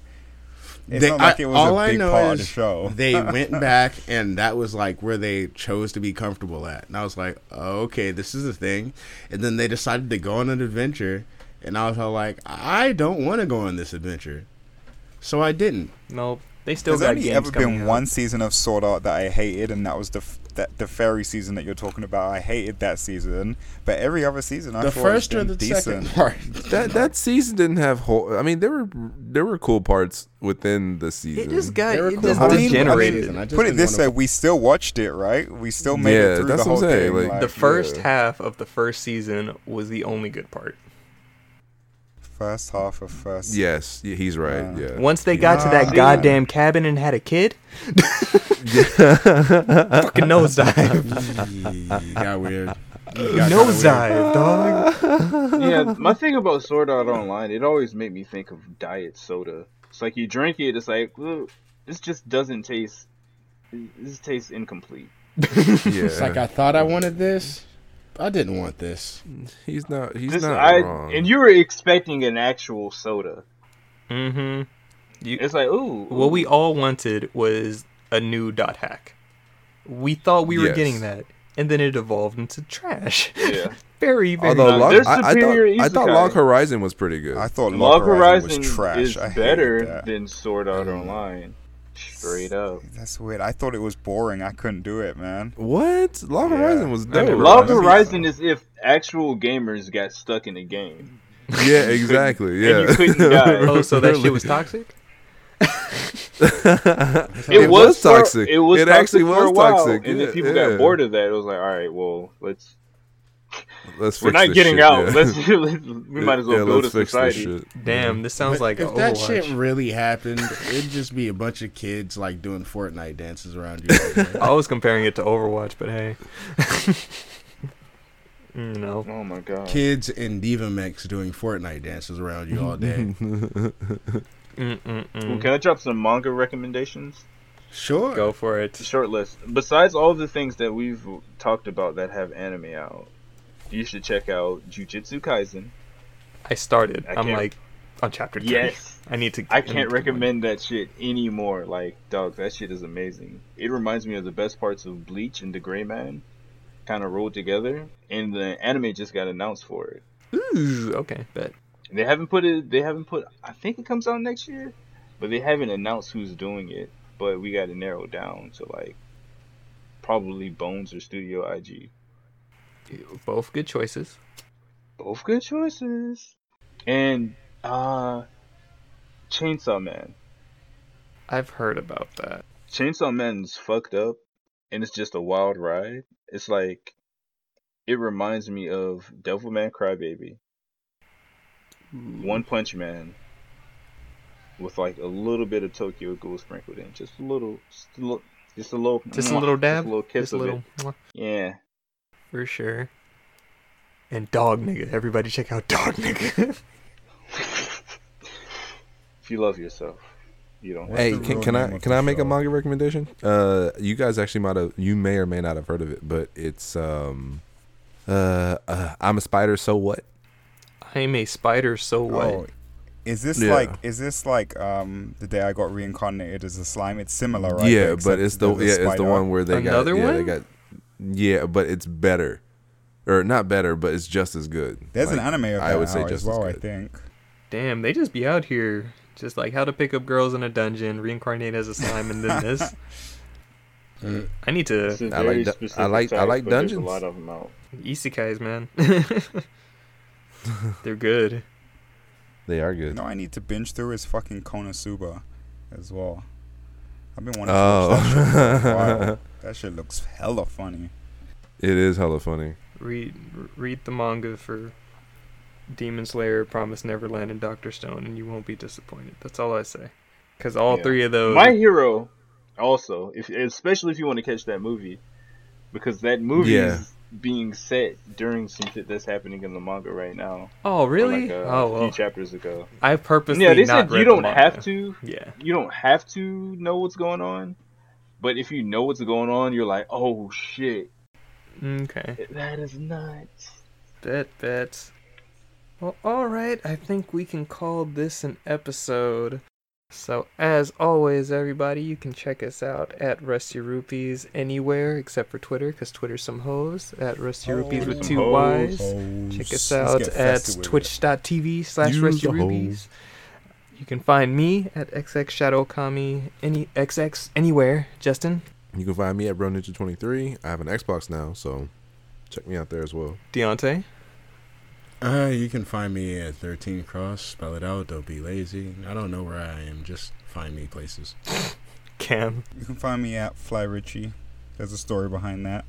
it's
They-
not like
I-
it
all
was a
I
big
know
part of the
is
show.
they went back, and that was like where they chose to be comfortable at. And I was like, okay, this is a thing. And then they decided to go on an adventure, and I was all like, I don't want to go on this adventure, so I didn't.
Nope. They still
There's
got
only
games
ever
coming
been
out.
one season of Sword Art that I hated, and that was the f- that the fairy season that you're talking about. I hated that season, but every other season, I
the
thought
first
it's
or
been
the
decent.
second part.
that that season didn't have whole. I mean, there were there were cool parts within the season.
It just got
They were
it
cool.
just
I mean, I mean,
degenerated.
I just
Put it
didn't
this
wanna-
way: we still watched it, right? We still made
Yeah,
it through
that's
the
what I'm
whole
saying,
thing.
like-
Like,
the first
yeah.
half of the first season was the only good part.
first half of first.
yes, yeah, he's right.
Yeah.
Yeah.
Once they got to
Ah.
that goddamn cabin and had a kid, fucking nosedive,
It got weird. It got kinda weird.
nosedive, dog.
yeah, my thing about Sword Art Online, it always made me think of diet soda. It's like you drink it, it's like "Ugh, this just doesn't taste. This tastes incomplete.
yeah.
It's like I thought I wanted this. I didn't want this.
he's not. He's
This-
not
I-
wrong.
and you were expecting an actual soda.
Mm-hmm. You,
It's like ooh,
what we
ooh.
all wanted was a new dot hack. We thought we were
Yes.
getting that, and then it evolved into trash.
Yeah.
very, very.
Although
Uh,
Log,
there's
I, I
superior
thought I thought
isekai.
Log Horizon was pretty good.
I thought
Log Horizon
was trash.
is
I hated
better
that.
than Sword Art
Mm.
Online. Straight up.
That's weird. I thought it was boring. I couldn't do it, man.
what Log
Yeah.
Horizon was dope.
never
Log
Horizon.
Horizon is if actual gamers got stuck in the game.
Yeah, exactly. Yeah.
you couldn't die.
oh, so that shit was
Really.
toxic.
It, was, for-
toxic.
it was
It
toxic
actually
for a
was
while,
toxic.
And
Yeah,
then people
yeah.
got bored of that. It was like, all right, well, let's.
Let's
We're
fix
not
this
getting
shit,
out.
yeah.
Let's, let's. We might as well
Yeah,
go to
let's fix this
society.
shit.
Damn, this sounds
But
like
if
an
that
Overwatch.
shit really happened, it'd just be a bunch of kids like doing Fortnite dances around you.
I was comparing it to Overwatch, but hey. Mm, you know.
Oh my god.
kids in Diva Mix doing Fortnite dances around you all day.
Mm,
Ooh,
Mm-mm-mm.
can I drop some manga recommendations?
Sure.
Go for it.
Short list. Besides all the things that we've talked about that have anime out, you should check out Jujutsu Kaisen.
I started.
I
I'm
can't-
like on chapter three.
Yes.
I need to.
I
need
can't
to get one.
recommend that shit anymore. Like, dog, that shit is amazing. It reminds me of the best parts of Bleach and The Gray Man, kind of rolled together, and the anime just got announced for it.
Ooh, okay, bet.
They haven't put it. They haven't put. I think it comes out next year, but they haven't announced who's doing it. But we got to narrow down to like probably Bones or Studio IG.
Both good choices.
Both good choices. And uh, Chainsaw Man.
I've heard about that.
Chainsaw Man's fucked up, and it's just a wild ride. It's like it reminds me of Devilman Crybaby,
Mm.
One Punch Man, with like a little bit of Tokyo Ghoul sprinkled in, just a little, just a little, just a little,
Just a little dab.
just a little kiss
Just a
of
little
it.
mwah,
Yeah,
for sure. And dog nigga. Everybody check out dog nigga.
if you love yourself, you don't.
What's
hey,
the
can,
real
can
name
I
of
can
the
I make a
show?
manga recommendation? Uh, you guys actually might have you may or may not have heard of it, but it's um, uh, uh I'm a spider. So what?
I'm a spider, so what?
Oh,
Is this
Yeah.
like is this like um the day I got reincarnated as a slime? It's similar, right?
yeah,
Except
but it's the
there's a
yeah it's the
spider.
one where they
Another
got yeah they
one?
got yeah, but it's better, or not better, but it's just as good.
There's an
Like,
anime of that
I would say
out
just
as
as
well. I
good.
think.
Damn, they just be out here just like how to pick up girls in a dungeon, reincarnate as a slime, and then this. I need
It's
to
I
a
like
very
dun- I
specific
like- I
type,
like
but there's
dungeons.
A lot of them out.
isekais, man. They're good.
They are
You
good.
know, what I need to binge through is fucking Konosuba, as well. I've been wanting to watch that shit for a
Oh,
while. That shit looks hella funny.
it is hella funny.
Read read the manga for Demon Slayer, Promise Neverland, and Doctor Stone, and you won't be disappointed. That's all I say. Cause all
Yeah.
three of those.
My Hero, also, if especially if you want to catch that movie, because that movie
Yeah.
is being set during some shit that's happening in the manga right now.
oh
or
really?
Like uh,
oh
a few
well.
chapters ago.
I purposely
Yeah, they
not
said you
read
don't
the
have
manga.
to.
Yeah.
You don't have to know what's going on, but if you know what's going on, you're like, oh shit,
Okay.
that is nuts.
Bet, bet. Well, alright, I think we can call this an episode. So, as always, everybody, you can check us out at Rusty Rupees anywhere except for Twitter, because Twitter's some hoes. At Rusty Rupees with
Oh, some
two Y's.
hoes.
Check
Let's
us
get
out at
festive with it.
twitch.tv slash
Use
Rusty
the hoes.
Rupees. You can find me at XX Shadowkami, any XX anywhere. Justin,
You can find me at Bro Ninja 23. I have an Xbox now, so check me out there as well.
Deontay,
Uh, you can find me at 13 Cross. Spell it out. Don't be lazy. I don't know where I am. Just find me places.
Cam,
You can find me at Fly Richie. There's a story behind that.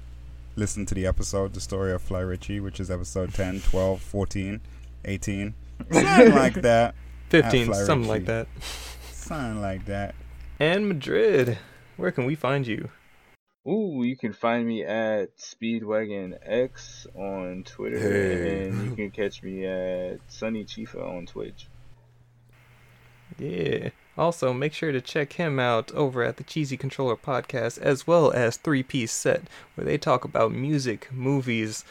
Listen to the episode, The Story of Fly Richie, which is episode 10, 12, 14, 18. Something like that. At
15,
Fly
something like
Richie.
that.
Something like that.
And Madrid, where can we find you?
Ooh, you can find me at Speedwagon X on Twitter,
Hey.
and you can catch me at Sunny Chifa on Twitch.
Yeah. Also, make sure to check him out over at the Cheesy Controller podcast, as well as Three Piece Set, where they talk about music, movies,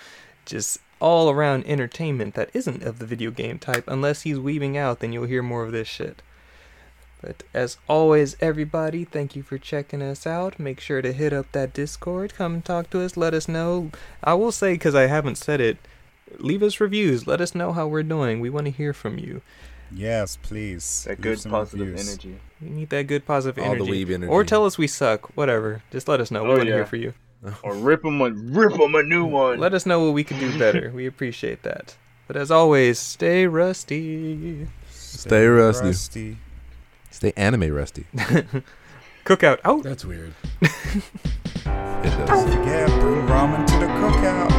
just all around entertainment that isn't of the video game type. Unless he's weaving out, then you'll hear more of this shit. But as always, everybody, thank you for checking us out. Make sure to hit up that Discord. Come and talk to us. Let us know. I will say, because I haven't said it, leave us reviews. Let us know how we're doing. We want to hear from you.
Yes, please.
That
Leave
good
some
positive
reviews.
energy.
We need that good positive
All the
energy.
weeb energy.
Or tell us we suck. Whatever. Just let us know. We
Oh,
want to
yeah.
hear for you.
Or rip him a rip him a new one.
Let us know what we can do better. we appreciate that. But as always, stay rusty.
Stay rusty.
rusty.
Stay anime rusty.
Cookout out.
That's weird.
It does.
Don't forget, bring ramen to the cookout.